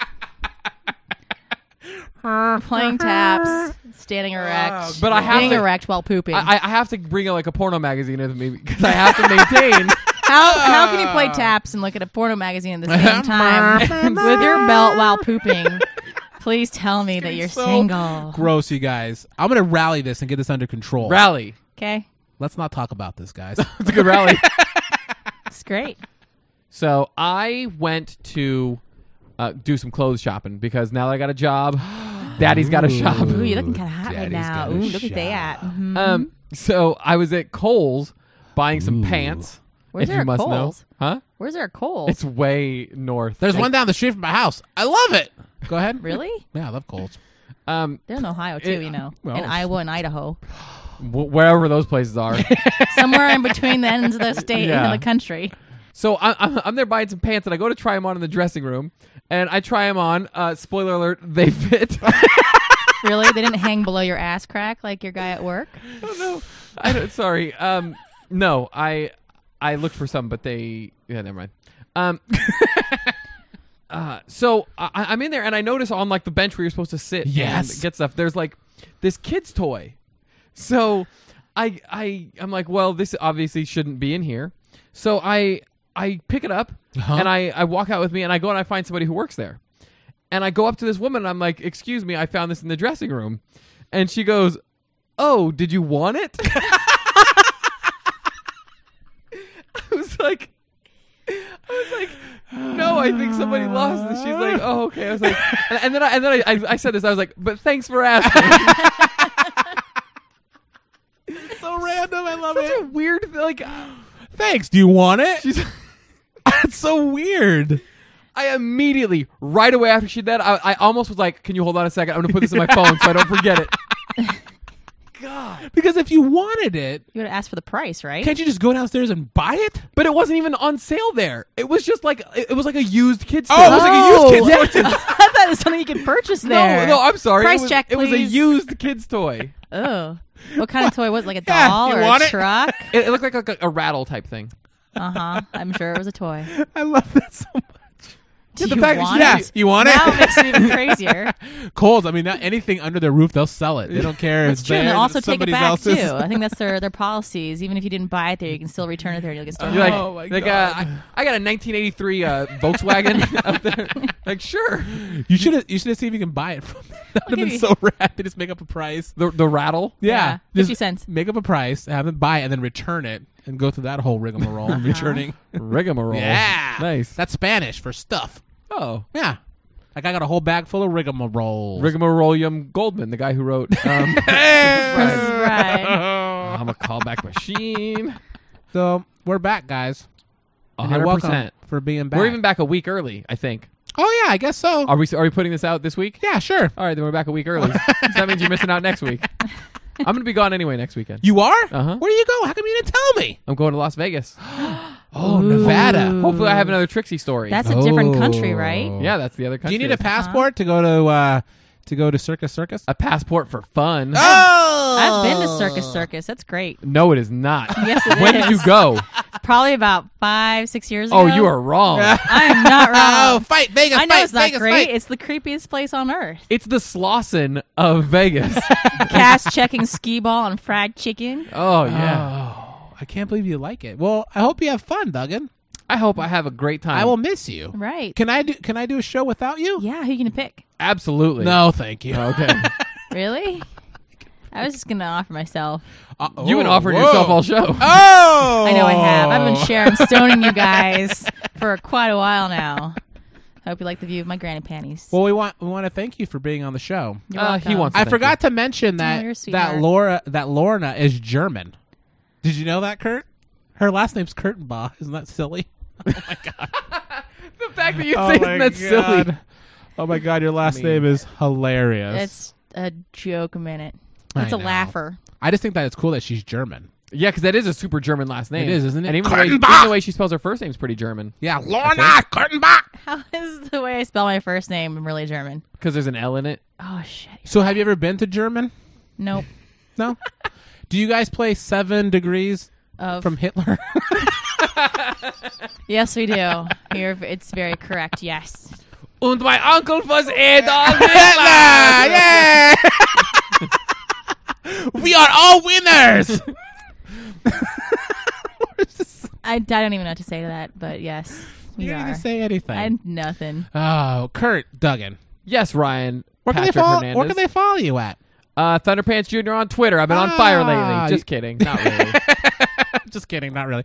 [SPEAKER 3] playing taps, standing erect,
[SPEAKER 2] Oh, But I have
[SPEAKER 3] being
[SPEAKER 2] to-
[SPEAKER 3] erect while pooping.
[SPEAKER 2] I, I have to bring a, like a porno magazine with me because I have to maintain.
[SPEAKER 3] how how can you play
[SPEAKER 2] oh.
[SPEAKER 3] taps and look at a porno magazine at the same time with your belt while pooping? Please tell me that you're
[SPEAKER 1] so
[SPEAKER 3] single.
[SPEAKER 1] Gross, you guys. I'm gonna rally this and get this under control.
[SPEAKER 2] rally.
[SPEAKER 3] Okay,
[SPEAKER 1] Let's not talk about this, guys.
[SPEAKER 2] It's a good rally.
[SPEAKER 3] it's great.
[SPEAKER 2] So I went to uh, do some clothes shopping because now that I got a job, Daddy's got a shop.
[SPEAKER 3] Ooh, you're looking kind of hot right
[SPEAKER 1] Daddy's
[SPEAKER 3] now.
[SPEAKER 1] got a
[SPEAKER 3] Ooh, look at that.
[SPEAKER 1] shop.
[SPEAKER 3] Mhm.
[SPEAKER 2] Um, so I was at Kohl's buying some pants.
[SPEAKER 3] Where's
[SPEAKER 2] if
[SPEAKER 3] there
[SPEAKER 2] you
[SPEAKER 3] a
[SPEAKER 2] must
[SPEAKER 3] Kohl's?
[SPEAKER 2] know, huh?
[SPEAKER 3] Where's our Cole?
[SPEAKER 2] It's way north.
[SPEAKER 1] There's one down the street from my house. I love it. Go ahead.
[SPEAKER 3] really?
[SPEAKER 1] Yeah, I love Coles.
[SPEAKER 2] um,
[SPEAKER 3] They're in Ohio too,
[SPEAKER 2] It-
[SPEAKER 3] you know,
[SPEAKER 1] well,
[SPEAKER 3] in Iowa and Idaho,
[SPEAKER 2] wh- wherever those places are.
[SPEAKER 3] somewhere in between the ends of the state
[SPEAKER 2] Yeah.
[SPEAKER 3] and the country.
[SPEAKER 2] So I'm, I'm, I'm there buying some pants, and I go to try them on in the dressing room, and I try them on. Uh, spoiler alert: they fit.
[SPEAKER 3] Really? They didn't hang below your ass crack like your guy at work?
[SPEAKER 2] no, I don't, sorry. Um, no, I I looked for some, but they yeah, never mind. Um, uh, so I, I'm in there, and I notice on like the bench where you're supposed to sit
[SPEAKER 1] Yes.
[SPEAKER 2] and get stuff. There's like this kid's toy. So I I I'm like, well, this obviously shouldn't be in here. So I I pick it up and I I walk out with me, and I go and I find somebody who works there. And I go up to this woman and I'm like, "Excuse me, I found this in the dressing room." And she goes, "Oh, did you want it?" I was like I was like, "No, I think somebody lost this." She's like, "Oh, okay." I was like and, and then I, and then I, I I said this. I was like, "But thanks for asking."
[SPEAKER 1] So random. I love
[SPEAKER 2] Such a weird like
[SPEAKER 1] Thanks. Do you want it?
[SPEAKER 2] she's
[SPEAKER 1] That's so weird.
[SPEAKER 2] I immediately, right away after she did that, I, I almost was like, "Can you hold on a second? I'm gonna put this in my phone so I don't forget it." God,
[SPEAKER 1] Because if you wanted it,
[SPEAKER 3] You would have asked for the price, right?
[SPEAKER 1] can't you just go downstairs and buy it?
[SPEAKER 2] but it wasn't even on sale there. It was just like it, it was like a used kids.
[SPEAKER 1] Oh, it was
[SPEAKER 2] store.
[SPEAKER 1] like a used kid's
[SPEAKER 3] Oh. I thought it was something you could purchase there.
[SPEAKER 2] No, no, I'm sorry.
[SPEAKER 3] Oh,
[SPEAKER 2] it
[SPEAKER 3] Price
[SPEAKER 2] was,
[SPEAKER 3] check,
[SPEAKER 2] It was a
[SPEAKER 3] please.
[SPEAKER 2] used kids toy.
[SPEAKER 3] Oh. What kind of toy was it? Like a
[SPEAKER 1] Yeah,
[SPEAKER 3] doll
[SPEAKER 1] you
[SPEAKER 3] or
[SPEAKER 1] want
[SPEAKER 3] a
[SPEAKER 1] it?
[SPEAKER 3] truck?
[SPEAKER 2] It, it looked like, like a, a rattle type thing.
[SPEAKER 3] Uh huh. I'm sure it was a toy.
[SPEAKER 1] I love that so much.
[SPEAKER 3] Do
[SPEAKER 2] the
[SPEAKER 3] you
[SPEAKER 2] fact that she-
[SPEAKER 3] want it?
[SPEAKER 1] Yes, you want
[SPEAKER 3] Now it
[SPEAKER 1] it?
[SPEAKER 3] makes it even crazier.
[SPEAKER 1] Coles. I mean, not anything under their roof, they'll sell it. They don't care.
[SPEAKER 3] That's
[SPEAKER 1] it's
[SPEAKER 3] true. And
[SPEAKER 1] theirs,
[SPEAKER 3] then also
[SPEAKER 1] it's
[SPEAKER 3] take it
[SPEAKER 1] somebody
[SPEAKER 3] back
[SPEAKER 1] else's.
[SPEAKER 3] too. I think that's their their policies. Even if you didn't buy it there, you can still return it there and you'll get stolen.
[SPEAKER 2] You're like,
[SPEAKER 1] Oh my
[SPEAKER 2] like,
[SPEAKER 1] God.
[SPEAKER 2] Uh, I, I got a 1983 uh, Volkswagen up there. Like, sure.
[SPEAKER 1] You should have. You should have seen if you can buy it from. Them. That would have been
[SPEAKER 3] Maybe.
[SPEAKER 1] so rad. They just make up a price.
[SPEAKER 2] The the rattle.
[SPEAKER 1] Yeah,
[SPEAKER 3] Yeah,
[SPEAKER 1] just
[SPEAKER 3] 50 cents.
[SPEAKER 1] Make up a price, have them buy, it, and then return it, and go through that whole rigmarole
[SPEAKER 3] Uh-huh.
[SPEAKER 1] of returning.
[SPEAKER 2] Rigmarole.
[SPEAKER 1] Yeah,
[SPEAKER 2] Nice.
[SPEAKER 1] That's Spanish for stuff.
[SPEAKER 2] oh.
[SPEAKER 1] Yeah, like I got a whole bag full of rigmaroles.
[SPEAKER 2] Rigmaroleum Goldman, the guy who wrote um,
[SPEAKER 1] Hey! Oh.
[SPEAKER 3] right.
[SPEAKER 2] I'm a callback machine.
[SPEAKER 1] so we're back, guys. And you're
[SPEAKER 2] 100%.
[SPEAKER 1] welcome for being back.
[SPEAKER 2] We're even back a week early, I think.
[SPEAKER 1] Oh yeah, I guess so.
[SPEAKER 2] Are we are we putting this out this week?
[SPEAKER 1] yeah, sure.
[SPEAKER 2] All right, then we're back a week early. so that means you're missing out next week. I'm going to be gone anyway next weekend.
[SPEAKER 1] You are?
[SPEAKER 2] Uh-huh.
[SPEAKER 1] Where do you go? How come you didn't tell me?
[SPEAKER 2] I'm going to Las Vegas.
[SPEAKER 1] Oh, Nevada.
[SPEAKER 2] Hopefully, I have another Trixie story.
[SPEAKER 3] That's a different country,
[SPEAKER 1] Oh.
[SPEAKER 3] right?
[SPEAKER 2] yeah, that's the other
[SPEAKER 1] Do
[SPEAKER 2] country.
[SPEAKER 1] you need a passport to go to uh to go to Circus Circus?
[SPEAKER 2] a passport for fun?
[SPEAKER 1] oh,
[SPEAKER 3] I've been to Circus Circus. That's great.
[SPEAKER 2] No, it is not.
[SPEAKER 3] Yes, it
[SPEAKER 2] when did
[SPEAKER 3] is.
[SPEAKER 2] you go?
[SPEAKER 3] Probably about five, six years
[SPEAKER 2] Oh,
[SPEAKER 3] ago.
[SPEAKER 2] you are wrong.
[SPEAKER 3] I am not
[SPEAKER 1] Oh,
[SPEAKER 3] wrong.
[SPEAKER 1] fight Vegas!
[SPEAKER 3] I know
[SPEAKER 1] fight,
[SPEAKER 3] it's not
[SPEAKER 1] Vegas,
[SPEAKER 3] great.
[SPEAKER 1] fight.
[SPEAKER 3] It's the creepiest place on earth.
[SPEAKER 2] it's the Slauson of Vegas.
[SPEAKER 3] Cash checking skee ball and fried chicken.
[SPEAKER 2] oh yeah.
[SPEAKER 1] Oh, I can't believe you like it. Well, I hope you have fun, Duggan.
[SPEAKER 2] I hope I have a great time.
[SPEAKER 1] Ah. I will miss you.
[SPEAKER 3] Right.
[SPEAKER 1] Can I do? Can I do a show without you?
[SPEAKER 3] Yeah, who you gonna pick?
[SPEAKER 2] absolutely.
[SPEAKER 1] No, thank you.
[SPEAKER 2] Okay.
[SPEAKER 3] Really? I was just gonna offer myself.
[SPEAKER 1] Uh,
[SPEAKER 2] You've been
[SPEAKER 1] oh,
[SPEAKER 2] offering
[SPEAKER 1] whoa.
[SPEAKER 2] yourself all show.
[SPEAKER 1] Oh,
[SPEAKER 3] I know I have. I've been sharing stoning you guys for quite a while now. Hope you like the view of my granny panties.
[SPEAKER 1] Well, we want we want to thank you for being on the show.
[SPEAKER 3] You're
[SPEAKER 2] Uh, he
[SPEAKER 3] welcome.
[SPEAKER 2] wants. to
[SPEAKER 1] I
[SPEAKER 2] thank
[SPEAKER 1] forgot to mention that
[SPEAKER 3] you're a
[SPEAKER 1] that
[SPEAKER 3] sweetheart.
[SPEAKER 1] Laura that Lorna is German. Did you know that, Kurt? Her last name's Kurtenbach. Isn't that silly?
[SPEAKER 2] you. Oh the fact that you say isn't that silly.
[SPEAKER 1] Oh my god, your last name is hilarious.
[SPEAKER 3] It's a joke a minute. That's
[SPEAKER 1] I
[SPEAKER 3] a
[SPEAKER 1] know.
[SPEAKER 3] laugher.
[SPEAKER 1] I just think that it's cool that she's German.
[SPEAKER 2] Yeah, because that is a super German last name.
[SPEAKER 1] is, isn't it?
[SPEAKER 2] And even the, way, even
[SPEAKER 1] Kurtenbach!
[SPEAKER 2] the way she spells her first name is pretty German.
[SPEAKER 1] Yeah, Lorna Kurtenbach.
[SPEAKER 3] How is the way I spell my first name? I'm really German.
[SPEAKER 2] Because there's an L in it.
[SPEAKER 3] Oh shit.
[SPEAKER 1] So, have you ever been to German?
[SPEAKER 3] Nope.
[SPEAKER 1] No. Do you guys play Seven Degrees
[SPEAKER 3] Of
[SPEAKER 1] from Hitler?
[SPEAKER 3] yes, we do. You're, it's very correct. Yes.
[SPEAKER 2] And my uncle was Adolf
[SPEAKER 1] Hitler! Yeah! we are all winners!
[SPEAKER 3] I, I don't even know what to say to that, but yes, we
[SPEAKER 1] you
[SPEAKER 3] are.
[SPEAKER 1] didn't say
[SPEAKER 3] I
[SPEAKER 1] anything.
[SPEAKER 3] nothing.
[SPEAKER 1] oh, Kurt Duggan.
[SPEAKER 2] Yes, Ryan.
[SPEAKER 1] Where can, they
[SPEAKER 2] Patrick
[SPEAKER 1] follow,
[SPEAKER 2] Hernandez.
[SPEAKER 1] where can they follow you at?
[SPEAKER 2] Uh, Thunderpants Jr. on Twitter. I've been on
[SPEAKER 1] Ah,
[SPEAKER 2] fire lately. Just kidding. Not really.
[SPEAKER 1] Just kidding, not really.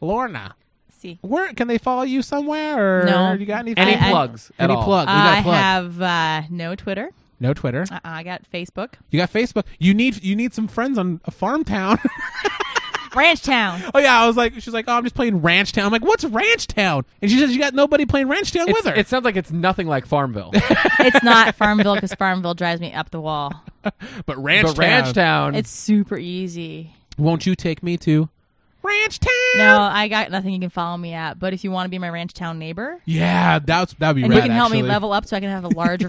[SPEAKER 1] Lorna,
[SPEAKER 3] See.
[SPEAKER 1] where can they follow you somewhere? Or
[SPEAKER 3] No.
[SPEAKER 1] You got anything?
[SPEAKER 2] Any
[SPEAKER 3] I-
[SPEAKER 2] plugs? at
[SPEAKER 1] Any
[SPEAKER 2] all?
[SPEAKER 1] plug? you got
[SPEAKER 3] I
[SPEAKER 1] a plug.
[SPEAKER 3] have uh, no Twitter.
[SPEAKER 1] no Twitter.
[SPEAKER 3] Uh-uh, I got Facebook.
[SPEAKER 1] You got Facebook. You need you need some friends on a farm town.
[SPEAKER 3] Ranch Town.
[SPEAKER 1] oh yeah, I was like, she's like, oh, I'm just playing Ranch Town. I'm like, what's Ranch Town? And she says, you got nobody playing Ranch Town
[SPEAKER 2] It's-
[SPEAKER 1] with her.
[SPEAKER 2] It sounds like it's nothing like Farmville.
[SPEAKER 3] It's not Farmville because Farmville drives me up the wall.
[SPEAKER 1] but Ranch
[SPEAKER 2] but
[SPEAKER 1] Town.
[SPEAKER 2] Ranch Town.
[SPEAKER 3] It's super easy.
[SPEAKER 1] Won't you take me to Ranch Town?
[SPEAKER 3] No, I got nothing you can follow me at. But if you want to be my Ranch Town neighbor,
[SPEAKER 1] Yeah, that's that'd be
[SPEAKER 3] and
[SPEAKER 1] rad.
[SPEAKER 3] you can help me
[SPEAKER 1] actually.
[SPEAKER 3] level up so I can have a large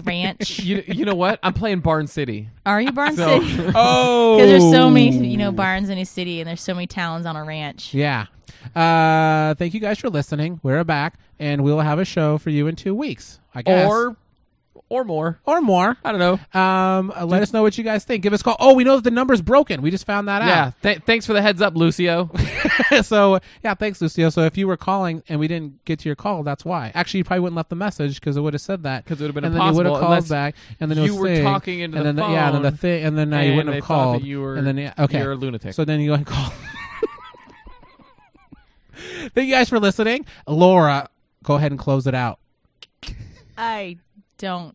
[SPEAKER 3] ranch.
[SPEAKER 2] you, you know what? I'm playing Barn City.
[SPEAKER 3] Are you Barn
[SPEAKER 2] So-
[SPEAKER 3] City?
[SPEAKER 1] Oh,
[SPEAKER 3] Because there's so many, you know, barns in a city, and there's so many towns on a ranch.
[SPEAKER 1] Yeah. Uh, thank you guys for listening. We're back, and we'll have a show for you in two weeks, I guess,
[SPEAKER 2] Or or more.
[SPEAKER 1] or more.
[SPEAKER 2] I don't know.
[SPEAKER 1] Um, uh, let us know what you guys think. Give us a call. Oh, we know that the number's broken. We just found that
[SPEAKER 2] Yeah. Th- thanks for the heads up, Lucio.
[SPEAKER 1] out. so yeah, thanks, Lucio. So if you were calling and we didn't get to your call, that's why. Actually, you probably wouldn't left the message because it would have said that.
[SPEAKER 2] 'Cause it would've been
[SPEAKER 1] and then you would have
[SPEAKER 2] impossible
[SPEAKER 1] called
[SPEAKER 2] unless
[SPEAKER 1] back, and then it
[SPEAKER 2] you
[SPEAKER 1] was
[SPEAKER 2] were
[SPEAKER 1] thing,
[SPEAKER 2] talking into
[SPEAKER 1] and
[SPEAKER 2] the
[SPEAKER 1] then yeah, and then the
[SPEAKER 2] phone,
[SPEAKER 1] thing, and then now you
[SPEAKER 2] and
[SPEAKER 1] wouldn't
[SPEAKER 2] they
[SPEAKER 1] have
[SPEAKER 2] thought that
[SPEAKER 1] called.
[SPEAKER 2] you were-
[SPEAKER 1] and then yeah, okay,
[SPEAKER 2] you're a lunatic.
[SPEAKER 1] So then you go and call. Thank you guys for listening, Laura. Go ahead and close it out.
[SPEAKER 3] I don't.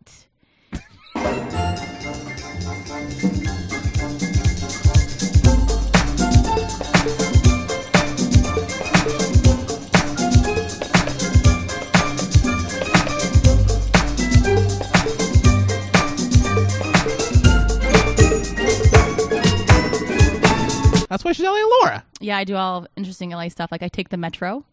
[SPEAKER 1] That's why she's LA Laura.
[SPEAKER 3] Yeah, I do all interesting LA stuff. Like I take the metro.